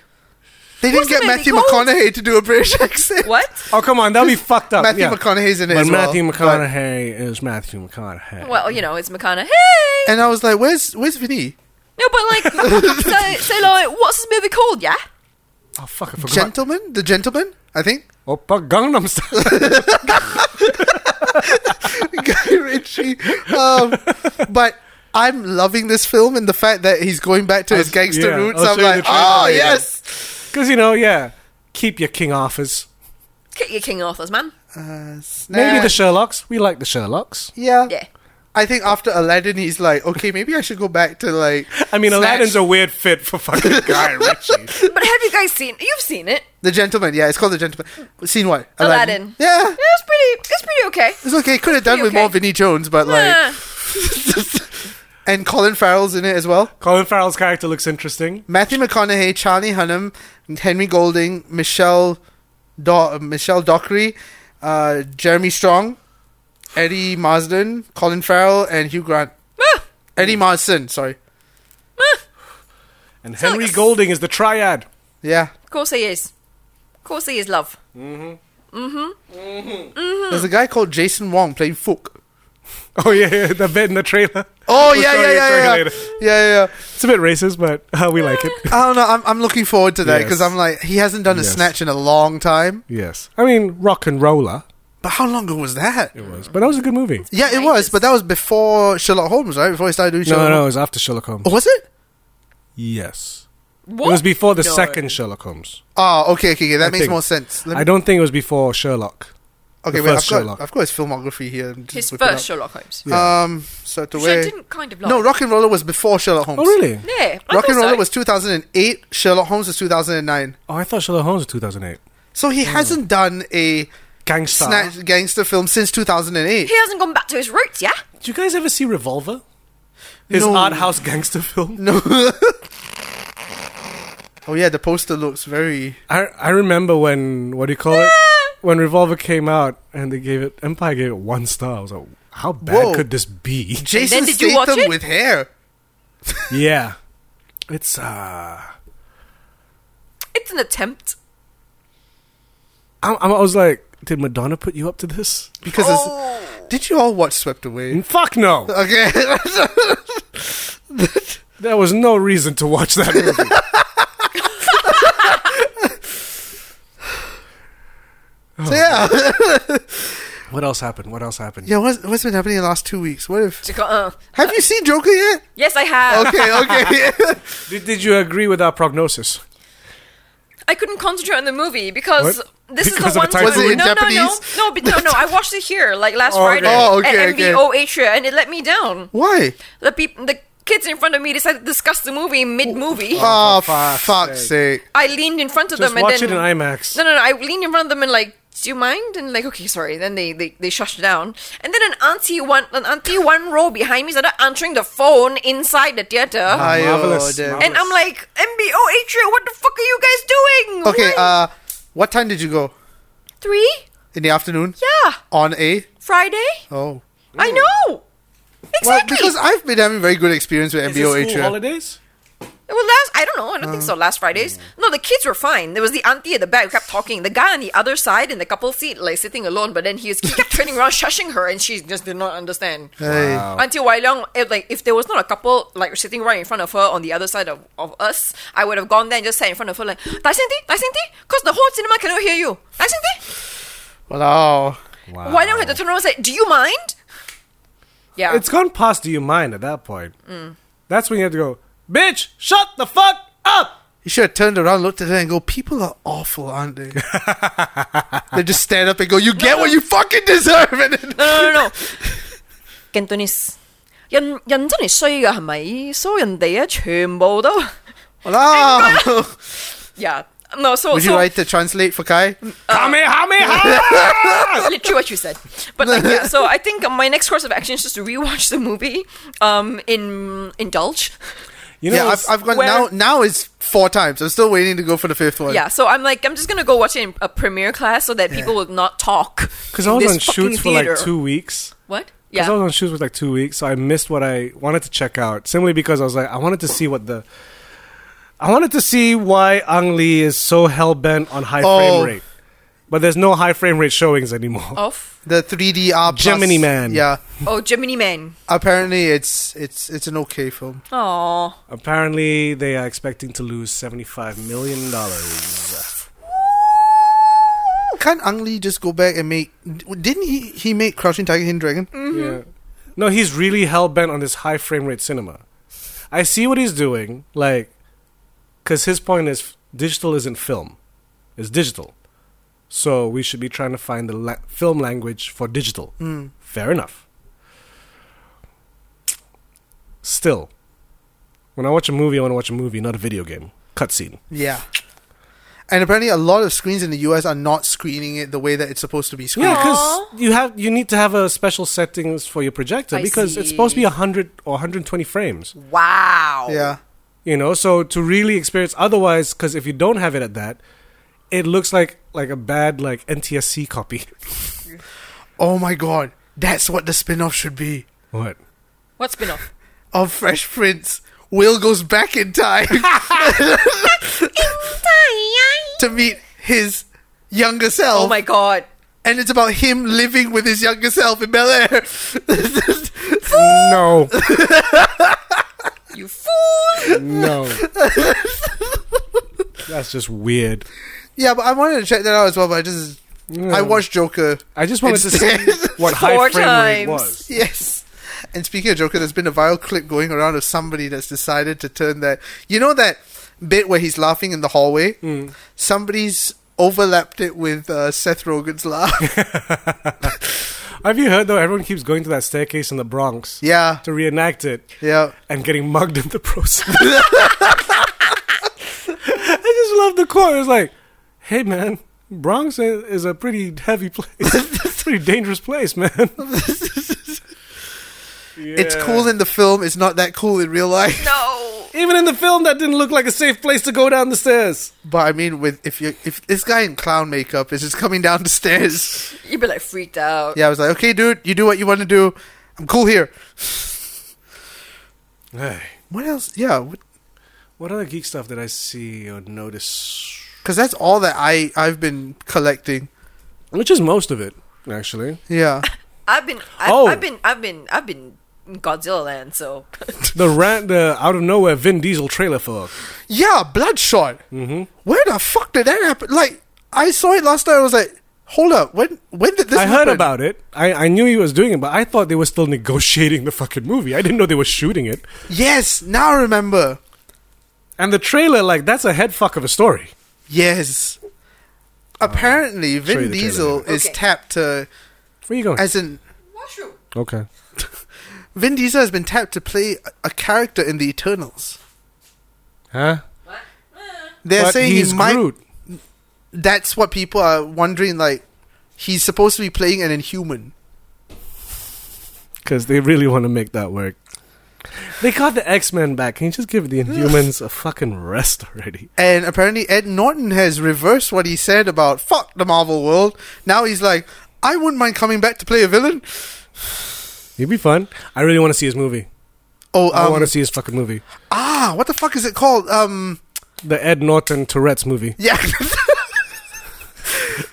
Speaker 2: They didn't
Speaker 1: What's the
Speaker 2: get
Speaker 1: movie
Speaker 2: Matthew
Speaker 1: called?
Speaker 2: McConaughey to do a British accent.
Speaker 1: what?
Speaker 3: Oh come on, that'd be fucked up.
Speaker 2: Matthew
Speaker 3: yeah.
Speaker 2: McConaughey's in it
Speaker 3: But
Speaker 2: as well,
Speaker 3: Matthew
Speaker 2: but-
Speaker 3: McConaughey is Matthew McConaughey.
Speaker 1: Well, you know, it's McConaughey.
Speaker 2: And I was like, "Where's Where's Vinny?
Speaker 1: No, but like, so, so like, what's this movie called? Yeah,
Speaker 3: oh fuck, I forgot.
Speaker 2: Gentleman? The gentleman? I think."
Speaker 3: Oppa Gangnam Style.
Speaker 2: Guy Ritchie. Um, but I'm loving this film and the fact that he's going back to his
Speaker 3: was-
Speaker 2: gangster
Speaker 3: yeah, I
Speaker 2: roots.
Speaker 3: was
Speaker 2: I'm
Speaker 3: showing
Speaker 2: like,
Speaker 3: the trailer
Speaker 2: "Oh
Speaker 3: earlier."
Speaker 2: yes."
Speaker 3: Because you know, yeah, keep your King Arthur's.
Speaker 1: get your King Arthur's man.
Speaker 3: Maybe
Speaker 2: Nah.
Speaker 3: the Sherlocks. We like the Sherlocks.
Speaker 2: yeah.
Speaker 1: Yeah,
Speaker 2: I think after Aladdin, he's like, "Okay, maybe I should go back to like."
Speaker 3: I mean,
Speaker 2: Snatch-
Speaker 3: Aladdin's a weird fit for fucking Guy Ritchie.
Speaker 1: but have you guys seen? You've seen it.
Speaker 2: The Gentleman, yeah, it's called The Gentleman. Seen what?
Speaker 1: Aladdin.
Speaker 2: Yeah,
Speaker 1: It was pretty. It's pretty okay.
Speaker 2: it's okay. Could have done
Speaker 1: Pretty
Speaker 2: with more
Speaker 1: okay.
Speaker 2: Vinnie Jones, but like,
Speaker 1: Yeah.
Speaker 2: and Colin Farrell's in it as well.
Speaker 3: Colin Farrell's character looks interesting.
Speaker 2: Matthew McConaughey, Charlie Hunnam, Henry Golding, Michelle, Do- Michelle Dockery, uh, Jeremy Strong, Eddie Marsden, Colin Farrell, and Hugh Grant.
Speaker 1: Ah,
Speaker 2: Eddie Marsden, sorry.
Speaker 1: ah,
Speaker 3: And Henry
Speaker 1: Sucks.
Speaker 3: Golding is the triad.
Speaker 2: Yeah,
Speaker 1: of course he is. Of course he is love.
Speaker 2: there's a guy called Jason Wong playing Fook.
Speaker 3: Oh yeah, yeah, the bit in the trailer.
Speaker 2: Oh
Speaker 3: We'll
Speaker 2: yeah,
Speaker 3: show
Speaker 2: yeah,
Speaker 3: you a trailer
Speaker 2: yeah, yeah,
Speaker 3: later.
Speaker 2: yeah, yeah.
Speaker 3: It's a bit racist, but uh, we like it.
Speaker 2: I don't know. I'm, I'm looking forward to that
Speaker 3: Yes.
Speaker 2: because I'm like, he hasn't done a
Speaker 3: Yes.
Speaker 2: snatch in a long time.
Speaker 3: Yes, I mean rock and roller,
Speaker 2: But how long ago was that?
Speaker 3: but that was a good movie.
Speaker 2: Yeah, it was, but that was before Sherlock Holmes, right? Before he started doing
Speaker 3: No,
Speaker 2: Sherlock.
Speaker 3: no, it
Speaker 2: Holmes.
Speaker 3: was after Sherlock Holmes.
Speaker 2: Oh, was it?
Speaker 3: Yes,
Speaker 1: What?
Speaker 3: it was before the
Speaker 1: No.
Speaker 3: second Sherlock Holmes.
Speaker 2: Oh, okay, okay, okay. That
Speaker 3: I
Speaker 2: makes
Speaker 3: think-
Speaker 2: more sense. Let
Speaker 3: I don't think it was before Sherlock.
Speaker 2: okay,
Speaker 3: the
Speaker 2: wait.
Speaker 3: first
Speaker 2: I've got,
Speaker 3: Sherlock.
Speaker 2: I've got his filmography here. I'm just
Speaker 1: His
Speaker 2: whipping
Speaker 1: first
Speaker 2: up.
Speaker 1: Sherlock Holmes.
Speaker 2: Um, so to
Speaker 1: Which I
Speaker 2: where?
Speaker 1: didn't kind of like.
Speaker 2: No, Rock and Roller was before Sherlock Holmes.
Speaker 3: Oh really?
Speaker 1: Yeah, I
Speaker 2: Rock
Speaker 1: thought
Speaker 2: and Roller
Speaker 1: so.
Speaker 2: was 2008. Sherlock Holmes was 2009.
Speaker 3: Oh, I thought Sherlock Holmes was 2008.
Speaker 2: So he
Speaker 3: Hmm.
Speaker 2: hasn't done a
Speaker 3: Gangsta.
Speaker 2: snatch gangster film since 2008.
Speaker 1: He hasn't gone back to his roots, yeah.
Speaker 3: Did you guys ever see Revolver? His
Speaker 2: No.
Speaker 3: art house gangster film.
Speaker 2: No. oh yeah, the poster looks very.
Speaker 3: I I remember when what do you call it?
Speaker 1: Eh,
Speaker 3: When Revolver came out and they gave it Empire gave it one star. I was like, how bad
Speaker 2: Whoa.
Speaker 3: could this be?
Speaker 2: Jason
Speaker 1: did you watch
Speaker 2: Statham
Speaker 1: it?
Speaker 2: with hair.
Speaker 3: yeah, it's uh,
Speaker 1: It's an attempt.
Speaker 3: I'm, I'm- I was like, did Madonna put you up to this?
Speaker 2: Because
Speaker 1: Oh.
Speaker 2: it's, did you all watch Swept Away?
Speaker 3: Fuck no.
Speaker 2: Okay.
Speaker 3: There was no reason to watch that movie. Oh.
Speaker 2: so yeah,
Speaker 3: what else happened? What else happened?
Speaker 2: yeah. What's, what's been happening in the last two weeks? What if?
Speaker 1: To go, uh,
Speaker 2: Have you seen Joker yet?
Speaker 1: yes, I have.
Speaker 2: Okay, okay.
Speaker 3: Did, did you agree with our prognosis?
Speaker 1: I couldn't concentrate on the movie because
Speaker 3: What?
Speaker 1: this is
Speaker 3: Because
Speaker 1: the
Speaker 3: of
Speaker 1: one
Speaker 3: the title?
Speaker 1: time-
Speaker 2: Was it in
Speaker 1: no, no,
Speaker 2: Japanese?
Speaker 1: no, no, but no, no. I watched it here like last
Speaker 3: Oh, okay.
Speaker 1: Friday
Speaker 2: Oh, okay,
Speaker 1: at MVO Asia, and it let me down.
Speaker 2: Why?
Speaker 1: The people, the kids in front of me decided to discuss the movie mid movie.
Speaker 2: Oh,
Speaker 3: for fuck's
Speaker 2: fuck's, sake.
Speaker 1: I leaned in front of
Speaker 3: Just
Speaker 1: them
Speaker 3: watch
Speaker 1: and
Speaker 3: it in
Speaker 1: then
Speaker 3: IMAX.
Speaker 1: No, no, no. I leaned in front of them and like, do you mind? And like, okay, sorry. Then they they, they shushed down. And then an auntie one an auntie one row behind me started answering the phone inside the theater.
Speaker 2: Ayo,
Speaker 3: Ah, marvelous,
Speaker 2: damn.
Speaker 3: marvelous.
Speaker 1: and I'm like, MBO Atria, what the fuck are you guys doing?
Speaker 2: Okay.
Speaker 1: Why?"
Speaker 2: Uh, what time did you go
Speaker 1: three?
Speaker 2: in the afternoon?
Speaker 1: Yeah,
Speaker 2: On a
Speaker 1: Friday.
Speaker 2: oh.
Speaker 1: I know.
Speaker 2: Well,
Speaker 1: Exactly.
Speaker 2: because I've been having very good experience with
Speaker 3: Is it school
Speaker 2: MBO Atria.
Speaker 3: holidays?
Speaker 1: well, last I don't know. I don't think so.
Speaker 2: Uh,
Speaker 1: Last Friday's. No, the kids were fine. There was the auntie at the back who kept talking. The guy on the other side in the couple seat, like sitting alone. But then he, was, he kept turning around, shushing her, and she just did not understand.
Speaker 2: Hey.
Speaker 1: Until Wai Leong, it, like if there was not a couple like sitting right in front of her on the other side of, of us, I would have gone there and just sat in front of her like Daisinti, Daisinti, because the whole cinema cannot hear you. Daisinti.
Speaker 2: Wow.
Speaker 1: Wow. Wai Leong had to turn around and say, "Do you mind?" Yeah, Mm.
Speaker 3: It's gone past. Do you mind? At that point, that's when you have to go, bitch. Shut the fuck up.
Speaker 2: You should have turned around, looked at her, and go, People are awful, aren't they? they just stand up and go, You get what you fucking deserve. And then,
Speaker 1: no no no. Cantonese. 人人真係衰㗎係咪？所有人哋啊，全部都
Speaker 2: wow.
Speaker 1: yeah no so
Speaker 2: Would
Speaker 1: so
Speaker 2: you like to translate for Kai?
Speaker 1: Uh.
Speaker 3: Kamehameha!
Speaker 1: literally what you said. But like, yeah, so I think my next course of action is just to rewatch the movie, um, in indulge.
Speaker 3: You know,
Speaker 2: Yeah, I've,
Speaker 3: it's-
Speaker 2: I've gone
Speaker 1: where-
Speaker 2: now. Now it's four times. I'm still waiting to go for the fifth one.
Speaker 1: Yeah, so I'm like, I'm just gonna go watch it in a premiere class so that people will not talk.
Speaker 3: Because
Speaker 1: in
Speaker 3: I was
Speaker 1: this
Speaker 3: on
Speaker 1: fucking
Speaker 3: shoots for like
Speaker 1: theater.
Speaker 3: two weeks.
Speaker 1: What?
Speaker 3: Because
Speaker 1: Yeah.
Speaker 3: I was on shoots for like two weeks, so I missed what I wanted to check out. Simply because I was like, I wanted to see what the. I wanted to see why Ang Lee is so hell bent on high
Speaker 2: Oh.
Speaker 3: frame rate. But there's no high frame rate showings anymore.
Speaker 1: Off.
Speaker 2: The 3D R. plus-
Speaker 3: Gemini Man.
Speaker 2: Yeah.
Speaker 1: Oh, Gemini Man.
Speaker 2: Apparently, it's it's it's an okay film.
Speaker 1: Oh.
Speaker 3: Apparently, they are expecting to lose $75 million.
Speaker 2: Can't Ang Lee just go back and make? Didn't he he make Crouching Tiger, Hidden Dragon?
Speaker 3: Yeah. No, he's really hell bent on this high frame rate cinema. I see what he's doing, like, because his point is digital isn't film, it's digital. So we should be trying to find the la- film language for digital. Fair enough. Still, when I watch a movie, I want to watch a movie, not a video game cutscene.
Speaker 2: Yeah. And apparently, a lot of screens in the US are not screening it the way that it's supposed to be screened.
Speaker 3: Yeah, because you have you need to have a special settings for your projector
Speaker 1: I
Speaker 3: because it's supposed to be hundred or hundred twenty frames.
Speaker 1: Wow.
Speaker 2: Yeah.
Speaker 3: you know so to really experience otherwise because if you don't have it at that it looks like like a bad like ntsc copy
Speaker 2: Oh my god, that's what the spin off should be
Speaker 3: what
Speaker 1: What spin off?
Speaker 2: of Fresh Prince. Will goes back in time to meet his younger self.
Speaker 1: Oh my god.
Speaker 2: and it's about him living with his younger self in Bel Air.
Speaker 3: No,
Speaker 1: You fool!
Speaker 3: no. That's just weird.
Speaker 2: yeah, but I wanted to check that out as well. But I just I watched Joker.
Speaker 3: I just wanted to see
Speaker 2: Instead-
Speaker 3: what
Speaker 1: Four
Speaker 3: high frame rate
Speaker 1: times.
Speaker 3: was.
Speaker 2: Yes. And speaking of Joker, there's been a viral clip going around of somebody that's decided to turn that. You know that bit where he's laughing in the hallway?
Speaker 3: Hmm.
Speaker 2: Somebody's overlapped it with uh, Seth Rogen's laugh.
Speaker 3: Have you heard though? Everyone keeps going to that staircase in the Bronx
Speaker 2: yeah.
Speaker 3: to reenact it
Speaker 2: Yeah.
Speaker 3: and getting mugged in the process. I just love the quote. It's like, "Hey man, Bronx i- is a pretty heavy place. it's a pretty dangerous place, man."
Speaker 2: It's cool in the film, it's not that cool in real life.
Speaker 1: No!
Speaker 3: Even in the film, that didn't look like a safe place to go down the stairs.
Speaker 2: But I mean with if you if this guy in clown makeup is just coming down the stairs.
Speaker 1: You'd be like freaked out.
Speaker 2: Yeah, I was like, Okay dude, you do what you want to do. I'm cool here.
Speaker 3: Hey,
Speaker 2: What else? Yeah, what
Speaker 3: what other geek stuff did I see or notice?
Speaker 2: because that's all that I I've been collecting.
Speaker 3: Which is most of it, actually.
Speaker 2: Yeah,
Speaker 1: I've been, I've,
Speaker 3: Oh.
Speaker 1: I've been, I've been, I've been in Godzilla land. So
Speaker 3: The rant, the out of nowhere Vin Diesel trailer for
Speaker 2: yeah, Bloodshot. Mm-hmm. Where the fuck did that happen? Like, I saw it last night. I was like, hold up, when when did this?
Speaker 3: I heard
Speaker 2: happen?
Speaker 3: about it. I, I knew he was doing it, but I thought they were still negotiating the fucking movie. I didn't know they were shooting it.
Speaker 2: Yes, now I remember.
Speaker 3: And the trailer, like, that's a head fuck of a story.
Speaker 2: Yes. Apparently,
Speaker 3: Uh, show you
Speaker 2: Vin
Speaker 3: the trailer
Speaker 2: Diesel
Speaker 3: later.
Speaker 2: is
Speaker 1: Okay.
Speaker 2: tapped to
Speaker 3: Where you going?
Speaker 2: as in
Speaker 1: mushroom.
Speaker 3: okay.
Speaker 2: Vin Diesel has been tapped to play a- a character in the Eternals.
Speaker 3: Huh?
Speaker 2: They're
Speaker 3: But
Speaker 2: saying
Speaker 3: he's
Speaker 2: he might.
Speaker 3: Groot.
Speaker 2: That's what people are wondering. Like, he's supposed to be playing an Inhuman.
Speaker 3: Because they really want to make that work. They got the X Men back. Can you just give the Inhumans a fucking rest already?
Speaker 2: And apparently, Ed Norton has reversed what he said about fuck the Marvel world. Now he's like, I wouldn't mind coming back to play a villain.
Speaker 3: It'd be fun. I really want to see his movie.
Speaker 2: Oh,
Speaker 3: I want
Speaker 2: um,
Speaker 3: to see his fucking movie.
Speaker 2: ah, what the fuck is it called? Um,
Speaker 3: The Ed Norton Tourette's movie.
Speaker 2: yeah,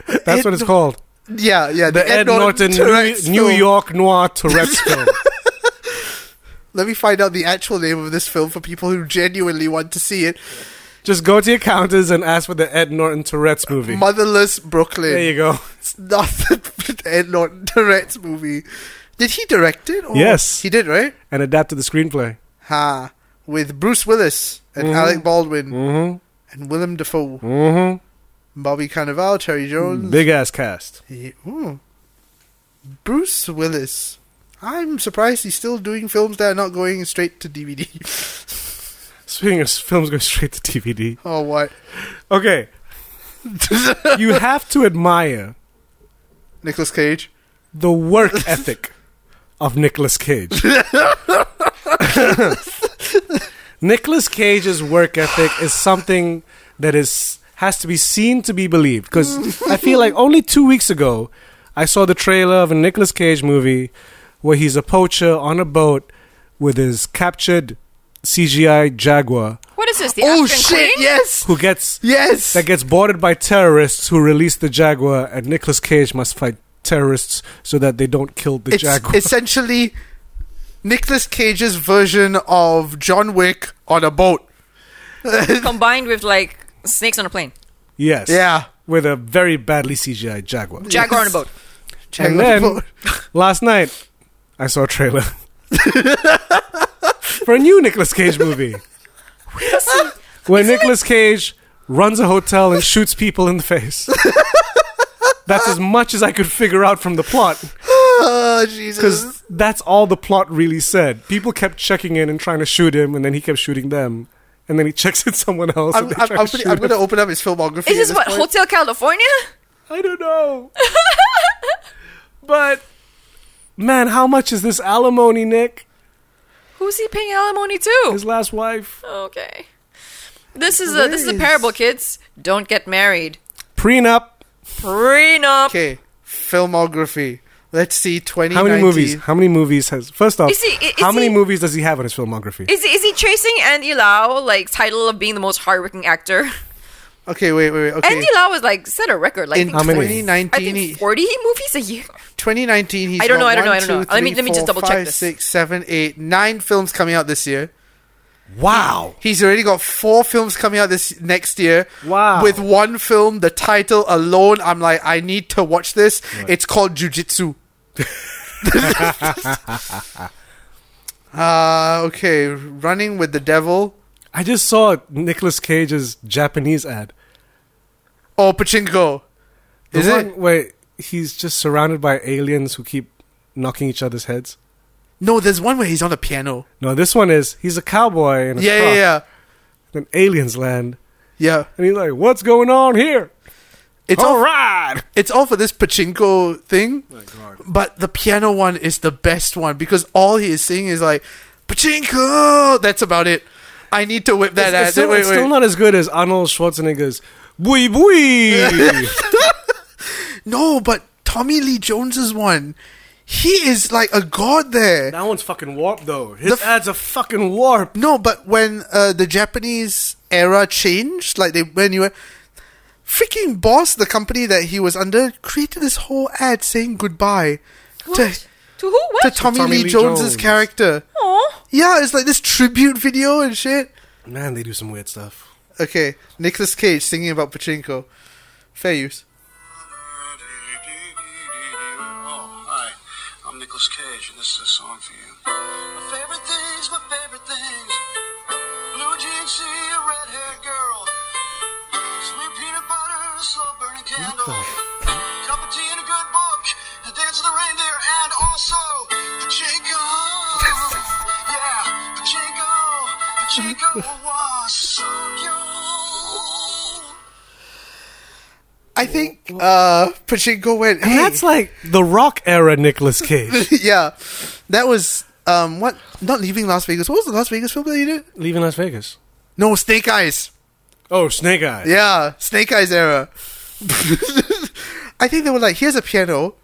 Speaker 3: That's
Speaker 2: Ed
Speaker 3: what it's
Speaker 2: Nor-
Speaker 3: called.
Speaker 2: yeah, yeah.
Speaker 3: The Ed, Norton,
Speaker 2: Tourette's
Speaker 3: New, New
Speaker 2: film.
Speaker 3: York Noir Tourette's film.
Speaker 2: Let me find out the actual name of this film for people who genuinely want to see it.
Speaker 3: Just go to your counters and ask for the Ed Norton Tourette's movie.
Speaker 2: Motherless Brooklyn.
Speaker 3: there you go.
Speaker 2: It's not the Ed Norton directs movie. Did he direct it? Or
Speaker 3: Yes.
Speaker 2: he did. Right?
Speaker 3: And adapt to the screenplay.
Speaker 2: Ha! With Bruce Willis and Alec Baldwin
Speaker 3: Mm-hmm.
Speaker 2: and Willem Dafoe.
Speaker 3: Mm-hmm.
Speaker 2: Bobby Cannavale, Terry Jones.
Speaker 3: Big ass cast.
Speaker 2: He- ooh. Bruce Willis. I'm surprised he's still doing films that are not going straight to DVD.
Speaker 3: Speaking of films going straight to DVD.
Speaker 2: oh, what?
Speaker 3: Okay. you have to admire
Speaker 2: Nicolas Cage.
Speaker 3: the work ethic of Nicolas Cage. Nicolas Cage's work ethic is something that is has to be seen to be believed because I feel like only 2 weeks ago I saw the trailer of a Nicolas Cage movie where he's a poacher on a boat with his captured CGI jaguar
Speaker 1: What is this? The
Speaker 2: oh
Speaker 1: African
Speaker 2: shit!
Speaker 1: Queen?
Speaker 2: Yes,
Speaker 3: who gets
Speaker 2: yes.
Speaker 3: that gets boarded by terrorists who release the jaguar, and Nicolas Cage must fight terrorists so that they don't kill the
Speaker 2: it's
Speaker 3: jaguar.
Speaker 2: essentially Nicolas Cage's version of John Wick on a boat.
Speaker 1: Combined with like snakes on a plane,
Speaker 3: yes,
Speaker 2: Yeah.
Speaker 3: with a very badly CGI jaguar.
Speaker 1: jaguar on a
Speaker 2: Yes.
Speaker 1: boat.
Speaker 2: on
Speaker 3: and
Speaker 2: a
Speaker 3: then
Speaker 2: boat.
Speaker 3: last night, I saw a trailer for a new Nicolas Cage movie, where Nicolas Cage runs a hotel and shoots people in the face. That's as much as I could figure out from the plot.
Speaker 2: Oh Jesus!
Speaker 3: because that's all the plot really said. People kept checking in and trying to shoot him, and then he kept shooting them, and then he checks at someone else.
Speaker 2: I'm,
Speaker 3: and they
Speaker 2: I'm,
Speaker 3: try
Speaker 2: I'm,
Speaker 3: to
Speaker 2: pretty-
Speaker 3: shoot
Speaker 2: I'm
Speaker 3: him.
Speaker 2: going to open up his filmography.
Speaker 1: Is this
Speaker 2: at
Speaker 1: what
Speaker 2: point.
Speaker 1: Hotel California?
Speaker 3: I don't know, but man, how much is this alimony, Nick?
Speaker 1: Who's he paying alimony to?
Speaker 3: His last wife,
Speaker 1: Okay, this is a this is a parable, kids. Don't get married.
Speaker 3: prenup.
Speaker 1: Prenup.
Speaker 2: Okay, filmography. Let's see. Twenty.
Speaker 3: How many movies? How many movies has? First off,
Speaker 1: Is he- i- is
Speaker 3: how many
Speaker 1: he-
Speaker 3: movies does he have in his filmography?
Speaker 1: Is he, is he chasing Andy Lau like title of being the most hardworking actor?
Speaker 2: Okay, wait, wait, wait. Okay.
Speaker 1: Andy Lau was like set a record like
Speaker 2: in
Speaker 1: I think,
Speaker 3: How many?
Speaker 2: 2019,
Speaker 1: I think
Speaker 2: he-
Speaker 1: forty movies a year.
Speaker 2: 2019 he's
Speaker 1: I don't know,
Speaker 2: got
Speaker 1: I don't know,
Speaker 2: one,
Speaker 1: I don't know.
Speaker 2: two,
Speaker 1: Let me-
Speaker 2: three,
Speaker 1: let me just
Speaker 2: four,
Speaker 1: double check
Speaker 2: five,
Speaker 1: this.
Speaker 2: six, seven, eight, nine films coming out this year.
Speaker 3: Wow.
Speaker 2: He's already got four films coming out this next year.
Speaker 3: Wow.
Speaker 2: With one film, the title alone, I'm like, I need to watch this. It's called Jujitsu. uh, okay, Running with the Devil.
Speaker 3: I just saw Nicolas Cage's Japanese ad.
Speaker 2: Oh, Pachinko.
Speaker 3: The
Speaker 2: Is
Speaker 3: one
Speaker 2: it?
Speaker 3: where he's just surrounded by aliens who keep knocking each other's heads?
Speaker 2: No, there's one where he's on a piano.
Speaker 3: No, this one is he's a cowboy and a
Speaker 2: Yeah,
Speaker 3: truck,
Speaker 2: yeah, yeah.
Speaker 3: Then aliens land,
Speaker 2: Yeah.
Speaker 3: and he's like, "What's going on here?"
Speaker 2: It's
Speaker 3: all
Speaker 2: all
Speaker 3: right.
Speaker 2: it's all for this pachinko thing. But the piano one is the best one because all he is saying is like pachinko. That's about it. I need to whip that
Speaker 3: It's, it's
Speaker 2: ass.
Speaker 3: still,
Speaker 2: Wait,
Speaker 3: it's still
Speaker 2: wait.
Speaker 3: not as good as Arnold Schwarzenegger's "Bui Bui."
Speaker 2: No, but Tommy Lee Jones's one. He is like a god there.
Speaker 3: that one's fucking warped though. His
Speaker 2: f-
Speaker 3: ads are fucking warped.
Speaker 2: No, but when uh, the Japanese era changed, like they when you were freaking boss, the company that he was under created this whole ad saying goodbye to,
Speaker 1: What? To who?
Speaker 2: to
Speaker 1: What?
Speaker 2: Tommy,
Speaker 3: Tommy
Speaker 2: Lee,
Speaker 3: Lee
Speaker 2: Jones's
Speaker 3: Jones.
Speaker 2: character.
Speaker 1: Aw.
Speaker 2: Yeah, it's like this tribute video and shit.
Speaker 3: Man, they do some weird stuff.
Speaker 2: Okay, Nicolas Cage singing about Pachinko. Fair use.
Speaker 5: Oh, hi. I'm Nicolas Cage, and this is a song for you. My favorite things, my favorite things. Blue jeans, see a red-haired girl. Sweet peanut butter, a slow-burning candle. Cup of tea and a good book. The dance of the reindeer, and also Pachinko. yeah, Pachinko. Pachinko was so young.
Speaker 2: I think uh, Pachinko went. Hey.
Speaker 3: And that's like the rock era Nicolas Cage.
Speaker 2: yeah, that was um what? Not leaving Las Vegas. What was the Las Vegas film that you did?
Speaker 3: Leaving Las Vegas.
Speaker 2: No, Snake Eyes.
Speaker 3: Oh, Snake Eyes.
Speaker 2: Yeah, Snake Eyes era. I think they were like, here's a piano.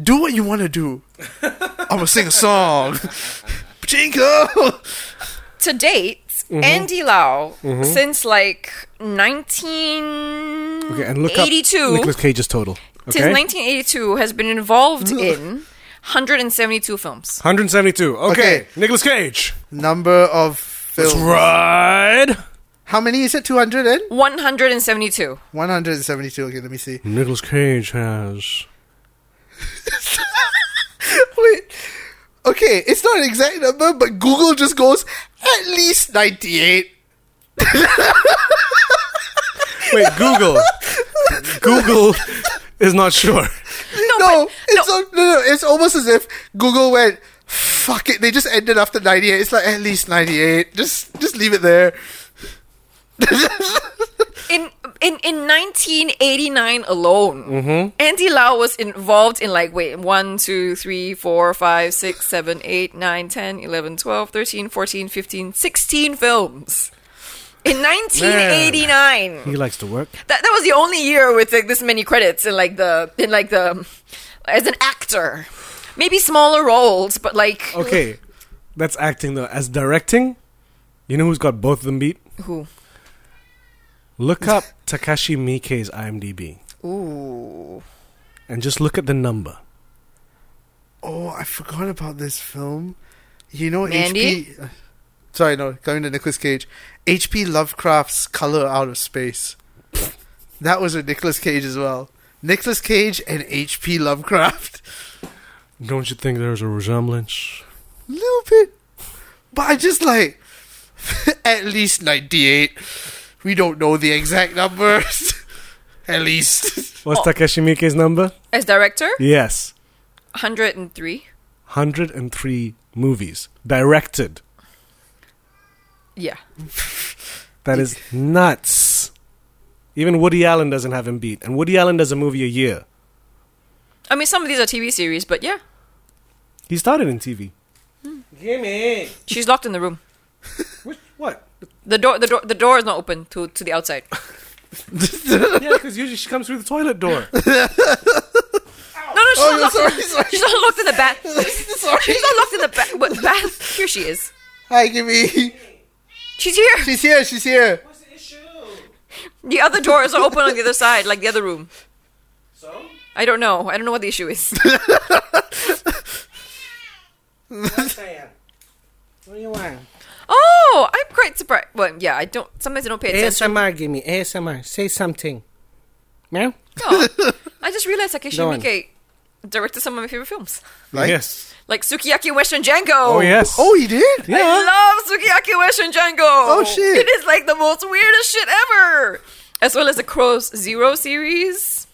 Speaker 2: Do what you want to do. I'm gonna sing a song. Pachinko.
Speaker 1: To date,
Speaker 3: Mm-hmm.
Speaker 1: Andy Lau since like nineteen
Speaker 3: Okay, and look up
Speaker 1: eighty-two.
Speaker 3: Nicolas Cage's total.
Speaker 1: Since
Speaker 3: Okay.
Speaker 1: 1982, has been involved in 172 films.
Speaker 3: 172. Okay.
Speaker 2: Okay.
Speaker 3: Nicholas Nicolas Cage.
Speaker 2: Number of films.
Speaker 3: Ride.
Speaker 2: How many is it? 200 and
Speaker 1: 172.
Speaker 2: 172. Okay, let me see.
Speaker 3: Nicolas Cage has.
Speaker 2: Wait. Okay, it's not an exact number, but Google just goes at least 98.
Speaker 3: Wait, Google. Google is not sure.
Speaker 2: No, it's al- no, no, it's almost as if Google went fuck it. They just ended after 98. It's like at least 98. Just just leave it there.
Speaker 1: In in in 1989 alone,
Speaker 2: Mm-hmm.
Speaker 1: Andy Lau was involved in like wait 1 2 3 4 5 6 7 8 9 10 11 12 13 14 15 16 films. In 1989.
Speaker 3: He likes to work.
Speaker 1: That that was the only year with like this many credits in like the in like the as an actor. Maybe smaller roles, but like
Speaker 2: Oh.
Speaker 3: Okay. That's acting, though. As directing, you know who's got both of them beat?
Speaker 1: Who?
Speaker 3: Look up Takashi Miike's IMDb
Speaker 1: Ooh.
Speaker 3: and just look at the number.
Speaker 2: Oh, I forgot about this film. You know,
Speaker 1: Mandy?
Speaker 2: HP. uh, Sorry, no, coming to Nicolas Cage. HP Lovecraft's Color Out of Space. that was with Nicolas Cage as well. Nicolas Cage and HP Lovecraft.
Speaker 3: Don't you think there's a resemblance?
Speaker 2: little bit. But I just like at least ninety eight. We don't know the exact numbers. at least.
Speaker 3: What's Takashi Miike's number?
Speaker 1: As director,
Speaker 3: Yes.
Speaker 1: 103.
Speaker 3: 103 movies directed.
Speaker 1: Yeah.
Speaker 3: That is nuts. Even Woody Allen doesn't have him beat. And Woody Allen does a movie a year.
Speaker 1: I mean some of these are TV series, but yeah.
Speaker 3: He started in TV.
Speaker 1: She's locked in the room.
Speaker 3: Which, what?
Speaker 1: The door the door the door is not open to to the outside.
Speaker 3: Yeah, because usually she comes through the toilet door.
Speaker 1: No, no, she's
Speaker 2: Oh,
Speaker 1: not locked.
Speaker 2: sorry,
Speaker 1: in,
Speaker 2: sorry.
Speaker 1: She's not locked in the bath.
Speaker 2: Sorry.
Speaker 1: She's not locked in the bath. But bath. Here she is.
Speaker 2: Hi, give me.
Speaker 1: She's here.
Speaker 2: She's here. She's here.
Speaker 1: The other doors are open on the other side, like the other room. So? I don't know. I don't know what the issue is.
Speaker 3: What do you want?
Speaker 1: Oh, I'm quite surprised. Well, yeah, I don't. Sometimes I don't pay attention.
Speaker 3: ASMR, give me ASMR. Say something. Meow.
Speaker 1: Oh, I just realized Takeshi
Speaker 3: Go on.
Speaker 1: Miike directed some of my favorite films,
Speaker 2: Like-
Speaker 3: Yes.
Speaker 1: like Sukiyaki and Western Django.
Speaker 3: Oh yes.
Speaker 2: Oh, he did?
Speaker 3: yeah.
Speaker 1: I love Sukiyaki Western Django. Oh
Speaker 2: shit.
Speaker 1: It is like the most weirdest shit ever. As well as the Crow's Zero series.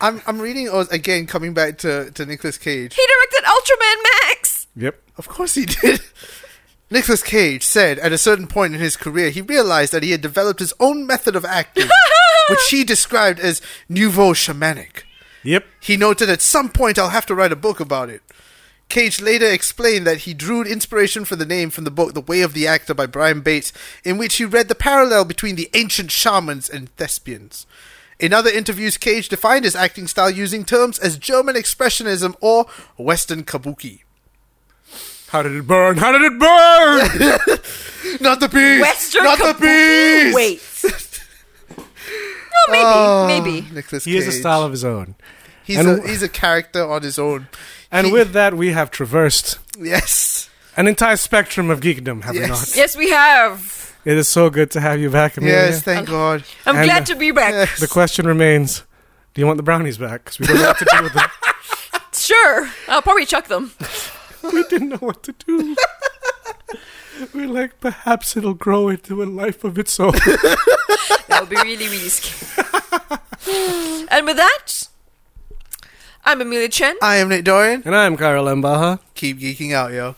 Speaker 2: I'm, I'm reading, oh, again, coming back to, to Nicolas Cage.
Speaker 1: He directed Ultraman Max.
Speaker 3: Yep.
Speaker 2: Of course he did. Nicolas Cage said at a certain point in his career, he realized that he had developed his own method of acting, which he described as nouveau shamanic.
Speaker 3: Yep.
Speaker 2: He noted at some point I'll have to write a book about it. Cage later explained that he drew inspiration for the name from the book The Way of the Actor by Brian Bates, in which he read the parallel between the ancient shamans and thespians. In other interviews, Cage defined his acting style using terms as German Expressionism or Western Kabuki.
Speaker 3: How did it burn? How did it burn?
Speaker 2: Not the bees!
Speaker 1: Western
Speaker 2: Not the
Speaker 1: Kabuki.
Speaker 2: bees!
Speaker 1: Wait. no, maybe,
Speaker 2: Oh.
Speaker 1: maybe.
Speaker 2: Nicholas
Speaker 3: he has a style of his own.
Speaker 2: He's,
Speaker 3: and-
Speaker 2: a, he's a character on his own.
Speaker 3: And
Speaker 2: He-
Speaker 3: with that, we have traversed
Speaker 2: Yes.
Speaker 3: an entire spectrum of geekdom, have we not?
Speaker 2: Yes.
Speaker 1: Yes, we have.
Speaker 3: It is so good to have you back, Amelia.
Speaker 2: Yes, thank God.
Speaker 1: I'm
Speaker 3: And-
Speaker 1: glad to be back.
Speaker 3: The question remains: Do you want the brownies back? 'Cause we don't know what to do with them.
Speaker 1: Sure. I'll probably chuck them.
Speaker 3: We didn't know what to do. We're like, perhaps it'll grow into a life of its own.
Speaker 1: That would be really, really scary. and with that, I'm Amelia Chen.
Speaker 2: I am Nick Dorian.
Speaker 3: and I'm Kyle Lembaha.
Speaker 2: Keep geeking out, yo.